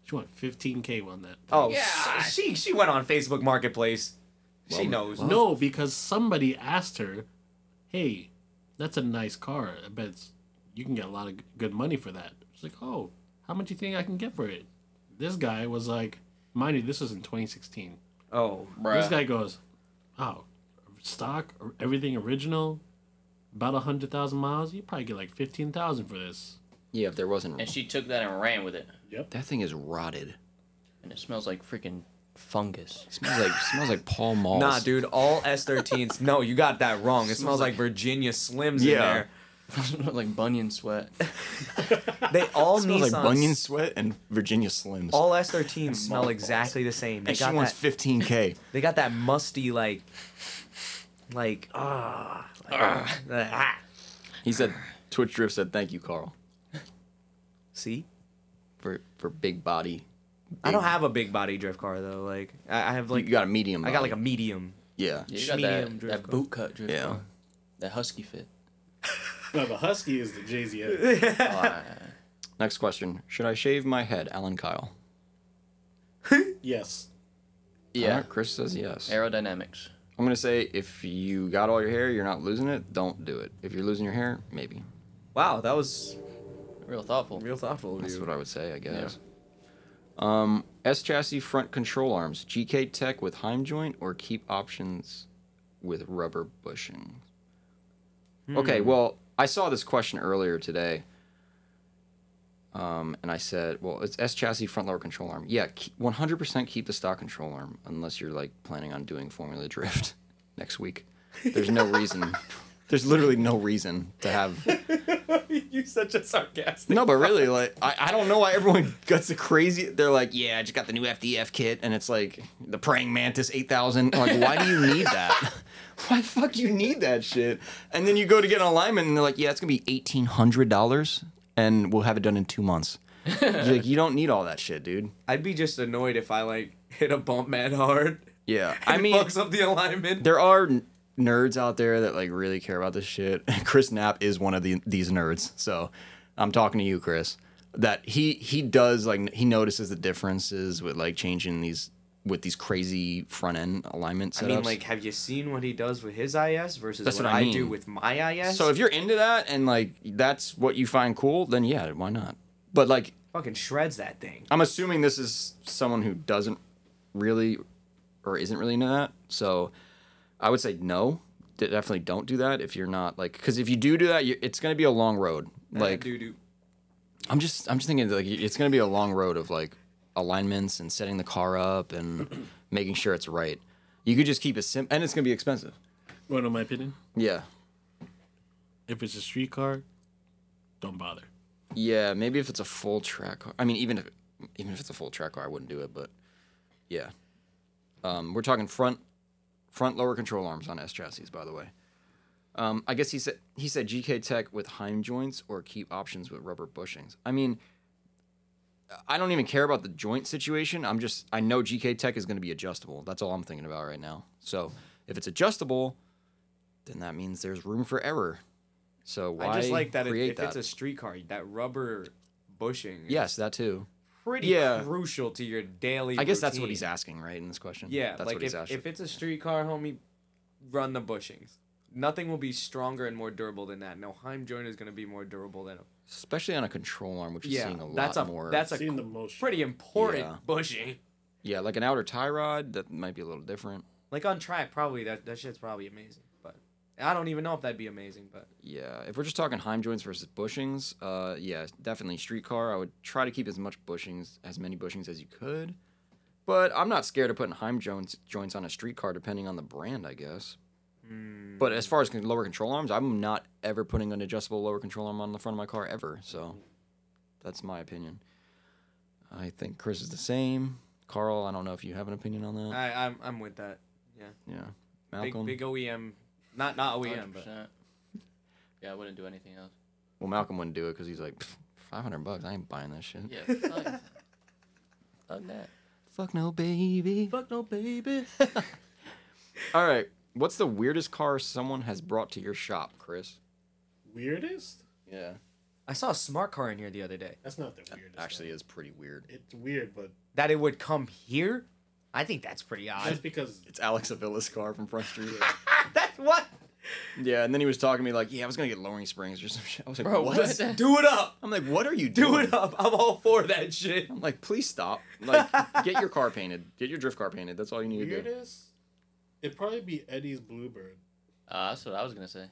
[SPEAKER 5] She won 15k on that.
[SPEAKER 1] Oh,
[SPEAKER 4] Yeah.
[SPEAKER 1] s- she she went on Facebook Marketplace. she knows.
[SPEAKER 5] No, because somebody asked her, "Hey, that's a nice car. I bet it's, you can get a lot of g- good money for that." She's like, "Oh, how much do you think I can get for it?" This guy was like, "Mind you, this was in 2016."
[SPEAKER 1] Oh,
[SPEAKER 5] This guy goes, "Oh, stock, or- everything original, about a hundred thousand miles. You probably get like fifteen thousand for this."
[SPEAKER 2] Yeah, if there wasn't.
[SPEAKER 3] And she took that and ran with it.
[SPEAKER 2] that thing is rotted.
[SPEAKER 3] And it smells like freaking fungus.
[SPEAKER 2] smells like smells like Paul Mall.
[SPEAKER 1] nah, dude. All S13s. no, you got that wrong. It smells like Virginia Slims
[SPEAKER 2] Yeah.
[SPEAKER 1] in
[SPEAKER 3] like bunion smells like
[SPEAKER 1] there. They all
[SPEAKER 2] Smells
[SPEAKER 1] Nissans.
[SPEAKER 2] like bunion sweat and Virginia Slims.
[SPEAKER 1] all S13s smell exactly the same. They
[SPEAKER 2] and she
[SPEAKER 1] got
[SPEAKER 2] wants
[SPEAKER 1] that.
[SPEAKER 2] 15k.
[SPEAKER 1] They got that musty like, like ah. like, ah.
[SPEAKER 2] He said, Twitch Drift said, "Thank you, Carl,
[SPEAKER 1] See,
[SPEAKER 2] for for big body.
[SPEAKER 1] I don't have a big body drift car though. Like I, I have like
[SPEAKER 2] you got a medium.
[SPEAKER 1] I got like a
[SPEAKER 2] body.
[SPEAKER 1] medium.
[SPEAKER 2] yeah.
[SPEAKER 3] You got
[SPEAKER 1] Schmedium
[SPEAKER 3] that,
[SPEAKER 1] drift
[SPEAKER 3] that
[SPEAKER 1] car.
[SPEAKER 3] boot cut drift.
[SPEAKER 2] Yeah.
[SPEAKER 3] car. That husky fit.
[SPEAKER 5] No, the husky is the Jay Z.
[SPEAKER 2] Next question: Should I shave my head, Alan Kyle?
[SPEAKER 5] Yes.
[SPEAKER 3] Yeah.
[SPEAKER 2] Alright, Chris says yes.
[SPEAKER 3] Aerodynamics.
[SPEAKER 2] I'm gonna say if you got all your hair, you're not losing it. Don't do it. If you're losing your hair, maybe.
[SPEAKER 1] Wow, that was
[SPEAKER 3] Real thoughtful.
[SPEAKER 1] real thoughtful of
[SPEAKER 2] That's
[SPEAKER 1] you.
[SPEAKER 2] what I would say, I guess. Um, S chassis front control arms, GK Tech with Heim joint, or keep options with rubber bushing. Okay, well, I saw this question earlier today. Um, and I said, well, it's S chassis front lower control arm. Yeah, keep, 100% keep the stock control arm unless you're like planning on doing Formula Drift next week. There's no reason. There's literally no reason to have
[SPEAKER 1] You're such a sarcastic.
[SPEAKER 2] no, but really, like I, I don't know why everyone gets the crazy. They're like, yeah, I just got the new FDF kit, and it's like the praying mantis eight thousand. Like, why do you need that? why the fuck do you need that shit? And then you go to get an alignment, and they're like, yeah, it's gonna be eighteen hundred dollars, and we'll have it done in two months. You're like, you don't need all that shit, dude.
[SPEAKER 1] I'd be just annoyed if I like hit a bump mad hard.
[SPEAKER 2] Yeah,
[SPEAKER 1] I
[SPEAKER 2] I mean,
[SPEAKER 1] fucks up the alignment.
[SPEAKER 2] there are n- nerds out there that like really care about this shit. Chris Knapp is one of the, these nerds. So I'm talking to you, Chris. That he he does like n- he notices the differences with like changing these with these crazy front end alignment setups.
[SPEAKER 1] I mean, like, have you seen what he does with his IS versus
[SPEAKER 2] That's
[SPEAKER 1] what,
[SPEAKER 2] what
[SPEAKER 1] I,
[SPEAKER 2] I
[SPEAKER 1] do
[SPEAKER 2] mean.
[SPEAKER 1] with my IS?
[SPEAKER 2] so if you're into that and like that's what you find cool, then yeah, why not? But like
[SPEAKER 1] fucking shreds that thing.
[SPEAKER 2] I'm assuming this is someone who doesn't really or isn't really into that. So I would say no. De- Definitely don't do that if you're not like because if you do do that, you, it's gonna be a long road. Like
[SPEAKER 1] doo doo.
[SPEAKER 2] I'm just I'm just thinking like it's gonna be a long road of like alignments and setting the car up and making sure it's right. You could just keep it simple and it's gonna be expensive.
[SPEAKER 5] What, in my opinion,
[SPEAKER 2] Yeah,
[SPEAKER 5] if it's a street car, don't bother.
[SPEAKER 2] yeah. Maybe if it's a full track car. I mean, even if even if it's a full track car, I wouldn't do it. But yeah, um, we're talking front front lower control arms on S chassis, by the way. Um, I guess he said he said GK Tech with Heim joints or keep options with rubber bushings. I mean, I don't even care about the joint situation. I'm just I know GK Tech is going to be adjustable. That's all I'm thinking about right now. So if it's adjustable, then that means there's room for error. So why
[SPEAKER 1] I just like that it,
[SPEAKER 2] create
[SPEAKER 1] if
[SPEAKER 2] that?
[SPEAKER 1] it's a street car, that rubber bushing is
[SPEAKER 2] yes, that too.
[SPEAKER 1] pretty
[SPEAKER 2] yeah.
[SPEAKER 1] crucial to your daily
[SPEAKER 2] I guess that's what
[SPEAKER 1] routine.
[SPEAKER 2] he's asking, right? In this question.
[SPEAKER 1] Yeah,
[SPEAKER 2] that's
[SPEAKER 1] like
[SPEAKER 2] what
[SPEAKER 1] if,
[SPEAKER 2] he's asking.
[SPEAKER 1] if it's a street car, homie, run the bushings. Nothing will be stronger and more durable than that. No Heim joint is going to be more durable than a
[SPEAKER 2] Especially on a control arm, which is
[SPEAKER 1] yeah.
[SPEAKER 2] seeing a lot
[SPEAKER 1] That's a
[SPEAKER 2] more.
[SPEAKER 1] that's a
[SPEAKER 5] Seeing the
[SPEAKER 1] c-
[SPEAKER 5] most
[SPEAKER 1] pretty important
[SPEAKER 2] Yeah.
[SPEAKER 1] bushing.
[SPEAKER 2] yeah, like an outer tie rod that might be a little different.
[SPEAKER 1] Like on track, probably that that shit's probably amazing. But I don't even know if that'd be amazing. But
[SPEAKER 2] Yeah, if we're just talking Heim joints versus bushings, uh, yeah, definitely street car. I would try to keep as much bushings, as many bushings as you could. But I'm not scared of putting Heim joints joints on a street car, depending on the brand, I guess. But as far as con- lower control arms, I'm not ever putting an adjustable lower control arm on the front of my car ever. So that's my opinion. I think Chris is the same. Carl, I don't know if you have an opinion on that.
[SPEAKER 1] I I'm I'm with that.
[SPEAKER 2] yeah,
[SPEAKER 1] Big
[SPEAKER 2] Malcolm.
[SPEAKER 1] big OEM, not not E OEM, but
[SPEAKER 3] 100%. Yeah, I wouldn't do anything else.
[SPEAKER 2] Well, Malcolm wouldn't do it because he's like, "Pff, 500 bucks. I ain't buying that shit.
[SPEAKER 3] Yeah. fuck. Fuck that.
[SPEAKER 2] Fuck no, baby. Fuck no, baby. All right. What's the weirdest car someone has brought to your shop, Chris?
[SPEAKER 5] Weirdest?
[SPEAKER 2] Yeah.
[SPEAKER 1] I saw a smart car in here the other day.
[SPEAKER 5] That's not the weirdest.
[SPEAKER 2] Actually,
[SPEAKER 5] though.
[SPEAKER 2] is pretty weird.
[SPEAKER 5] it's weird, but
[SPEAKER 1] That it would come here? I think that's pretty
[SPEAKER 5] that's
[SPEAKER 1] odd.
[SPEAKER 5] because
[SPEAKER 2] It's Alex Avila's car from Front Street.
[SPEAKER 1] that's what?
[SPEAKER 2] yeah, and then he was talking to me like, "Yeah, I was gonna get Lowering Springs or some shit." I was like,
[SPEAKER 3] Bro,
[SPEAKER 2] "What?"
[SPEAKER 3] what the-
[SPEAKER 1] Do it up.
[SPEAKER 2] I'm like, "What are you
[SPEAKER 1] Do
[SPEAKER 2] doing?"
[SPEAKER 1] it up. I'm all for that shit.
[SPEAKER 2] I'm like, "Please stop! Like, get your car painted. Get your drift car painted. That's all you need to do."
[SPEAKER 5] weirdest. It'd probably be Eddie's Bluebird,
[SPEAKER 3] Uh, that's what I was gonna say.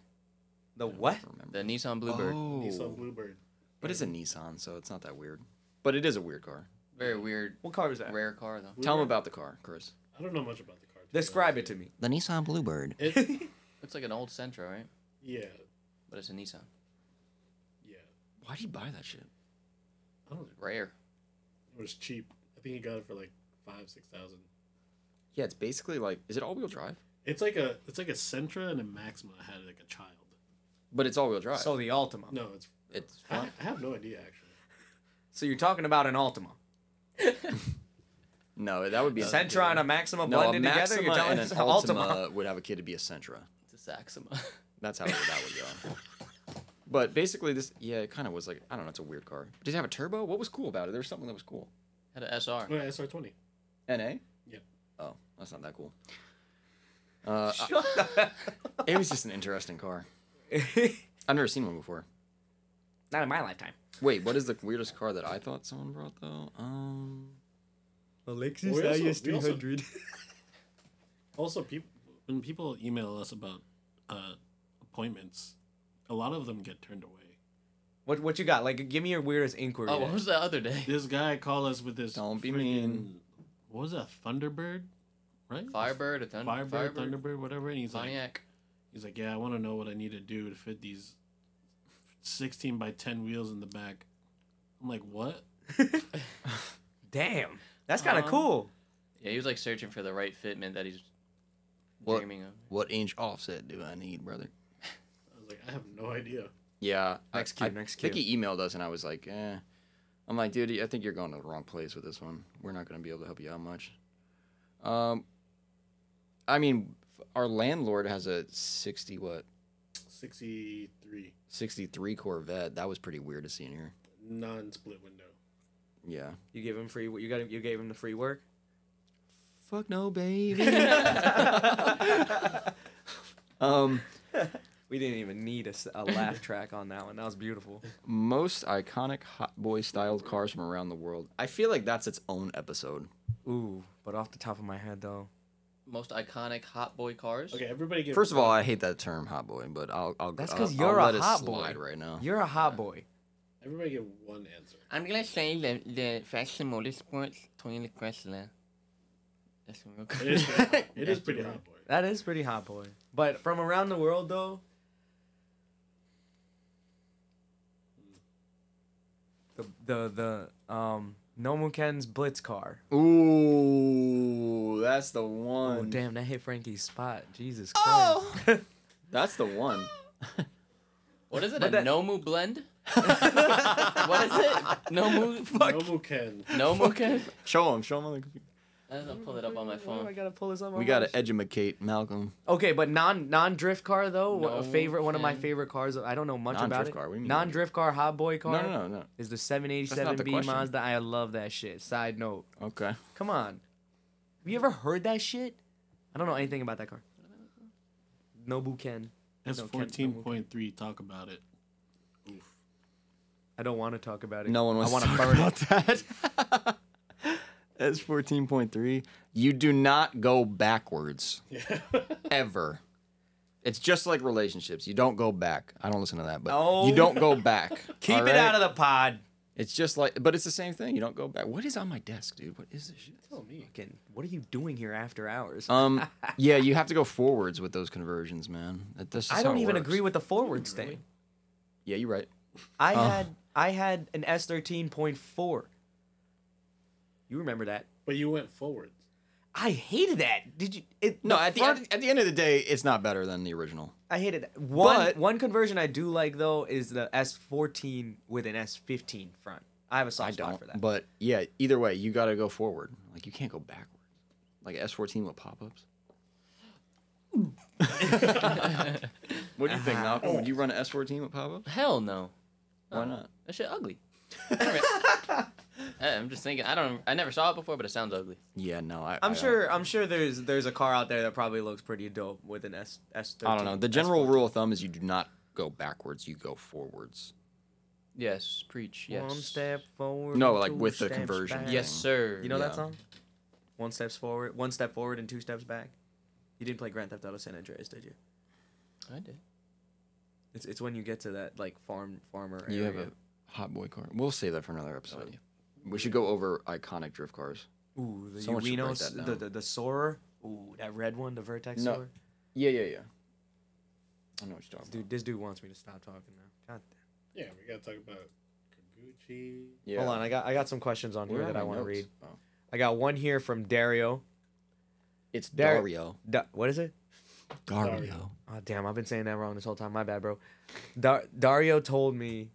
[SPEAKER 1] The what?
[SPEAKER 2] I don't remember.
[SPEAKER 3] The Nissan Bluebird.
[SPEAKER 2] Oh.
[SPEAKER 5] Nissan Bluebird.
[SPEAKER 2] But it's a Nissan, so it's not that weird. But it is a weird car.
[SPEAKER 3] Very weird,
[SPEAKER 1] What car was that?
[SPEAKER 3] rare car though.
[SPEAKER 2] Tell
[SPEAKER 5] Bluebird?
[SPEAKER 2] them about the car, Chris.
[SPEAKER 5] I don't know much about the car. to be
[SPEAKER 1] Describe it to me.
[SPEAKER 4] The Nissan Bluebird.
[SPEAKER 5] honest. It,
[SPEAKER 3] Looks like an old Sentra, right?
[SPEAKER 5] yeah,
[SPEAKER 3] But it's a Nissan.
[SPEAKER 5] yeah.
[SPEAKER 2] Why'd he buy that shit?
[SPEAKER 5] I don't. know.
[SPEAKER 3] Rare.
[SPEAKER 5] It was cheap. I think he got it for like five, six thousand.
[SPEAKER 2] Yeah, it's basically like, is it all wheel drive?
[SPEAKER 5] It's like a it's like a Sentra and a Maxima had like a child.
[SPEAKER 2] But it's all wheel drive.
[SPEAKER 1] So the Altima.
[SPEAKER 5] No, it's
[SPEAKER 2] it's
[SPEAKER 5] I,
[SPEAKER 2] fun.
[SPEAKER 5] I have no idea actually.
[SPEAKER 1] So you're talking about an Altima.
[SPEAKER 2] No, that would be a
[SPEAKER 1] Sentra and a Maxima
[SPEAKER 2] No, a
[SPEAKER 1] blended together?
[SPEAKER 2] Maxima
[SPEAKER 1] You're telling
[SPEAKER 2] and an
[SPEAKER 1] us Altima.
[SPEAKER 2] Altima would have a kid to be a Sentra.
[SPEAKER 3] It's a Saxima.
[SPEAKER 2] That's how that would go. But basically, this yeah, it kind of was like I don't know. It's a weird car. Did it have a turbo? What was cool about it? There was something that was cool.
[SPEAKER 3] Had a SR.
[SPEAKER 5] Oh, yeah, SR twenty.
[SPEAKER 2] Na.
[SPEAKER 5] Yeah.
[SPEAKER 2] Oh, that's not that cool. Uh, I- it was just an interesting car. I've never seen one before.
[SPEAKER 1] Not in my lifetime.
[SPEAKER 2] Wait, what is the weirdest car that I thought someone brought though? Um,
[SPEAKER 1] Alexis
[SPEAKER 5] Well, we also- we also- Also, people when people email us about uh, appointments, a lot of them get turned away.
[SPEAKER 1] What what you got? Like, give me your weirdest inquiry.
[SPEAKER 3] Oh,
[SPEAKER 1] then.
[SPEAKER 3] what was the other day?
[SPEAKER 5] This guy called us with this.
[SPEAKER 2] Don't be
[SPEAKER 5] friggin-
[SPEAKER 2] mean.
[SPEAKER 5] What was that? Thunderbird, right?
[SPEAKER 3] Firebird or Thunder?
[SPEAKER 5] Firebird,
[SPEAKER 3] Firebird,
[SPEAKER 5] Thunderbird, whatever. And he's like,
[SPEAKER 3] Pontiac.
[SPEAKER 5] he's like, yeah, I want to know what I need to do to fit these sixteen by ten wheels in the back. I'm like, what?
[SPEAKER 1] Damn. That's kind of
[SPEAKER 3] Um,
[SPEAKER 1] cool.
[SPEAKER 3] Yeah, he was like searching for the right fitment that he's
[SPEAKER 2] What?
[SPEAKER 3] dreaming of.
[SPEAKER 2] what inch offset do I need, brother?
[SPEAKER 5] I was like, I have no idea.
[SPEAKER 2] Yeah.
[SPEAKER 1] Next
[SPEAKER 2] I,
[SPEAKER 1] cue, next
[SPEAKER 2] I think he emailed us, and I was like, eh. I'm like, dude, I think you're going to the wrong place with this one. We're not going to be able to help you out much. Um, I mean, f- our landlord has a 60, what,
[SPEAKER 5] Sixty three
[SPEAKER 2] 63 Corvette. That was pretty weird to see in here.
[SPEAKER 5] non split window.
[SPEAKER 2] Yeah.
[SPEAKER 1] You give him free. You got him. You gave him the free work.
[SPEAKER 2] Fuck no, baby. um,
[SPEAKER 1] We didn't even need a, s- a laugh track on that one. That was beautiful.
[SPEAKER 2] most iconic hot boy styled cars from around the world. I feel like that's its own episode.
[SPEAKER 1] Ooh, but off the top of my head though,
[SPEAKER 3] Most iconic hot boy cars.
[SPEAKER 5] Okay, everybody get
[SPEAKER 2] First of all, I hate that term, hot boy, but I'll I'll
[SPEAKER 1] That's
[SPEAKER 2] I'll-
[SPEAKER 1] 'cause
[SPEAKER 2] I'll
[SPEAKER 1] you're a
[SPEAKER 2] let it
[SPEAKER 1] hot boy.
[SPEAKER 2] slide right now.
[SPEAKER 1] you're a hot boy.
[SPEAKER 5] everybody get one answer.
[SPEAKER 8] I'm gonna say the the Fashion Motorsports Toyota Chrysler. That's real
[SPEAKER 5] It is
[SPEAKER 8] car.
[SPEAKER 5] pretty, it is pretty hot boy.
[SPEAKER 1] That is pretty hot boy. But from around the world though, the the the um Nomuken's Blitz car.
[SPEAKER 2] Ooh, that's the
[SPEAKER 1] Oh
[SPEAKER 2] one.
[SPEAKER 1] damn, that hit Frankie's spot. Jesus Christ.
[SPEAKER 2] That's the one.
[SPEAKER 3] What is it?
[SPEAKER 1] But
[SPEAKER 3] a
[SPEAKER 1] that-
[SPEAKER 3] Nomu blend? what is it? Nomu?
[SPEAKER 5] Nobu Ken.
[SPEAKER 3] Nomu? Okay.
[SPEAKER 2] Show him, show him on the computer.
[SPEAKER 3] I'll pull it up on my
[SPEAKER 1] Why do Oh, I
[SPEAKER 3] phone.
[SPEAKER 1] gotta pull this up. on
[SPEAKER 2] We
[SPEAKER 1] my
[SPEAKER 2] gotta
[SPEAKER 1] phone?
[SPEAKER 2] edumacate Malcolm.
[SPEAKER 1] Okay, but non non drift car though, a favorite one of my
[SPEAKER 3] Nomuken.
[SPEAKER 1] favorite cars. I don't know much about
[SPEAKER 2] Non-drift
[SPEAKER 1] it.
[SPEAKER 2] car, what do you mean?
[SPEAKER 1] Non drift car, hot boy car.
[SPEAKER 2] No, no, no, no.
[SPEAKER 1] is the
[SPEAKER 2] That's not the
[SPEAKER 1] 787B
[SPEAKER 2] question.
[SPEAKER 1] Mazda. I love that shit. Side note.
[SPEAKER 2] Okay.
[SPEAKER 1] Come on. Have you ever heard that shit? I don't know anything about that car. Nobu Ken.
[SPEAKER 5] That's
[SPEAKER 1] No, Ken-
[SPEAKER 5] fourteen point three. Talk about it.
[SPEAKER 1] I don't want to talk about it.
[SPEAKER 2] No one wants
[SPEAKER 1] I want
[SPEAKER 2] to
[SPEAKER 1] to
[SPEAKER 2] talk
[SPEAKER 1] burn
[SPEAKER 2] about that. That's fourteen point three. You do not go backwards, ever. It's just like relationships. You don't go back. I don't listen to that, but
[SPEAKER 1] Oh.
[SPEAKER 2] you don't go back.
[SPEAKER 1] it. Keep it out of the pod.
[SPEAKER 2] It's just like, but it's the same thing. You don't go back. What is on my desk, dude? What is this shit?
[SPEAKER 1] Oh, Fucking- What are you doing here after hours?
[SPEAKER 2] Um, yeah, you have to go forwards with those conversions, man. That, that's just
[SPEAKER 1] I
[SPEAKER 2] how
[SPEAKER 1] don't
[SPEAKER 2] it
[SPEAKER 1] even
[SPEAKER 2] works.
[SPEAKER 1] agree with the forwards thing.
[SPEAKER 2] Yeah, you're right.
[SPEAKER 1] I
[SPEAKER 2] Oh.
[SPEAKER 1] had I had an S thirteen point four. You remember that?
[SPEAKER 5] But you went forward.
[SPEAKER 1] I hated that. Did you? It,
[SPEAKER 2] No,
[SPEAKER 1] the
[SPEAKER 2] at the
[SPEAKER 1] front-
[SPEAKER 2] end, at the end of the day, it's not better than the original.
[SPEAKER 1] I hated that. One
[SPEAKER 2] But-
[SPEAKER 1] one conversion I do like though is the S14 with an S15 front. I have a soft
[SPEAKER 2] I
[SPEAKER 1] spot
[SPEAKER 2] don't.
[SPEAKER 1] for that.
[SPEAKER 2] But yeah, either way, you got to go forward. Like you can't go backwards. Like S14 with pop-ups.
[SPEAKER 1] Uh-huh.
[SPEAKER 2] what do you think, Malcolm? Would you run an S14 with pop-ups?
[SPEAKER 3] Hell no.
[SPEAKER 2] Why not?
[SPEAKER 3] That shit ugly. I- I'm just thinking. I don't. I never saw it before, but it sounds ugly.
[SPEAKER 2] Yeah, no. I,
[SPEAKER 1] I'm
[SPEAKER 2] I
[SPEAKER 1] sure. I'm sure there's there's a car out there that probably looks pretty dope with an S S.
[SPEAKER 2] Don't, I don't know. The general rule of thumb is you do not go backwards; you go forwards.
[SPEAKER 3] Yes, preach. Yes.
[SPEAKER 1] One step forward.
[SPEAKER 2] No, like
[SPEAKER 1] two
[SPEAKER 2] with the
[SPEAKER 1] steps
[SPEAKER 2] conversion.
[SPEAKER 1] back.
[SPEAKER 3] Yes, sir.
[SPEAKER 1] You know
[SPEAKER 2] Yeah.
[SPEAKER 1] that song? One steps forward, one step forward, and two steps back. You didn't play Grand Theft Auto San Andreas, did you?
[SPEAKER 3] I did.
[SPEAKER 1] It's it's when you get to that like farm farmer.
[SPEAKER 2] You have
[SPEAKER 1] area.
[SPEAKER 2] a hot boy car. We'll save that for another episode. We should go over iconic drift cars.
[SPEAKER 1] Ooh, the
[SPEAKER 2] Someone should write
[SPEAKER 1] Uinos,
[SPEAKER 2] that down.
[SPEAKER 1] the, the the Soarer. Ooh, that red one, the Vertex
[SPEAKER 2] No.
[SPEAKER 1] Soarer.
[SPEAKER 2] Yeah, yeah, yeah. I know what you're talking
[SPEAKER 1] Dude, this dude wants me to stop talking now. God damn.
[SPEAKER 5] Yeah, we gotta talk about Kaguchi.
[SPEAKER 2] Yeah.
[SPEAKER 1] Hold on, I got I got some questions on
[SPEAKER 2] Where
[SPEAKER 1] here
[SPEAKER 2] are
[SPEAKER 1] that I
[SPEAKER 2] my
[SPEAKER 1] want to
[SPEAKER 2] notes?
[SPEAKER 1] read.
[SPEAKER 2] Oh.
[SPEAKER 1] I got one here from Dario.
[SPEAKER 2] It's
[SPEAKER 1] Dar-
[SPEAKER 2] Dario.
[SPEAKER 1] Da- what is it?
[SPEAKER 2] Dario.
[SPEAKER 5] Dario.
[SPEAKER 1] Oh, damn, I've been saying that wrong this whole time. My bad, bro. Dar- Dario told me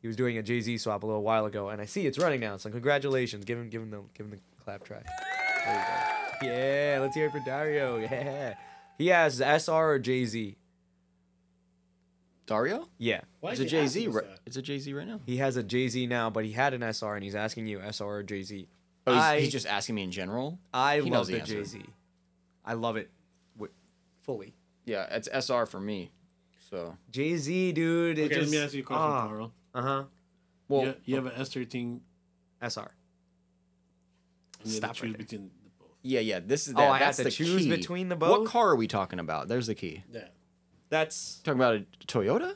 [SPEAKER 1] he was doing a Jay Z swap a little while ago, and I see it's running now. So congratulations, give him, give him the, give him the clap track. There you go. Yeah, let's hear it for Dario. Yeah, he asks SR or Jay Z.
[SPEAKER 2] Dario?
[SPEAKER 1] Yeah,
[SPEAKER 5] Why
[SPEAKER 2] It's
[SPEAKER 5] is
[SPEAKER 2] a
[SPEAKER 5] he
[SPEAKER 2] Jay Z.
[SPEAKER 5] asking us
[SPEAKER 2] Right,
[SPEAKER 5] that?
[SPEAKER 2] it's a Jay Z right now.
[SPEAKER 1] he has a Jay Z now, but he had an SR, and he's asking you SR or Jay Z.
[SPEAKER 2] Oh, he's,
[SPEAKER 1] I-
[SPEAKER 2] he's just asking me in general.
[SPEAKER 1] I
[SPEAKER 2] He
[SPEAKER 1] love
[SPEAKER 2] knows the
[SPEAKER 1] the
[SPEAKER 2] answer.
[SPEAKER 1] Jay Z. I love it wi- fully.
[SPEAKER 2] Yeah, it's SR for me. So.
[SPEAKER 1] Jay Z, dude. It
[SPEAKER 5] Okay,
[SPEAKER 1] just,
[SPEAKER 5] let me ask you a question, Carl.
[SPEAKER 1] Uh huh.
[SPEAKER 2] Well,
[SPEAKER 5] you, you have an S thirteen.
[SPEAKER 1] SR.
[SPEAKER 5] and You have
[SPEAKER 1] Stop
[SPEAKER 5] to choose
[SPEAKER 1] right there.
[SPEAKER 5] between the both.
[SPEAKER 2] yeah, yeah. This is.
[SPEAKER 1] Oh,
[SPEAKER 2] That,
[SPEAKER 1] I have
[SPEAKER 2] that's
[SPEAKER 1] to
[SPEAKER 2] the
[SPEAKER 1] choose
[SPEAKER 2] key.
[SPEAKER 1] between the
[SPEAKER 2] What
[SPEAKER 1] both?
[SPEAKER 2] car are we talking about? There's the key.
[SPEAKER 5] Yeah.
[SPEAKER 1] That's
[SPEAKER 2] Talking about a Toyota?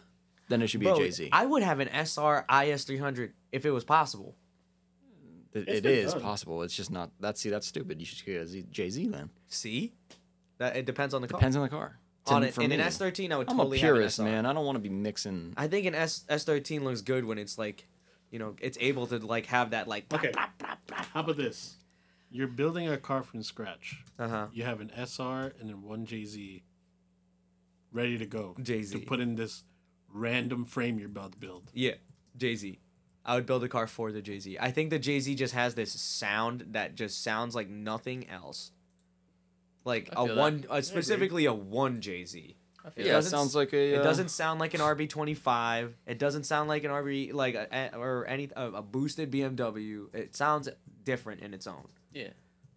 [SPEAKER 2] Then it should be
[SPEAKER 1] Bro,
[SPEAKER 2] a Jay Z.
[SPEAKER 1] I would have an SR IS 300 if it was possible.
[SPEAKER 5] It's
[SPEAKER 2] It
[SPEAKER 5] been
[SPEAKER 2] is
[SPEAKER 5] done.
[SPEAKER 2] possible. It's just not. That's see, that's stupid. You should get a Z, Jay Z then.
[SPEAKER 1] See, that it depends on the
[SPEAKER 2] Depends on the car.
[SPEAKER 1] car. On
[SPEAKER 2] To-
[SPEAKER 1] it,
[SPEAKER 2] for
[SPEAKER 1] in an
[SPEAKER 2] me,
[SPEAKER 1] S 13, I would
[SPEAKER 2] I'm
[SPEAKER 1] totally
[SPEAKER 2] a purist,
[SPEAKER 1] have an SR.
[SPEAKER 2] man. I don't want to be mixing.
[SPEAKER 1] I think an S S 13 looks good when it's like, you know, it's able to like have that like.
[SPEAKER 5] Okay. How about this? You're building a car from scratch.
[SPEAKER 1] Uh huh.
[SPEAKER 5] You have an SR and then one Jay Z ready to go.
[SPEAKER 1] Jay-Z.
[SPEAKER 5] To put in this random frame you're about to build.
[SPEAKER 1] Yeah, Jay Z. I would build a car for the Jay Z. I think the Jay Z just has this sound that just sounds like nothing else. Like
[SPEAKER 3] feel
[SPEAKER 1] a
[SPEAKER 3] that.
[SPEAKER 1] one, uh, specifically a one Jay Z.
[SPEAKER 2] Yeah,
[SPEAKER 1] It
[SPEAKER 2] it
[SPEAKER 1] doesn't
[SPEAKER 2] sounds like a.
[SPEAKER 1] It
[SPEAKER 2] uh,
[SPEAKER 1] doesn't sound like an RB twenty five. It doesn't sound like an RB like a, a- or any a, a boosted BMW. It sounds different in its own,
[SPEAKER 3] Yeah.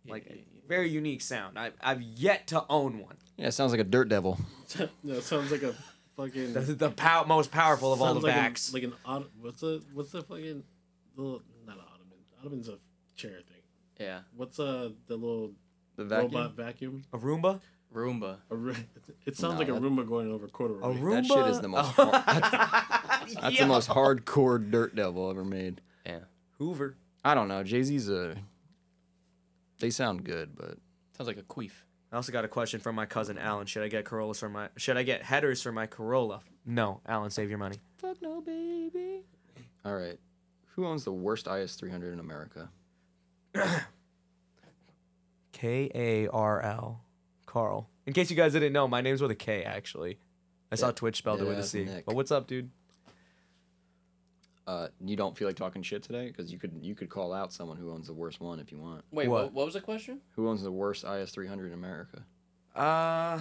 [SPEAKER 1] like very unique sound. I I've yet to own one.
[SPEAKER 2] Yeah, it sounds like a dirt devil.
[SPEAKER 5] no, it sounds like a fucking.
[SPEAKER 1] The, the pow- most powerful of all the
[SPEAKER 5] sounds like an-
[SPEAKER 1] backs.
[SPEAKER 5] Like an otto- what's the what's the fucking little not an ottoman. Ottoman's a chair thing.
[SPEAKER 3] Yeah.
[SPEAKER 5] What's uh the little
[SPEAKER 2] The vacuum.
[SPEAKER 5] robot vacuum?
[SPEAKER 1] a Roomba.
[SPEAKER 3] Roomba.
[SPEAKER 5] A ru- it sounds
[SPEAKER 2] No,
[SPEAKER 5] like a
[SPEAKER 2] that-
[SPEAKER 5] Roomba going over corduroy.
[SPEAKER 1] A Roomba.
[SPEAKER 2] That shit is the most. har- that's that's the most hardcore dirt devil ever made.
[SPEAKER 3] Yeah.
[SPEAKER 1] Hoover.
[SPEAKER 2] I don't know. Jay Z's a. They sound good, but
[SPEAKER 3] Sounds like a queef.
[SPEAKER 1] I also got a question from my cousin Alan. Should I get Corollas for my? Should I get headers for my Corolla? No, Alan, save your money.
[SPEAKER 2] fuck no, baby. All right, who owns the worst IS 300 in America?
[SPEAKER 1] K A R L, Carl. In case you guys didn't know, my name's with a K actually. I saw Twitch spelled it with
[SPEAKER 2] yeah,
[SPEAKER 1] a C.
[SPEAKER 2] Nick.
[SPEAKER 1] But what's up, dude?
[SPEAKER 2] Uh, you don't feel like talking shit today because you could you could call out someone who owns the worst one if you want.
[SPEAKER 3] Wait,
[SPEAKER 1] What?
[SPEAKER 3] what? what was the question?
[SPEAKER 2] Who owns the worst IS 300 in America?
[SPEAKER 1] Uh,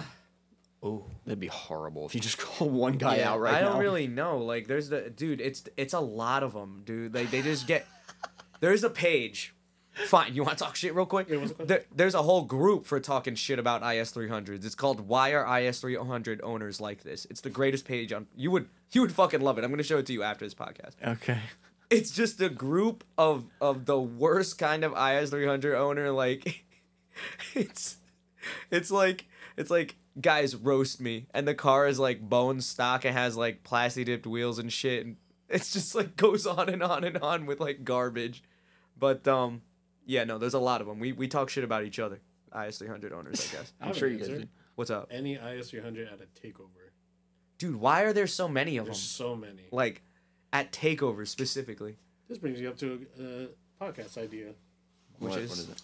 [SPEAKER 2] That'd be horrible if you just call one guy out right
[SPEAKER 1] I
[SPEAKER 2] now.
[SPEAKER 1] don't really know. Like, there's the dude. It's it's a lot of them, dude. Like they just get. there's a page. Fine, you want to talk shit real quick? There- there's a whole group for talking shit about IS 300s. It's called "Why Are IS 300 Owners Like This?" It's the greatest page on. You would you would fucking love it. I'm gonna show it to you after this podcast.
[SPEAKER 2] Okay.
[SPEAKER 1] it's just a group of of the worst kind of IS 300 owner. Like, it's it's like it's like guys roast me, and the car is like bone stock. It has like plasti dipped wheels and shit. And it's just like goes on and on and on with like garbage. But um, yeah, no, there's a lot of them. We we talk shit about each other. IS 300 owners, I guess.
[SPEAKER 5] I
[SPEAKER 2] I'm
[SPEAKER 5] have
[SPEAKER 2] sure
[SPEAKER 5] an
[SPEAKER 2] you guys
[SPEAKER 5] answer.
[SPEAKER 2] do.
[SPEAKER 1] What's up,
[SPEAKER 5] Any IS three hundred at a takeover.
[SPEAKER 1] dude? Why are there so many of them?
[SPEAKER 2] Um,
[SPEAKER 5] There's so many.
[SPEAKER 1] Like, at takeovers specifically.
[SPEAKER 5] This brings you up to a uh, podcast idea.
[SPEAKER 1] Which
[SPEAKER 2] What-
[SPEAKER 1] is-
[SPEAKER 2] what is it?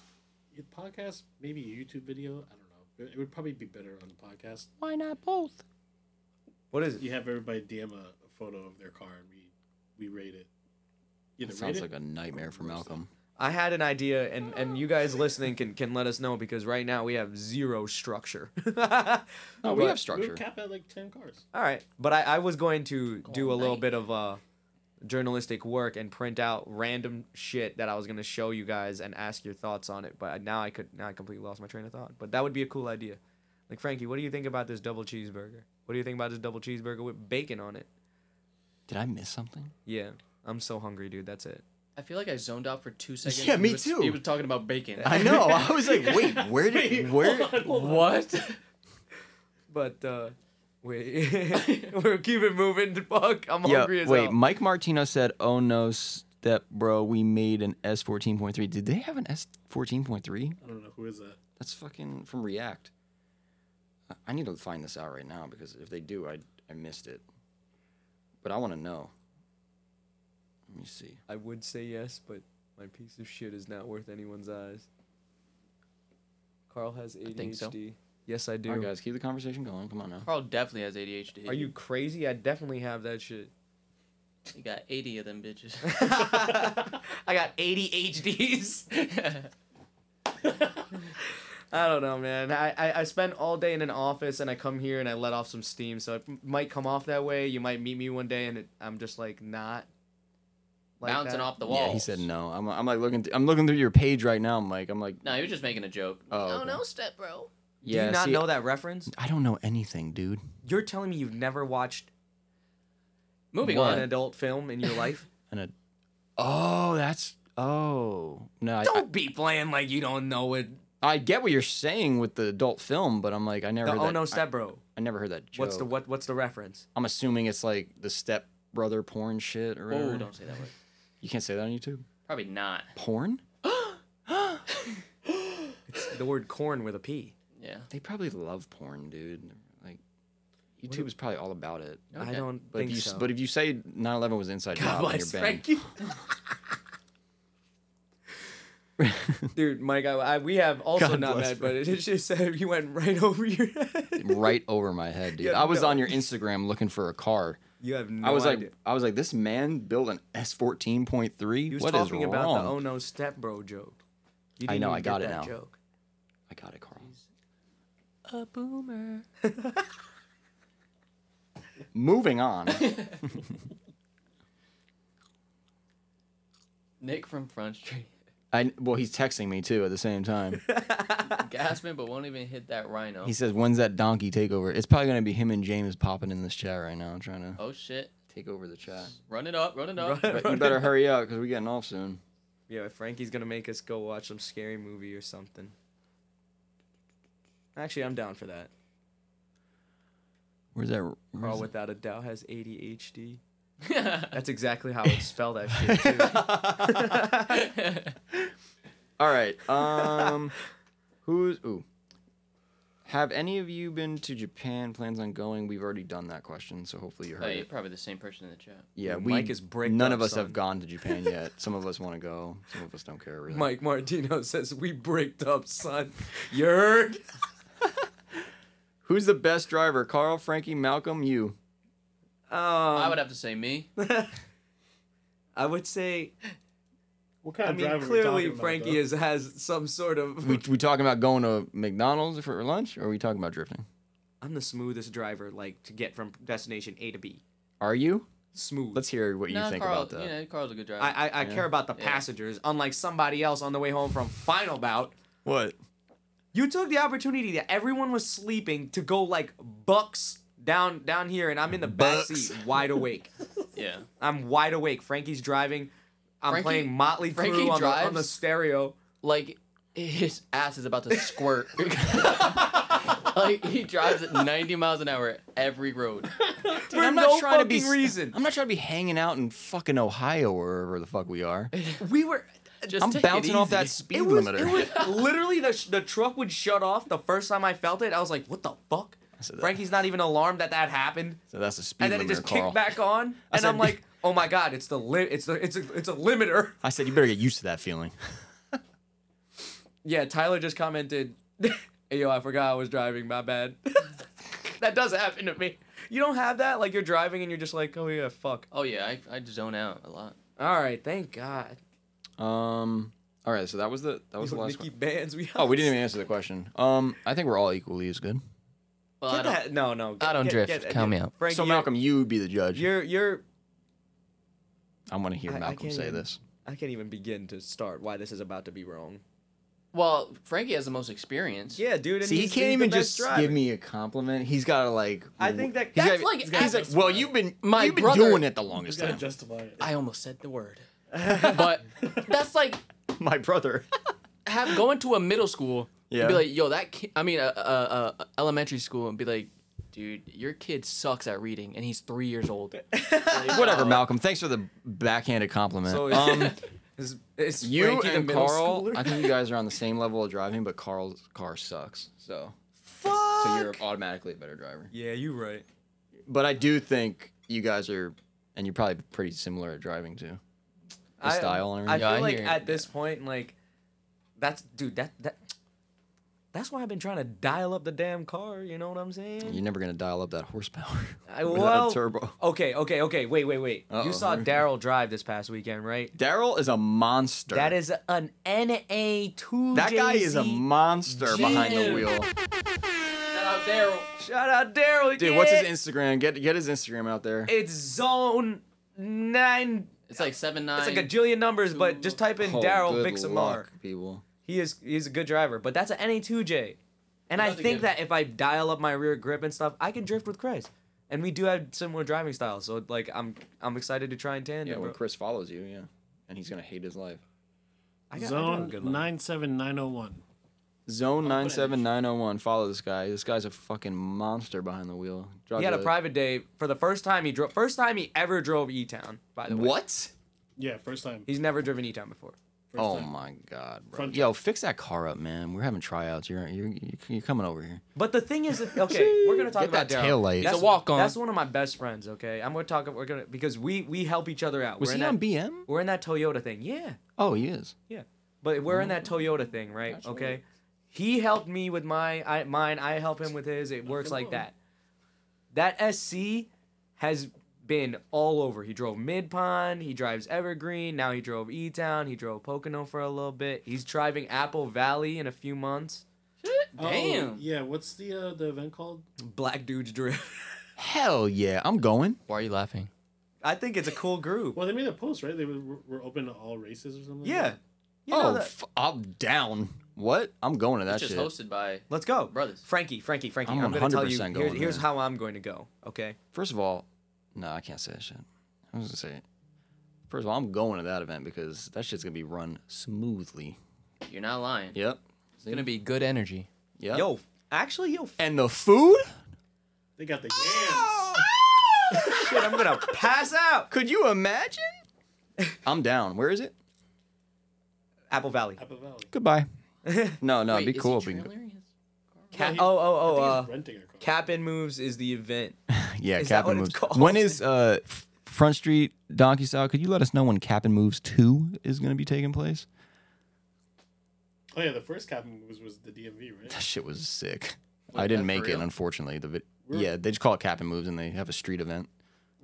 [SPEAKER 5] Your podcast, maybe a YouTube video. I don't know. It- It would probably be better on the podcast.
[SPEAKER 4] Why not both?
[SPEAKER 1] What is it?
[SPEAKER 5] You have everybody DM a, a photo of their car and we we rate it. You know,
[SPEAKER 2] That sounds like a nightmare for Malcolm.
[SPEAKER 1] I had an idea, and and you guys listening can can let us know because right now we have zero structure.
[SPEAKER 2] No,
[SPEAKER 1] we But- have
[SPEAKER 2] we have
[SPEAKER 5] We
[SPEAKER 2] structure.
[SPEAKER 5] would cap at like ten cars.
[SPEAKER 1] All right, but I, I was going to do a little bit of uh journalistic work and print out random shit that I was gonna show you guys and ask your thoughts on it. But now I could now I completely lost my train of thought. But that would be a cool idea. Like Frankie, what do you think about this double cheeseburger? What do you think about this double cheeseburger with bacon on it?
[SPEAKER 2] Did I miss something?
[SPEAKER 1] Yeah, I'm so hungry, dude. That's it.
[SPEAKER 3] I feel like I zoned out for two seconds.
[SPEAKER 2] Yeah,
[SPEAKER 3] You
[SPEAKER 2] me
[SPEAKER 3] was-
[SPEAKER 2] too.
[SPEAKER 3] You were talking about bacon.
[SPEAKER 2] I know. I was like, wait, where did where?
[SPEAKER 3] what?
[SPEAKER 1] But uh, we we're keeping moving. Fuck, I'm
[SPEAKER 2] Yeah,
[SPEAKER 1] hungry as
[SPEAKER 2] wait.
[SPEAKER 1] hell.
[SPEAKER 2] Mike Martino said, "Oh no, step bro, we made an S fourteen point three. Did they have an S fourteen point three?
[SPEAKER 5] I don't know who is that.
[SPEAKER 2] That's fucking from React. I- I need to find this out right now because if they do, I I missed it. But I want to know. Let me see.
[SPEAKER 1] I would say yes, but my piece of shit is not worth anyone's eyes. Carl has ADHD.
[SPEAKER 3] think so.
[SPEAKER 1] Yes, I do.
[SPEAKER 2] All right, guys, keep the conversation going. Come on now.
[SPEAKER 3] Carl definitely has ADHD.
[SPEAKER 1] Are you crazy? I definitely have that shit.
[SPEAKER 3] You got 80 of them bitches.
[SPEAKER 1] I got 80 HDs. I don't know, man. I, I, I spent all day in an office and I come here and I let off some steam. So it m- might come off that way. You might meet me one day and it, I'm just like not. like
[SPEAKER 3] Bouncing
[SPEAKER 1] that.
[SPEAKER 3] off the wall.
[SPEAKER 2] Yeah, he said no. I'm, I'm like looking. Th- I'm looking through your page right now, Mike. I'm like,
[SPEAKER 3] No, you were just making a joke.
[SPEAKER 2] oh, okay.
[SPEAKER 8] step bro.
[SPEAKER 1] Do
[SPEAKER 2] Yeah,
[SPEAKER 1] you not
[SPEAKER 2] see,
[SPEAKER 1] know that reference?
[SPEAKER 2] I don't know anything, dude.
[SPEAKER 1] You're telling me you've never watched
[SPEAKER 3] Moving
[SPEAKER 1] one
[SPEAKER 3] on.
[SPEAKER 1] adult film in your life?
[SPEAKER 2] And a, oh, that's oh no. I, I,
[SPEAKER 1] don't be playing like you don't know it.
[SPEAKER 2] I get what you're saying with the adult film, but I'm like, I never.
[SPEAKER 1] The
[SPEAKER 2] heard
[SPEAKER 1] oh
[SPEAKER 2] that,
[SPEAKER 1] no,
[SPEAKER 2] I,
[SPEAKER 1] step bro.
[SPEAKER 2] I never heard that joke.
[SPEAKER 1] What's the what? What's the reference?
[SPEAKER 2] I'm assuming it's like the step brother porn shit or whatever.
[SPEAKER 3] Oh, don't say that word.
[SPEAKER 2] You can't say that on YouTube.
[SPEAKER 3] Probably not.
[SPEAKER 2] Porn?
[SPEAKER 1] The word corn with a p.
[SPEAKER 3] Yeah.
[SPEAKER 2] They probably love porn, dude. Like, YouTube is probably all about it.
[SPEAKER 1] I don't
[SPEAKER 2] But
[SPEAKER 1] think
[SPEAKER 2] if you
[SPEAKER 1] so.
[SPEAKER 2] but if you say 9/11 was inside job, then you're
[SPEAKER 1] Bless
[SPEAKER 2] banned.
[SPEAKER 1] Frankie. Dude, Mike, I, I, we have also
[SPEAKER 2] God
[SPEAKER 1] not
[SPEAKER 2] bless
[SPEAKER 1] met, but it it just said you went right over your head.
[SPEAKER 2] right over my head, dude.
[SPEAKER 1] Yeah,
[SPEAKER 2] I was
[SPEAKER 1] no.
[SPEAKER 2] on your Instagram looking for a car.
[SPEAKER 1] You have no
[SPEAKER 2] I was
[SPEAKER 1] idea.
[SPEAKER 2] like, I was like, this man built an S fourteen point three.
[SPEAKER 1] he was
[SPEAKER 2] What is
[SPEAKER 1] talking
[SPEAKER 2] wrong?
[SPEAKER 1] about the oh no step bro joke. You
[SPEAKER 2] I
[SPEAKER 1] didn't
[SPEAKER 2] know, I
[SPEAKER 1] even get
[SPEAKER 2] got it
[SPEAKER 1] that
[SPEAKER 2] now.
[SPEAKER 1] Joke.
[SPEAKER 2] I got it, Carl.
[SPEAKER 3] A boomer.
[SPEAKER 2] Moving on.
[SPEAKER 3] Nick from Front Street.
[SPEAKER 2] I well, he's texting me too at the same time.
[SPEAKER 3] Gasping, but won't even hit that rhino.
[SPEAKER 2] He says, "When's that donkey takeover?" It's probably gonna be him and James popping in this chat right now, trying to
[SPEAKER 3] oh, shit.
[SPEAKER 2] take over the chat.
[SPEAKER 3] Run it up. Run it up.
[SPEAKER 2] But you better hurry up because we're getting off soon.
[SPEAKER 1] Yeah, Frankie's gonna make us go watch some scary movie or something. Actually, I'm down for that.
[SPEAKER 2] Where's that? Where's
[SPEAKER 1] Carl,
[SPEAKER 2] that-
[SPEAKER 1] without a doubt, has ADHD. That's exactly how it's spelled that shit too.
[SPEAKER 2] All right. Um, who's ooh? Have any of you been to Japan? Plans on going? We've already done that question, so hopefully you heard
[SPEAKER 3] Hey,
[SPEAKER 2] it.
[SPEAKER 3] probably the same person in the chat.
[SPEAKER 2] Yeah,
[SPEAKER 1] Dude,
[SPEAKER 2] we,
[SPEAKER 1] Mike is bricked
[SPEAKER 2] None
[SPEAKER 1] up,
[SPEAKER 2] of us
[SPEAKER 1] son.
[SPEAKER 2] have gone to Japan yet. Some of us want to go. Some of us don't care really.
[SPEAKER 1] Mike Martino says we bricked up, son. You heard?
[SPEAKER 2] Who's the best driver? Carl, Frankie, Malcolm, you.
[SPEAKER 3] I
[SPEAKER 1] Um,
[SPEAKER 3] would have to say me.
[SPEAKER 1] I would say.
[SPEAKER 5] What kind
[SPEAKER 1] I
[SPEAKER 5] of
[SPEAKER 1] mean,
[SPEAKER 5] driver
[SPEAKER 1] clearly
[SPEAKER 5] we talking
[SPEAKER 1] Frankie
[SPEAKER 5] about,
[SPEAKER 1] is has some sort of.
[SPEAKER 2] We we talking about going to McDonald's for lunch, or are we talking about drifting?
[SPEAKER 1] I'm the smoothest driver, like to get from destination A to B.
[SPEAKER 2] Are you?
[SPEAKER 1] Smooth.
[SPEAKER 2] Let's hear what you
[SPEAKER 3] Nah,
[SPEAKER 2] think
[SPEAKER 3] Carl,
[SPEAKER 2] about that.
[SPEAKER 3] You know, Carl's a good driver.
[SPEAKER 1] I I, I care about the passengers, unlike somebody else on the way home from final bout.
[SPEAKER 2] What?
[SPEAKER 1] You took the opportunity that everyone was sleeping to go like bucks down down here, and I'm in the back
[SPEAKER 2] Bucks.
[SPEAKER 1] seat, wide awake.
[SPEAKER 3] yeah.
[SPEAKER 1] I'm wide awake. Frankie's driving. I'm
[SPEAKER 3] Frankie-
[SPEAKER 1] playing Motley
[SPEAKER 3] Frankie
[SPEAKER 1] Crue on the, on the
[SPEAKER 3] drives?
[SPEAKER 1] stereo.
[SPEAKER 3] like his ass is about to squirt. like he drives at 90 miles an hour every road.
[SPEAKER 1] For
[SPEAKER 2] I'm
[SPEAKER 1] no
[SPEAKER 2] not trying to be
[SPEAKER 1] fucking
[SPEAKER 2] s-
[SPEAKER 1] reason.
[SPEAKER 2] I'm not trying to be hanging out in fucking Ohio or wherever the fuck we are.
[SPEAKER 1] We were.
[SPEAKER 3] Just
[SPEAKER 2] I'm
[SPEAKER 3] take it
[SPEAKER 2] bouncing off that
[SPEAKER 3] easy.
[SPEAKER 2] speed
[SPEAKER 1] it was,
[SPEAKER 2] limiter.
[SPEAKER 1] It was literally the sh- the truck would shut off the first time I felt it. I was like, "What the fuck?"
[SPEAKER 2] said that.
[SPEAKER 1] Frankie's not even alarmed that that happened,
[SPEAKER 2] so that's a speed
[SPEAKER 1] and then
[SPEAKER 2] limiter,
[SPEAKER 1] it just
[SPEAKER 2] Carl.
[SPEAKER 1] kicked back on, and
[SPEAKER 2] said-
[SPEAKER 1] I'm like, "Oh my god, it's the li- it's the it's a it's a limiter."
[SPEAKER 2] I said you better get used to that feeling.
[SPEAKER 1] Yeah, Tyler just commented, "Hey yo, I forgot I was driving. My bad." that does happen to me. You don't have that, like you're driving and you're just like, "Oh yeah, fuck."
[SPEAKER 3] Oh yeah, I I zone out a lot.
[SPEAKER 1] All right, thank God.
[SPEAKER 2] Um. All right. So that was the that was
[SPEAKER 1] Yo,
[SPEAKER 2] the last.
[SPEAKER 1] Nikki
[SPEAKER 2] One.
[SPEAKER 1] bands we.
[SPEAKER 2] Oh, we didn't even answer the question. Um. I think we're all equally as good.
[SPEAKER 3] Well, I
[SPEAKER 1] Get
[SPEAKER 3] don't,
[SPEAKER 1] that. No, no.
[SPEAKER 3] I don't drift. Count me out.
[SPEAKER 1] Frankie,
[SPEAKER 2] so Malcolm, you would be the judge.
[SPEAKER 1] you're you're
[SPEAKER 2] I want to hear
[SPEAKER 1] I- I
[SPEAKER 2] Malcolm
[SPEAKER 1] can't
[SPEAKER 2] say
[SPEAKER 1] even-
[SPEAKER 2] this.
[SPEAKER 1] I can't even begin to start why this is about to be wrong.
[SPEAKER 3] Well, Frankie has the most experience.
[SPEAKER 1] Yeah, dude. And
[SPEAKER 2] See, he
[SPEAKER 1] he's-
[SPEAKER 2] can't
[SPEAKER 1] he's the
[SPEAKER 2] even
[SPEAKER 1] best
[SPEAKER 2] just
[SPEAKER 1] driver.
[SPEAKER 2] give me a compliment. He's got to like.
[SPEAKER 1] I think that-
[SPEAKER 2] he's
[SPEAKER 1] That's
[SPEAKER 2] gotta-
[SPEAKER 3] like
[SPEAKER 2] he's gotta be
[SPEAKER 3] ethics,
[SPEAKER 2] well, you've been my you've been
[SPEAKER 3] brother-
[SPEAKER 2] doing it the longest time.
[SPEAKER 5] justify it.
[SPEAKER 3] I almost said the word. but that's like
[SPEAKER 2] My brother.
[SPEAKER 3] have going to a middle school
[SPEAKER 2] Yeah.
[SPEAKER 3] and be like, yo, that kid, I mean, a, a, a elementary school and be like, dude, your kid sucks at reading and he's three years old. Like,
[SPEAKER 2] Whatever, Malcolm. Thanks for the backhanded compliment.
[SPEAKER 1] So
[SPEAKER 2] um,
[SPEAKER 1] Is, is
[SPEAKER 2] you
[SPEAKER 1] Frankie the
[SPEAKER 2] and
[SPEAKER 1] middle
[SPEAKER 2] Carl,
[SPEAKER 1] schooler?
[SPEAKER 2] I think you guys are on the same level of driving, but Carl's car sucks. So, so you're automatically a better driver.
[SPEAKER 1] Yeah, you're right.
[SPEAKER 2] But I do think you guys are, and you're probably pretty similar at driving too. The
[SPEAKER 1] I-
[SPEAKER 2] style and
[SPEAKER 1] I
[SPEAKER 2] everything.
[SPEAKER 1] feel
[SPEAKER 2] Yeah, I
[SPEAKER 1] like
[SPEAKER 2] hear you.
[SPEAKER 1] at this point, like, that's dude. That that. That's why I've been trying to dial up the damn car. You know what I'm saying?
[SPEAKER 2] You're never gonna dial up that horsepower
[SPEAKER 1] I-
[SPEAKER 2] without
[SPEAKER 1] well-
[SPEAKER 2] a turbo.
[SPEAKER 1] Okay, okay, okay. Wait, wait, wait.
[SPEAKER 2] Uh-oh.
[SPEAKER 1] You saw Daryl drive this past weekend, right?
[SPEAKER 2] Daryl is a monster.
[SPEAKER 1] That is an NA two.
[SPEAKER 2] That guy is a monster behind the wheel.
[SPEAKER 3] Shout out Daryl.
[SPEAKER 1] Shout out Daryl,
[SPEAKER 2] Dude, what's his Instagram? Get get his Instagram out there.
[SPEAKER 1] It's zone nine.
[SPEAKER 3] It's like seven nine.
[SPEAKER 1] It's like a jillion numbers, but just type in
[SPEAKER 2] Oh,
[SPEAKER 1] Daryl
[SPEAKER 2] good
[SPEAKER 1] Vixamar.
[SPEAKER 2] luck, people.
[SPEAKER 1] He is he's a good driver, but that's an NA2J. And I
[SPEAKER 3] Another
[SPEAKER 1] think
[SPEAKER 3] good-
[SPEAKER 1] that if I dial up my rear grip and stuff, I can drift with Chris. And we do have similar driving styles, so like I'm I'm excited to try and
[SPEAKER 2] Yeah,
[SPEAKER 1] tandem.
[SPEAKER 2] when
[SPEAKER 1] bro.
[SPEAKER 2] Chris follows you, yeah, and he's gonna hate his life.
[SPEAKER 1] I got- I got a
[SPEAKER 5] Zone
[SPEAKER 1] good line.
[SPEAKER 5] nine seven nine zero one.
[SPEAKER 2] Zone nine seven nine zero one. Follow this guy. This guy's a fucking monster behind the wheel. Drives
[SPEAKER 1] He had a
[SPEAKER 2] a-
[SPEAKER 1] private day for the first time he drove. First time he ever drove E Town. By the way,
[SPEAKER 2] What?
[SPEAKER 5] Yeah, first time.
[SPEAKER 1] He's never driven E Town before.
[SPEAKER 5] First
[SPEAKER 2] Oh
[SPEAKER 5] time.
[SPEAKER 2] my god, bro.
[SPEAKER 5] Front-
[SPEAKER 2] Yo, fix that car up, man. We're having tryouts. You're you're you're coming over here.
[SPEAKER 1] But the thing is, that- okay, we're gonna talk
[SPEAKER 2] Get
[SPEAKER 1] about
[SPEAKER 2] that
[SPEAKER 1] Daryl.
[SPEAKER 2] tail light. He's
[SPEAKER 1] That's
[SPEAKER 3] a walk-on.
[SPEAKER 1] That's one of my best friends. Okay, I'm gonna talk. We're gonna because we we help each other out.
[SPEAKER 2] Was
[SPEAKER 1] we're
[SPEAKER 2] he
[SPEAKER 1] in
[SPEAKER 2] on
[SPEAKER 1] that,
[SPEAKER 2] BM?
[SPEAKER 1] We're in that Toyota thing. Yeah.
[SPEAKER 2] Oh, he is.
[SPEAKER 1] Yeah, but we're in that Toyota thing, right? Okay, he helped me with my I, mine. I help him with his. It works like that. That SC has been all over. He drove Mid Pond. He drives Evergreen. Now he drove E Town. He drove Pocono for a little bit. He's driving Apple Valley in a few months.
[SPEAKER 5] Oh,
[SPEAKER 3] Damn.
[SPEAKER 5] yeah, what's the uh, the event called?
[SPEAKER 1] Black dudes drift.
[SPEAKER 2] Hell yeah, I'm going.
[SPEAKER 3] Why are you laughing?
[SPEAKER 1] I think it's a cool group.
[SPEAKER 5] Well, they made a post, right? They were, were open to all races or something.
[SPEAKER 1] Yeah. You know
[SPEAKER 2] oh,
[SPEAKER 1] that-
[SPEAKER 2] f- I'm down. What? I'm going to that
[SPEAKER 3] It's just
[SPEAKER 2] shit.
[SPEAKER 3] hosted by.
[SPEAKER 1] Let's go,
[SPEAKER 3] Brothers.
[SPEAKER 1] Frankie, Frankie, Frankie.
[SPEAKER 2] I'm
[SPEAKER 1] I'm, gonna tell you.
[SPEAKER 2] 100%
[SPEAKER 1] here's
[SPEAKER 2] going
[SPEAKER 1] here's
[SPEAKER 2] there.
[SPEAKER 1] how I'm going to go. Okay.
[SPEAKER 2] First of all, no, I can't say that shit. I was gonna say it. First of all, I'm going to that event because that shit's gonna be run smoothly.
[SPEAKER 3] You're not lying.
[SPEAKER 2] Yep.
[SPEAKER 3] It's gonna be good energy.
[SPEAKER 2] Yep.
[SPEAKER 1] Yo, actually, yo,
[SPEAKER 2] And the food?
[SPEAKER 5] They got the
[SPEAKER 1] Oh!
[SPEAKER 5] yams.
[SPEAKER 1] shit, I'm gonna pass out.
[SPEAKER 2] Could you imagine? I'm down. Where is it?
[SPEAKER 1] Apple Valley.
[SPEAKER 5] Apple Valley.
[SPEAKER 2] Goodbye. no, no,
[SPEAKER 3] Wait,
[SPEAKER 2] be
[SPEAKER 3] is
[SPEAKER 2] cool. if
[SPEAKER 3] he
[SPEAKER 2] we can go-
[SPEAKER 3] trailering his-
[SPEAKER 1] Cap-
[SPEAKER 5] he-
[SPEAKER 1] oh, oh, oh.
[SPEAKER 5] I
[SPEAKER 1] Uh,
[SPEAKER 5] think he's renting a car.
[SPEAKER 1] Cap'n Moves is the event.
[SPEAKER 2] Yeah,
[SPEAKER 1] Is that what
[SPEAKER 2] Cap'n
[SPEAKER 1] it's
[SPEAKER 2] moves.
[SPEAKER 1] called?
[SPEAKER 2] When is uh F- Front Street Donkey Style? Could you let us know when Cap'n Moves Two is gonna be taking place?
[SPEAKER 5] oh yeah, the first Captain was was the DMV, right?
[SPEAKER 2] That shit was sick.
[SPEAKER 3] Wait,
[SPEAKER 2] I didn't
[SPEAKER 3] that
[SPEAKER 2] make
[SPEAKER 3] for
[SPEAKER 2] it,
[SPEAKER 3] real?
[SPEAKER 2] unfortunately. The vid- yeah, they just call it Cap'n Moves, and they have a street event.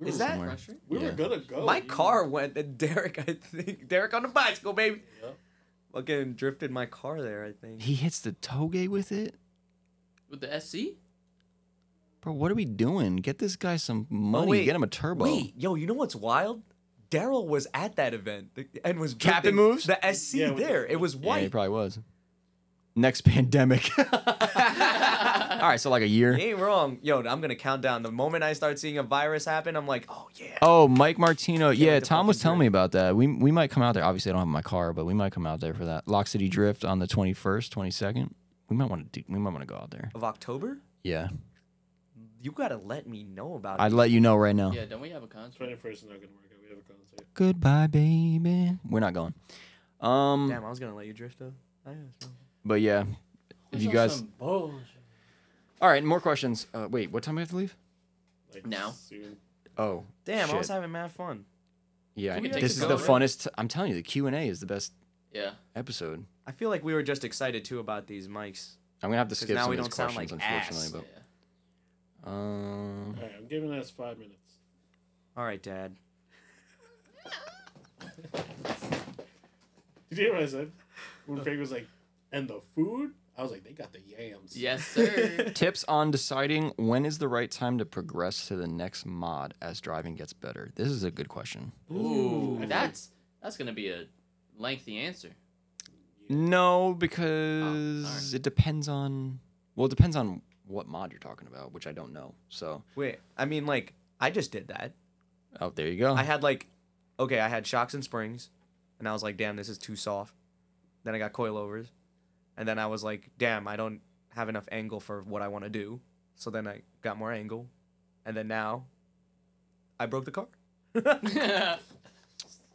[SPEAKER 1] Is that
[SPEAKER 2] somewhere.
[SPEAKER 3] Front Street?
[SPEAKER 5] We
[SPEAKER 2] Yeah.
[SPEAKER 5] were gonna go.
[SPEAKER 1] my
[SPEAKER 5] Oh, You-
[SPEAKER 1] car went? uh, Derek, I think Derek on the bicycle, baby.
[SPEAKER 5] Yep.
[SPEAKER 1] Fucking drifted my car there. I think.
[SPEAKER 2] He hits the toge with it,
[SPEAKER 3] With the SC?
[SPEAKER 2] bro. What are we doing? Get this guy some
[SPEAKER 3] Oh,
[SPEAKER 2] money.
[SPEAKER 1] wait.
[SPEAKER 2] Get him a turbo.
[SPEAKER 1] Wait, yo, you know what's wild? Daryl was at that event th- and was
[SPEAKER 2] Cap'n
[SPEAKER 1] drifting
[SPEAKER 2] Moves?
[SPEAKER 1] the SC
[SPEAKER 5] Yeah, with the-
[SPEAKER 1] there. it was
[SPEAKER 2] Yeah, he
[SPEAKER 1] white.
[SPEAKER 2] probably was. Next pandemic. All right, so like a year.
[SPEAKER 1] You ain't wrong, yo. I'm gonna count down. The moment I start seeing a virus happen, I'm like, oh yeah.
[SPEAKER 2] Oh, Mike Martino. Yeah,
[SPEAKER 1] with the
[SPEAKER 2] Tom was
[SPEAKER 1] fucking
[SPEAKER 2] telling me about that. We we might come out there. Obviously, I don't have my car, but we might come out there for that Lock City Drift on the twenty first, twenty second. We might want to do. We might want to go out there.
[SPEAKER 1] Of October,
[SPEAKER 2] Yeah,
[SPEAKER 1] you gotta let me know about
[SPEAKER 2] I'd
[SPEAKER 1] it.
[SPEAKER 2] let you know right now.
[SPEAKER 3] Yeah, don't we have a concert?
[SPEAKER 5] Twenty first is not gonna work out. We have a concert.
[SPEAKER 2] Goodbye, baby. We're not going. Um,
[SPEAKER 1] Damn, I was gonna let you drift though. I guess.
[SPEAKER 2] but yeah, if you guys. All right, more questions. Uh, wait, what time do we have to leave?
[SPEAKER 5] Like
[SPEAKER 3] Now.
[SPEAKER 5] soon.
[SPEAKER 2] Oh,
[SPEAKER 1] Damn,
[SPEAKER 2] shit.
[SPEAKER 1] I was having mad fun.
[SPEAKER 2] yeah,
[SPEAKER 3] Can we take
[SPEAKER 2] this
[SPEAKER 3] this
[SPEAKER 2] is the
[SPEAKER 3] over?
[SPEAKER 2] funnest. I'm telling you, the Q and A is the best
[SPEAKER 3] Yeah.
[SPEAKER 2] episode.
[SPEAKER 1] I feel like we were just excited too about these mics.
[SPEAKER 2] I'm gonna have to
[SPEAKER 1] 'Cause
[SPEAKER 2] skip
[SPEAKER 1] now
[SPEAKER 2] some
[SPEAKER 1] we
[SPEAKER 2] of these
[SPEAKER 1] don't sound
[SPEAKER 2] questions,
[SPEAKER 1] like ass.
[SPEAKER 2] unfortunately.
[SPEAKER 3] Yeah.
[SPEAKER 2] But um,
[SPEAKER 5] All right, I'm giving us five minutes.
[SPEAKER 1] All right, Dad.
[SPEAKER 5] Did you hear what I said? When Frank was like, "And the food," I was like, they got the yams.
[SPEAKER 3] Yes, sir.
[SPEAKER 2] Tips on deciding when is the right time to progress to the next mod as driving gets better. This is a good question.
[SPEAKER 3] Ooh, that's that's gonna be a lengthy answer.
[SPEAKER 2] No, because it depends on well, it depends on what mod you're talking about, which I don't know. So,
[SPEAKER 1] Wait, I mean, like, I just did that.
[SPEAKER 2] oh, there you go.
[SPEAKER 1] I had like, okay, I had shocks and springs, and I was like, damn, this is too soft. Then I got coilovers, and then I was like, damn, I don't have enough angle for what I want to do. So then I got more angle, and then now, I broke the car.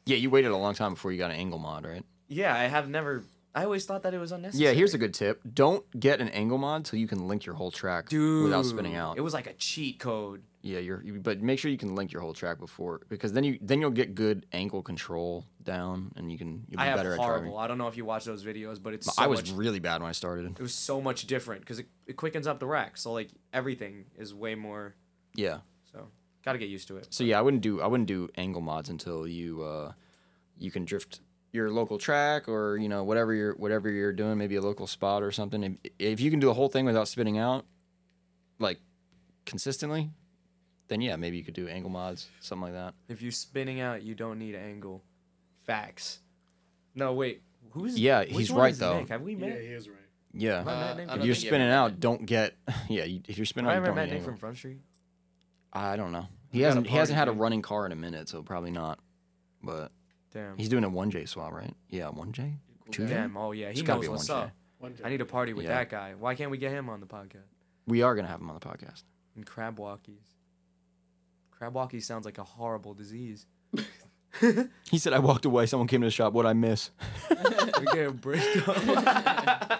[SPEAKER 2] yeah, you waited a long time before you got an angle mod, right?
[SPEAKER 1] Yeah, I have never. I always thought that it was unnecessary.
[SPEAKER 2] Yeah, here's a good tip. Don't get an angle mod till you can link your whole track
[SPEAKER 1] dude
[SPEAKER 2] without spinning out.
[SPEAKER 1] It was like a cheat code.
[SPEAKER 2] Yeah, you're you- but make sure you can link your whole track before because then you then you'll get good angle control down and you can you'll be
[SPEAKER 1] I have
[SPEAKER 2] better at
[SPEAKER 1] horrible.
[SPEAKER 2] driving.
[SPEAKER 1] I don't know if you watch those videos, but it's.
[SPEAKER 2] But
[SPEAKER 1] So
[SPEAKER 2] I was
[SPEAKER 1] much-
[SPEAKER 2] really bad when I started.
[SPEAKER 1] it was so much different because it, it quickens up the rack, so like everything is way more.
[SPEAKER 2] Yeah.
[SPEAKER 1] So gotta get used to it.
[SPEAKER 2] So yeah, I wouldn't do I wouldn't do angle mods until you uh you can drift your local track or you know whatever you're whatever you're doing, maybe a local spot or something. If, if you can do the whole thing without spinning out, like consistently, then yeah, maybe you could do angle mods, something like that.
[SPEAKER 1] If you're spinning out, you don't need angle. Facts. No, wait. Who's
[SPEAKER 2] Yeah,
[SPEAKER 1] which
[SPEAKER 2] he's
[SPEAKER 1] one
[SPEAKER 2] right,
[SPEAKER 1] is
[SPEAKER 2] though.
[SPEAKER 1] Nick? Have we
[SPEAKER 5] Yeah,
[SPEAKER 1] met?
[SPEAKER 5] he is right.
[SPEAKER 2] Yeah.
[SPEAKER 3] Uh, I
[SPEAKER 2] if
[SPEAKER 3] don't
[SPEAKER 2] you're
[SPEAKER 3] think you ever
[SPEAKER 2] spinning
[SPEAKER 3] met
[SPEAKER 2] out,
[SPEAKER 3] Nick.
[SPEAKER 2] don't get yeah. You, if you're spinning
[SPEAKER 1] I
[SPEAKER 2] out, you
[SPEAKER 1] remember
[SPEAKER 2] don't
[SPEAKER 1] met
[SPEAKER 2] need
[SPEAKER 1] Nick
[SPEAKER 2] angle.
[SPEAKER 1] from Front Street.
[SPEAKER 2] I don't know. He
[SPEAKER 1] We got a
[SPEAKER 2] hasn't he hasn't had a
[SPEAKER 1] party.
[SPEAKER 2] running car in a minute, so probably not. But
[SPEAKER 1] Damn.
[SPEAKER 2] he's doing a one J swap, right? Yeah, one J, two J.
[SPEAKER 1] Damn. Oh yeah, he
[SPEAKER 2] It's gotta
[SPEAKER 1] knows
[SPEAKER 2] be
[SPEAKER 1] what's
[SPEAKER 2] one
[SPEAKER 1] up.
[SPEAKER 2] J.
[SPEAKER 5] One day.
[SPEAKER 1] I need to party with
[SPEAKER 2] Yeah.
[SPEAKER 1] that guy. Why can't we get him on the podcast?
[SPEAKER 2] We are gonna have him on the podcast.
[SPEAKER 1] And crab walkies. Crab walkies sounds like a horrible disease.
[SPEAKER 2] He said I walked away. Someone came to the shop. What I miss?
[SPEAKER 1] we get a break.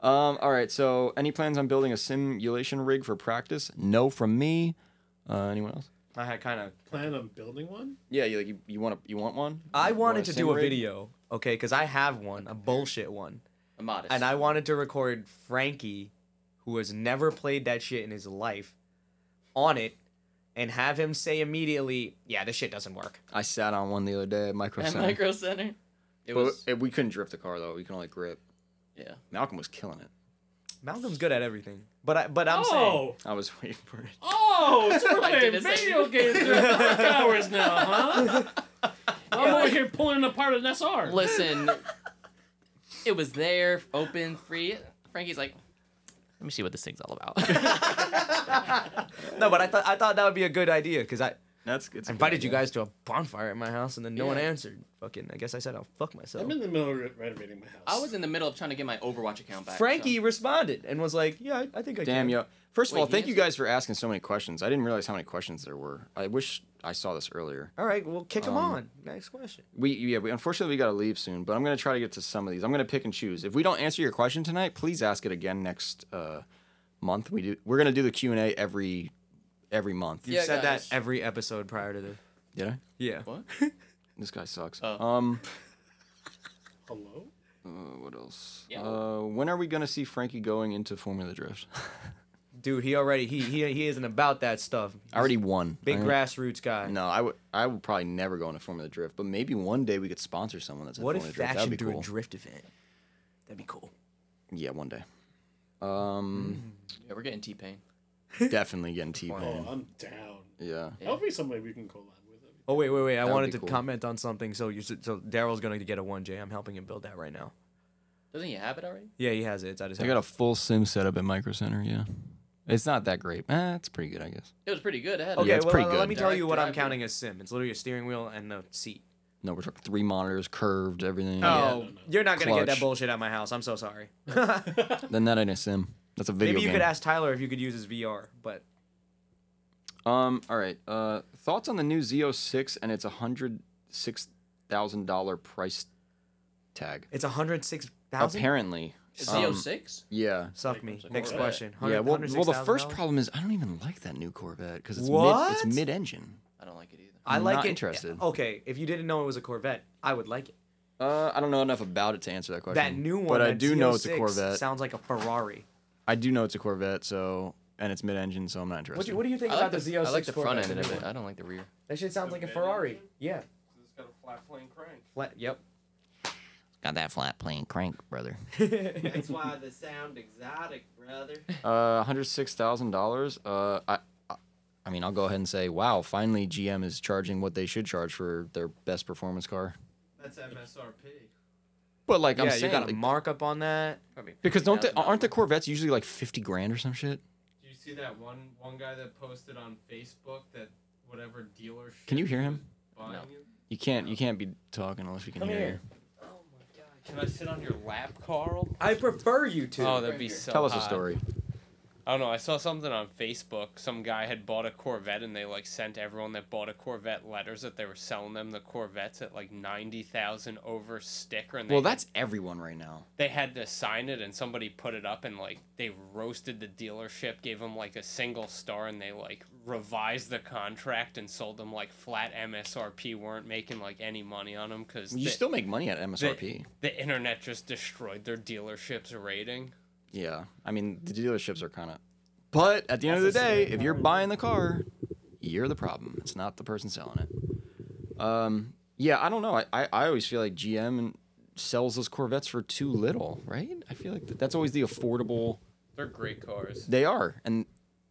[SPEAKER 2] Um. All right. So, any plans on building a simulation rig for practice? No, from me. Uh, anyone else?
[SPEAKER 1] I had kind of
[SPEAKER 5] plan on building one.
[SPEAKER 2] Yeah. You like you, you want to you want one?
[SPEAKER 1] I
[SPEAKER 2] You want
[SPEAKER 1] wanted to
[SPEAKER 2] sim
[SPEAKER 1] do a
[SPEAKER 2] rig?
[SPEAKER 1] video, okay, because I have one, a bullshit one.
[SPEAKER 3] A modest.
[SPEAKER 1] And I wanted to record Frankie, who has never played that shit in his life, on it and have him say immediately, yeah, this shit doesn't work.
[SPEAKER 2] I sat on one the other day at Micro
[SPEAKER 3] At
[SPEAKER 2] Center.
[SPEAKER 3] Micro Center. It
[SPEAKER 2] But
[SPEAKER 3] was
[SPEAKER 2] eh, we couldn't drift the car though. We can only grip.
[SPEAKER 3] yeah.
[SPEAKER 2] Malcolm was killing it.
[SPEAKER 1] Malcolm's good at everything. But I but I'm saying
[SPEAKER 5] Oh,
[SPEAKER 2] I was waiting for it.
[SPEAKER 5] oh, so we're
[SPEAKER 3] I did
[SPEAKER 5] playing
[SPEAKER 3] the same.
[SPEAKER 5] video games during dark hours now, huh? I'm over here pulling apart an SR.
[SPEAKER 3] Listen, it was there, open, free. Frankie's like,
[SPEAKER 4] Let me see what this thing's all about.
[SPEAKER 1] No, but I thought I thought that would be a good idea because I
[SPEAKER 2] That's good.
[SPEAKER 1] I invited you guys to a bonfire at my house and then no one
[SPEAKER 3] Yeah.
[SPEAKER 1] answered. Fucking I guess I said I'll fuck myself.
[SPEAKER 5] I'm in the middle of re- renovating my house.
[SPEAKER 3] I was in the middle of trying to get my Overwatch account back. so-
[SPEAKER 1] Frankie responded and was like, Yeah, I, I think I
[SPEAKER 2] Damn,
[SPEAKER 1] can.
[SPEAKER 2] yo. First of
[SPEAKER 3] Wait,
[SPEAKER 2] all,
[SPEAKER 3] he
[SPEAKER 2] thank you
[SPEAKER 3] answered?
[SPEAKER 2] guys for asking so many questions. I didn't realize how many questions there were. I wish I saw this earlier.
[SPEAKER 1] All right, well kick him
[SPEAKER 2] Um,
[SPEAKER 1] on. Next question.
[SPEAKER 2] We yeah, we unfortunately we got to leave soon, but I'm going to try to get to some of these. I'm going to pick and choose. If we don't answer your question tonight, please ask it again next uh, month. We do we're going to do the Q&A every every month.
[SPEAKER 1] You
[SPEAKER 3] Yeah,
[SPEAKER 1] said
[SPEAKER 3] guys.
[SPEAKER 1] that every episode prior to this.
[SPEAKER 2] Did I?
[SPEAKER 1] Yeah.
[SPEAKER 3] What?
[SPEAKER 2] This guy sucks.
[SPEAKER 3] Oh.
[SPEAKER 2] Um
[SPEAKER 5] Hello?
[SPEAKER 2] uh, what else?
[SPEAKER 3] Yeah.
[SPEAKER 2] Uh, when are we going to see Frankie going into Formula Drift?
[SPEAKER 1] Dude, he already he he he isn't about that stuff.
[SPEAKER 2] I already won.
[SPEAKER 1] Big
[SPEAKER 2] I-
[SPEAKER 1] grassroots guy.
[SPEAKER 2] No, I would I would probably never go into Formula Drift, but maybe one day we could sponsor someone that's at
[SPEAKER 1] What
[SPEAKER 2] Formula
[SPEAKER 1] if
[SPEAKER 2] Drift. That'd
[SPEAKER 1] Faction
[SPEAKER 2] be
[SPEAKER 1] do
[SPEAKER 2] cool.
[SPEAKER 1] a drift event? That'd be cool.
[SPEAKER 2] Yeah, one day.
[SPEAKER 1] Hmm.
[SPEAKER 2] Um,
[SPEAKER 3] Yeah, we're getting T Pain.
[SPEAKER 2] definitely getting T
[SPEAKER 5] Oh,
[SPEAKER 2] Pain.
[SPEAKER 5] I'm down.
[SPEAKER 2] Yeah.
[SPEAKER 5] That'll be somebody we can collab with. That'd be-
[SPEAKER 1] Oh wait, wait, wait! I
[SPEAKER 2] would
[SPEAKER 1] wanted
[SPEAKER 2] be
[SPEAKER 1] to
[SPEAKER 2] cool.
[SPEAKER 1] comment on something. So you should, so Daryl's going to get a one J. I'm helping him build that right now.
[SPEAKER 3] Doesn't he have it already?
[SPEAKER 1] Yeah, he has it. It's at his
[SPEAKER 2] I
[SPEAKER 1] house.
[SPEAKER 2] got a full sim setup at Micro Center. Yeah. It's not that great. Eh, it's pretty good, I guess.
[SPEAKER 3] It was pretty good. eh? I had
[SPEAKER 1] okay,
[SPEAKER 2] Yeah, it's
[SPEAKER 1] well,
[SPEAKER 2] pretty
[SPEAKER 1] let
[SPEAKER 2] good.
[SPEAKER 1] me tell you what I'm
[SPEAKER 3] Direct
[SPEAKER 1] counting as sim. It's literally a steering wheel and a seat.
[SPEAKER 2] No, we're talking three monitors, curved, everything.
[SPEAKER 1] Oh, you're not going to get
[SPEAKER 2] Clutch.
[SPEAKER 1] that bullshit at my house. I'm so sorry.
[SPEAKER 2] Then that I didn't sim. That's a video
[SPEAKER 1] Maybe you
[SPEAKER 2] game.
[SPEAKER 1] could ask Tyler if you could use his VR, but
[SPEAKER 2] um. All right. Uh, thoughts on the new Z06 and its hundred six thousand dollar price tag?
[SPEAKER 1] it's 106,000.
[SPEAKER 2] Apparently. Um,
[SPEAKER 3] Z06?
[SPEAKER 2] yeah.
[SPEAKER 1] Suck me.
[SPEAKER 5] like,
[SPEAKER 1] Next
[SPEAKER 5] what?
[SPEAKER 1] question.
[SPEAKER 2] Yeah.
[SPEAKER 1] 100-
[SPEAKER 2] Well, well, the first
[SPEAKER 1] $106,000?
[SPEAKER 2] problem is I don't even like that new Corvette because it's mid, it's
[SPEAKER 1] What?
[SPEAKER 2] mid-engine.
[SPEAKER 3] I don't like it either.
[SPEAKER 1] I
[SPEAKER 2] I'm
[SPEAKER 1] like
[SPEAKER 2] not
[SPEAKER 1] it.
[SPEAKER 2] interested.
[SPEAKER 1] Okay, if you didn't know it was a Corvette, I would like it.
[SPEAKER 2] Uh, I don't know enough about it to answer that question.
[SPEAKER 1] That new one,
[SPEAKER 2] but I
[SPEAKER 1] that
[SPEAKER 2] do know it's a
[SPEAKER 1] Z06
[SPEAKER 2] Corvette.
[SPEAKER 1] Sounds like a Ferrari.
[SPEAKER 2] I do know it's a Corvette, so and it's mid-engine, so I'm not
[SPEAKER 1] What do,
[SPEAKER 2] interested.
[SPEAKER 1] you- what do you think
[SPEAKER 3] I like
[SPEAKER 1] about
[SPEAKER 3] the,
[SPEAKER 1] the Z06
[SPEAKER 3] I like the front
[SPEAKER 1] Corvette?
[SPEAKER 3] end of it. I don't like the rear.
[SPEAKER 1] That shit sounds like a
[SPEAKER 6] mid
[SPEAKER 1] Ferrari. Yeah.
[SPEAKER 6] It's got a flat plane crank.
[SPEAKER 1] Flat, yep.
[SPEAKER 4] Got that flat plane crank, brother.
[SPEAKER 6] That's why the sound exotic, brother.
[SPEAKER 2] Uh, hundred six thousand dollars. Uh, I, I- I mean, I'll go ahead and say, wow, finally GM is charging what they should charge for their best performance car.
[SPEAKER 6] That's MSRP.
[SPEAKER 2] But like I'm
[SPEAKER 1] yeah,
[SPEAKER 2] saying,
[SPEAKER 1] you got a
[SPEAKER 2] like-
[SPEAKER 1] markup on that.
[SPEAKER 2] because don't they, aren't the Corvettes usually like fifty grand or some shit?
[SPEAKER 6] Do you see that one one guy that posted on Facebook that whatever dealership?
[SPEAKER 2] Can you hear him?
[SPEAKER 6] was buying it?
[SPEAKER 2] You can't you can't be talking unless we can hear. you.
[SPEAKER 8] Can I sit on your lap, Carl?
[SPEAKER 1] I prefer you to.
[SPEAKER 9] Oh, that'd be so.
[SPEAKER 2] Tell us a
[SPEAKER 9] hot.
[SPEAKER 2] story.
[SPEAKER 9] I don't know. I saw something on Facebook. Some guy had bought a Corvette, and they like sent everyone that bought a Corvette letters that they were selling them the Corvettes at like ninety thousand over sticker. And they
[SPEAKER 2] Well,
[SPEAKER 9] had-
[SPEAKER 2] that's everyone right now.
[SPEAKER 9] they had to sign it, and somebody put it up, and like they roasted the dealership, gave them like a single star, and they like revised the contract and sold them like flat MSRP. weren't making like any money on them because
[SPEAKER 2] You
[SPEAKER 9] the,
[SPEAKER 2] still make money at
[SPEAKER 9] the-
[SPEAKER 2] MSRP.
[SPEAKER 9] the internet just destroyed their dealership's rating.
[SPEAKER 2] Yeah, I mean the dealerships are kind of. But at the end of the day, if you're buying the car, you're the problem. It's not the person selling it. Um, yeah, I don't know. I, I, I always feel like GM sells those Corvettes for too little, right? I feel like that's always the affordable.
[SPEAKER 9] They're great cars.
[SPEAKER 2] They are, and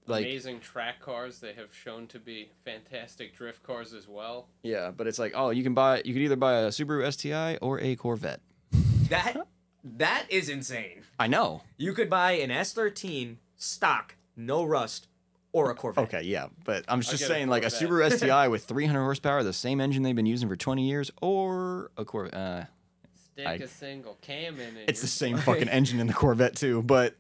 [SPEAKER 2] like
[SPEAKER 9] amazing track cars. They have shown to be fantastic drift cars as well.
[SPEAKER 2] yeah, but it's like oh, you can buy you could either buy a Subaru STI or a Corvette.
[SPEAKER 1] That that is insane.
[SPEAKER 2] I know.
[SPEAKER 1] You could buy an S13 stock, no rust, or a Corvette.
[SPEAKER 2] Okay, yeah, but I'm just
[SPEAKER 9] get a
[SPEAKER 2] saying like a
[SPEAKER 9] Corvette.
[SPEAKER 2] Subaru STI with 300 horsepower, the same engine they've been using for 20 years, or a Corvette. Uh,
[SPEAKER 9] Stick
[SPEAKER 2] I-
[SPEAKER 9] a single cam in it.
[SPEAKER 2] It's the same fucking engine in the Corvette too, but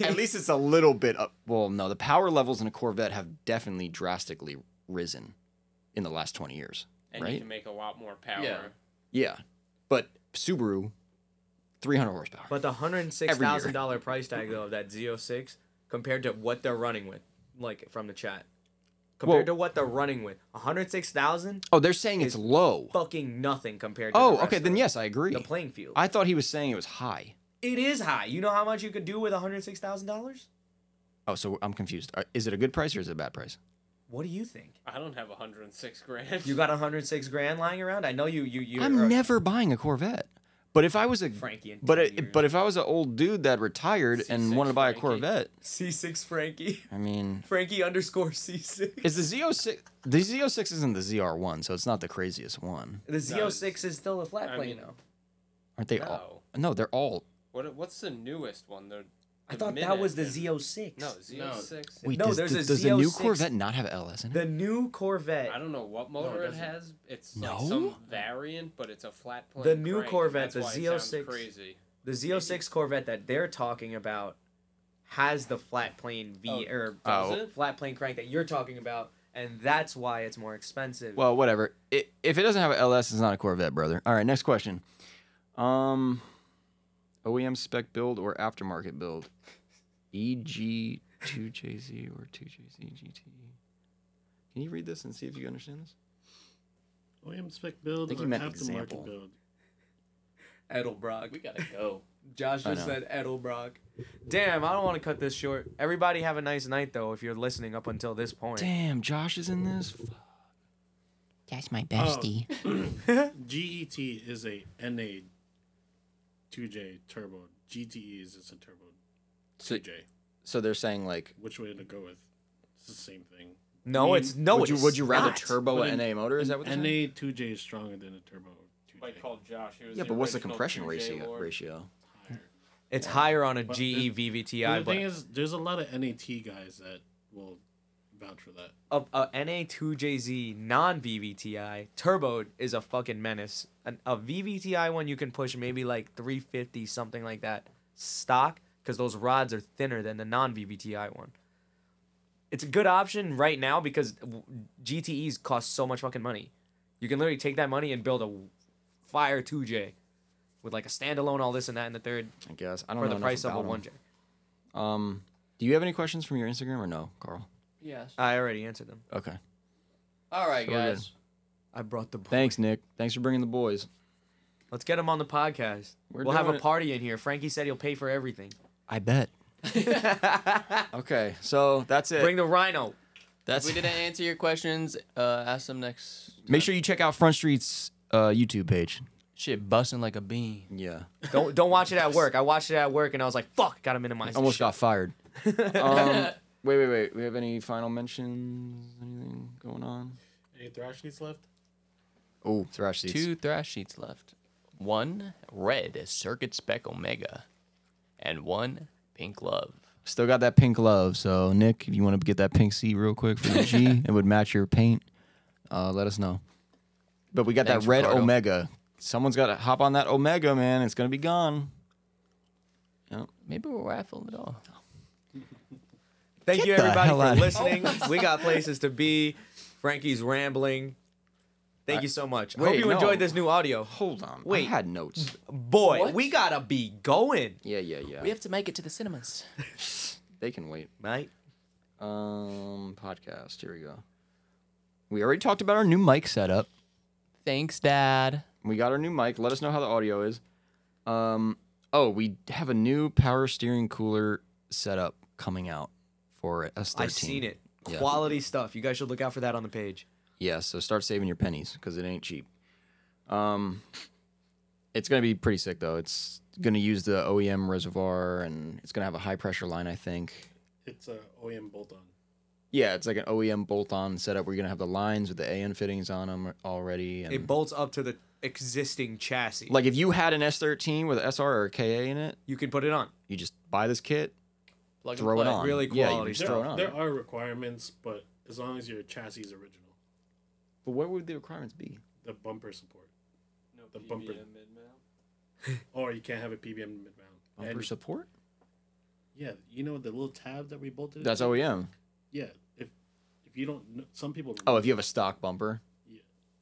[SPEAKER 2] at least it's a little bit up. Well, no, the power levels in a Corvette have definitely drastically risen in the last 20 years,
[SPEAKER 9] and you
[SPEAKER 2] right?
[SPEAKER 9] can make a lot more power.
[SPEAKER 3] Yeah.
[SPEAKER 2] Yeah. But Subaru 300 horsepower.
[SPEAKER 1] But the hundred six thousand dollar price tag though of that Z06 compared to what they're running with, like from the chat, compared to
[SPEAKER 2] Well-
[SPEAKER 1] what they're running with, hundred six thousand
[SPEAKER 2] oh, they're saying it's low.
[SPEAKER 1] fucking nothing compared. to the
[SPEAKER 2] Oh,
[SPEAKER 1] rest
[SPEAKER 2] okay,
[SPEAKER 1] of
[SPEAKER 2] then
[SPEAKER 1] it.
[SPEAKER 2] yes, I agree.
[SPEAKER 1] The playing field.
[SPEAKER 2] I thought he was saying it was high.
[SPEAKER 1] it is high. You know how much you could do with hundred six thousand dollars?
[SPEAKER 2] Oh, so I'm confused. Uh, Is it a good price or is it a bad price?
[SPEAKER 1] What do you think?
[SPEAKER 9] I don't have 106 grand.
[SPEAKER 1] You got hundred six grand lying around? I know you. You. you
[SPEAKER 2] I'm
[SPEAKER 1] are-
[SPEAKER 2] never buying a Corvette. But if I was a
[SPEAKER 1] Frankie in
[SPEAKER 2] but
[SPEAKER 1] 10
[SPEAKER 2] it,
[SPEAKER 1] years.
[SPEAKER 2] but if I was an old dude that retired and
[SPEAKER 9] C6
[SPEAKER 2] wanted to buy a
[SPEAKER 9] Frankie.
[SPEAKER 2] Corvette,
[SPEAKER 1] C6 Frankie.
[SPEAKER 2] I mean,
[SPEAKER 1] Frankie underscore C6.
[SPEAKER 2] Is the Z06 the Z06 isn't the ZR1, so it's not the craziest one.
[SPEAKER 1] The Z06 is still a flat
[SPEAKER 9] I
[SPEAKER 1] plane
[SPEAKER 9] mean-
[SPEAKER 1] though.
[SPEAKER 2] Aren't they all? No, they're all.
[SPEAKER 9] What what's the newest one? The,
[SPEAKER 1] I
[SPEAKER 9] the
[SPEAKER 1] thought that
[SPEAKER 9] Minute
[SPEAKER 1] was the
[SPEAKER 9] and-
[SPEAKER 1] Z06.
[SPEAKER 9] No, Z06.
[SPEAKER 2] Wait,
[SPEAKER 1] No,
[SPEAKER 2] does,
[SPEAKER 1] there's a
[SPEAKER 2] does, does the new
[SPEAKER 1] Z06
[SPEAKER 2] Corvette not have LS in it?
[SPEAKER 1] The new
[SPEAKER 9] I
[SPEAKER 1] Corvette,
[SPEAKER 9] don't know what motor it,
[SPEAKER 3] doesn't.
[SPEAKER 9] has. It's
[SPEAKER 2] No?
[SPEAKER 9] like some variant, but it's a flat plane.
[SPEAKER 1] The new
[SPEAKER 9] crank, and
[SPEAKER 1] Corvette,
[SPEAKER 9] that's
[SPEAKER 1] the
[SPEAKER 9] why it sounds
[SPEAKER 1] Z06.
[SPEAKER 9] Crazy.
[SPEAKER 1] the Z06 Corvette that they're talking about, has the flat plane V or
[SPEAKER 2] does
[SPEAKER 9] it?
[SPEAKER 1] flat plane crank that you're talking about, and that's why it's more expensive.
[SPEAKER 2] Well, whatever. It, if it doesn't have a LS, it's not a Corvette, brother. All right, next question. Um, OEM spec build or aftermarket build? E EG2JZ or 2JZGT? E? Can you read this and see if you understand this?
[SPEAKER 5] OEM Oh, spec build
[SPEAKER 2] think you
[SPEAKER 5] or
[SPEAKER 2] meant
[SPEAKER 5] aftermarket
[SPEAKER 2] example.
[SPEAKER 5] build.
[SPEAKER 1] Edelbrock.
[SPEAKER 3] We gotta go.
[SPEAKER 1] Josh
[SPEAKER 2] I
[SPEAKER 1] just
[SPEAKER 2] know.
[SPEAKER 1] said Edelbrock. Damn, I don't want to cut this short. Everybody have a nice night though. If you're listening up until this point,
[SPEAKER 2] Damn, Josh is in this.
[SPEAKER 4] That's my
[SPEAKER 3] Oh.
[SPEAKER 4] bestie.
[SPEAKER 5] GET E is a NA 2J turbo. GTE is just a turbo
[SPEAKER 2] So,
[SPEAKER 5] 2J.
[SPEAKER 2] so they're saying like,
[SPEAKER 5] Which way to go with? It's the same thing.
[SPEAKER 1] no,
[SPEAKER 5] mean,
[SPEAKER 1] it's no.
[SPEAKER 2] would you
[SPEAKER 1] it's
[SPEAKER 2] would you rather
[SPEAKER 1] not.
[SPEAKER 2] turbo
[SPEAKER 5] But
[SPEAKER 2] an
[SPEAKER 5] an-
[SPEAKER 2] NA motor? Is that what they're saying?
[SPEAKER 5] NA 2J is stronger than a turbo 2J.
[SPEAKER 7] Like called Josh. He was
[SPEAKER 2] Yeah, but what's the
[SPEAKER 7] original
[SPEAKER 2] compression
[SPEAKER 7] 2J
[SPEAKER 2] ratio?
[SPEAKER 7] lord.
[SPEAKER 2] Ratio.
[SPEAKER 1] It's higher on a E
[SPEAKER 5] But
[SPEAKER 1] GE
[SPEAKER 5] the- Well,
[SPEAKER 1] VVTI,
[SPEAKER 5] the
[SPEAKER 1] but
[SPEAKER 5] thing is, there's a lot of NAT guys that will vouch for that.
[SPEAKER 1] a, uh, a NA2JZ non VVTI turbo is a fucking menace. An, a VVTI one you can push maybe like 350 something like that stock because those rods are thinner than the non VVTI one. It's a good option right now because w- GTEs cost so much fucking money. You can literally take that money and build a Fire 2J with like a standalone, all this and that, and the third
[SPEAKER 2] I guess I don't
[SPEAKER 1] for
[SPEAKER 2] know
[SPEAKER 1] the
[SPEAKER 2] enough
[SPEAKER 1] price of a
[SPEAKER 2] about 'em.
[SPEAKER 1] 1J.
[SPEAKER 2] Um, do you have any questions from your Instagram or no, Carl?
[SPEAKER 3] Yes.
[SPEAKER 1] I already answered them.
[SPEAKER 2] Okay.
[SPEAKER 3] All right,
[SPEAKER 2] So we're
[SPEAKER 3] guys.
[SPEAKER 1] I brought the. book.
[SPEAKER 2] Thanks, Nick. Thanks for bringing the boys.
[SPEAKER 1] Let's get him on the podcast.
[SPEAKER 2] We're
[SPEAKER 1] we will have
[SPEAKER 2] doing
[SPEAKER 1] a
[SPEAKER 2] it.
[SPEAKER 1] party in here. Frankie said he'll pay for everything.
[SPEAKER 2] I bet. okay, so that's it.
[SPEAKER 1] Bring the rhino.
[SPEAKER 3] If
[SPEAKER 2] that's
[SPEAKER 3] we didn't answer your questions, uh, ask them next.
[SPEAKER 2] make sure you check out Front Street's uh, YouTube page.
[SPEAKER 3] Shit, busting like a bean.
[SPEAKER 2] Yeah.
[SPEAKER 1] Don't don't watch it at work. I watched it at work and I was like, fuck, gotta minimize. Almost
[SPEAKER 2] Almost got fired. um, wait, wait, wait. We have any final mentions? Anything going on?
[SPEAKER 5] Any thrash sheets left?
[SPEAKER 2] Oh, thrash seats.
[SPEAKER 3] Two thrash sheets left. One red is Circuit Spec Omega, and one pink love.
[SPEAKER 2] Still got that pink glove. So Nick, if you want to get that pink seat real quick for the G, it would match your paint. Uh, let us know. But we got
[SPEAKER 3] Thanks,
[SPEAKER 2] that red
[SPEAKER 3] Ricardo.
[SPEAKER 2] Omega. Someone's got to hop on that Omega, man. It's gonna be gone.
[SPEAKER 3] Maybe we'll raffle it all.
[SPEAKER 1] Thank you
[SPEAKER 2] Get the
[SPEAKER 1] everybody
[SPEAKER 2] hell outta
[SPEAKER 1] for
[SPEAKER 2] here. Oh,
[SPEAKER 1] listening. we got places to be. Frankie's rambling. Thank you so much. I hope
[SPEAKER 2] wait,
[SPEAKER 1] you
[SPEAKER 2] no.
[SPEAKER 1] enjoyed this new audio.
[SPEAKER 2] Hold on.
[SPEAKER 1] Wait.
[SPEAKER 2] I had notes.
[SPEAKER 1] Boy,
[SPEAKER 3] What?
[SPEAKER 1] we gotta be going,
[SPEAKER 2] Yeah, yeah, yeah.
[SPEAKER 3] We have to make it to the cinemas.
[SPEAKER 2] They can wait.
[SPEAKER 1] right?
[SPEAKER 2] Um, podcast. Here we go. We already talked about our new mic setup.
[SPEAKER 3] Thanks, Dad.
[SPEAKER 2] We got our new mic. Let us know how the audio is. Um, oh, we have a new power steering cooler setup coming out for S13.
[SPEAKER 1] I've seen it.
[SPEAKER 2] Yeah.
[SPEAKER 1] Quality stuff. You guys should look out for that on the page.
[SPEAKER 2] Yeah, so start saving your pennies because it ain't cheap. Um, it's gonna be pretty sick though. It's gonna use the OEM reservoir and it's gonna have a high pressure line, I think.
[SPEAKER 5] It's a E OEM bolt on.
[SPEAKER 2] Yeah, it's like an OEM bolt-on setup. We're gonna have the lines with the AN fittings on them already. And
[SPEAKER 1] It bolts up to the existing chassis.
[SPEAKER 2] like if you had an S13 with a SR or a KA in it,
[SPEAKER 1] you can put it on.
[SPEAKER 2] you just buy this kit,
[SPEAKER 3] Plug
[SPEAKER 2] throw it
[SPEAKER 3] and play.
[SPEAKER 2] on.
[SPEAKER 1] Really
[SPEAKER 2] yeah, you
[SPEAKER 1] quality
[SPEAKER 2] just
[SPEAKER 1] stuff.
[SPEAKER 2] throw
[SPEAKER 5] There,
[SPEAKER 2] it on.
[SPEAKER 5] there are requirements, but as long as your chassis is original,
[SPEAKER 2] But what would the requirements be?
[SPEAKER 5] the bumper support,
[SPEAKER 7] No
[SPEAKER 5] The
[SPEAKER 7] PBM
[SPEAKER 5] bumper.
[SPEAKER 7] mid-mount.
[SPEAKER 5] or you can't have a PBM mid mount.
[SPEAKER 2] Bumper
[SPEAKER 5] And
[SPEAKER 2] support?
[SPEAKER 5] yeah, you know the little tab that we bolted. it
[SPEAKER 2] That's
[SPEAKER 5] to?
[SPEAKER 1] E
[SPEAKER 2] OEM.
[SPEAKER 5] Yeah, if if you don't, kn- some people.
[SPEAKER 2] Oh, if you have a stock bumper.
[SPEAKER 5] Yeah.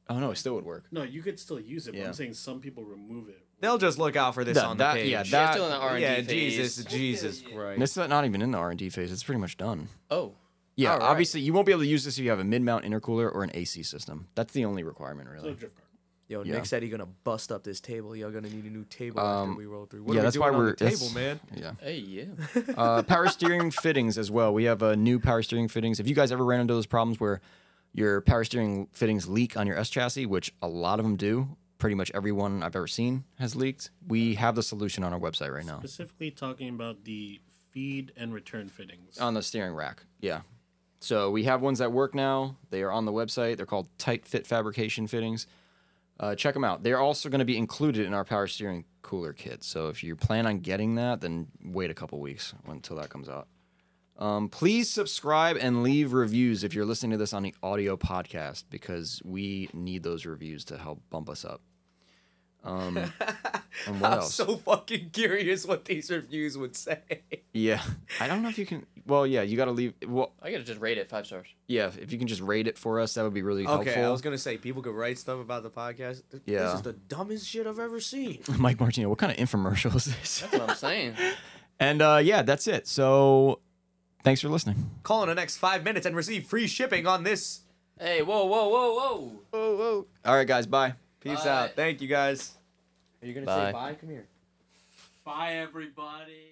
[SPEAKER 2] Oh no, it still would work.
[SPEAKER 5] No, you could still use it. But
[SPEAKER 2] Yeah.
[SPEAKER 5] I'm saying some people remove it.
[SPEAKER 1] They'll just look out for this
[SPEAKER 2] That-
[SPEAKER 1] on the
[SPEAKER 2] that-
[SPEAKER 1] page.
[SPEAKER 2] yeah,
[SPEAKER 1] Yeah,
[SPEAKER 2] that-
[SPEAKER 3] It's still in the R&D phase.
[SPEAKER 1] Jesus, Jesus Christ.
[SPEAKER 2] And it's not not even in the R and D phase. It's pretty much done.
[SPEAKER 3] Oh,
[SPEAKER 2] Yeah,
[SPEAKER 1] All right.
[SPEAKER 2] obviously you won't be able to use this if you have a mid-mount intercooler or an AC system. That's the only requirement,
[SPEAKER 5] Still
[SPEAKER 2] really.
[SPEAKER 5] a drift car.
[SPEAKER 1] Yo,
[SPEAKER 2] Yeah.
[SPEAKER 1] Nick said he gonna bust up this table. Y'all gonna need a new table
[SPEAKER 2] Um,
[SPEAKER 1] after we roll through. What
[SPEAKER 2] yeah,
[SPEAKER 1] are we
[SPEAKER 2] that's
[SPEAKER 1] doing
[SPEAKER 2] why
[SPEAKER 1] on
[SPEAKER 2] we're-
[SPEAKER 1] the table,
[SPEAKER 2] that's-
[SPEAKER 1] man.
[SPEAKER 2] Yeah.
[SPEAKER 3] hey, yeah.
[SPEAKER 2] Uh, power steering fittings as well. We have a new power steering fittings. If you guys ever ran into those problems where your power steering fittings leak on your S chassis, which a lot of them do, pretty much everyone I've ever seen has leaked. We have the solution on our website right now
[SPEAKER 5] Specifically talking about the feed and return fittings.
[SPEAKER 2] on the steering rack. Yeah. So we have ones that work now. They are on the website. They're called Tight Fit Fabrication Fittings. Uh, check them out. They're also going to be included in our power steering cooler kit. So if you plan on getting that, then wait a couple weeks until that comes out. Um, please subscribe and leave reviews if you're listening to this on the audio podcast because we need those reviews to help bump us up. Um, and what
[SPEAKER 1] I'm
[SPEAKER 2] else?
[SPEAKER 1] so fucking curious what these reviews would say.
[SPEAKER 2] yeah, I don't know if you can. Well, yeah, you got to leave. Well,
[SPEAKER 3] I gotta just rate it five stars.
[SPEAKER 2] yeah, if you can just rate it for us, that would be really
[SPEAKER 1] Okay,
[SPEAKER 2] helpful.
[SPEAKER 1] I was gonna say people could write stuff about the podcast. Th-
[SPEAKER 2] Yeah.
[SPEAKER 1] This is the dumbest shit I've ever seen.
[SPEAKER 2] Mike Martino, what kind of infomercial is this?
[SPEAKER 3] That's what I'm saying.
[SPEAKER 2] and uh, yeah, that's it. So thanks for listening.
[SPEAKER 1] Call in the next five minutes and receive free shipping on this.
[SPEAKER 3] hey, whoa, whoa, whoa, whoa.
[SPEAKER 1] Oh, whoa.
[SPEAKER 2] All right, guys. Bye.
[SPEAKER 1] Peace
[SPEAKER 3] Bye.
[SPEAKER 1] out. Thank you guys. Are you gonna
[SPEAKER 3] Bye.
[SPEAKER 1] say bye? Come here.
[SPEAKER 7] Bye, everybody.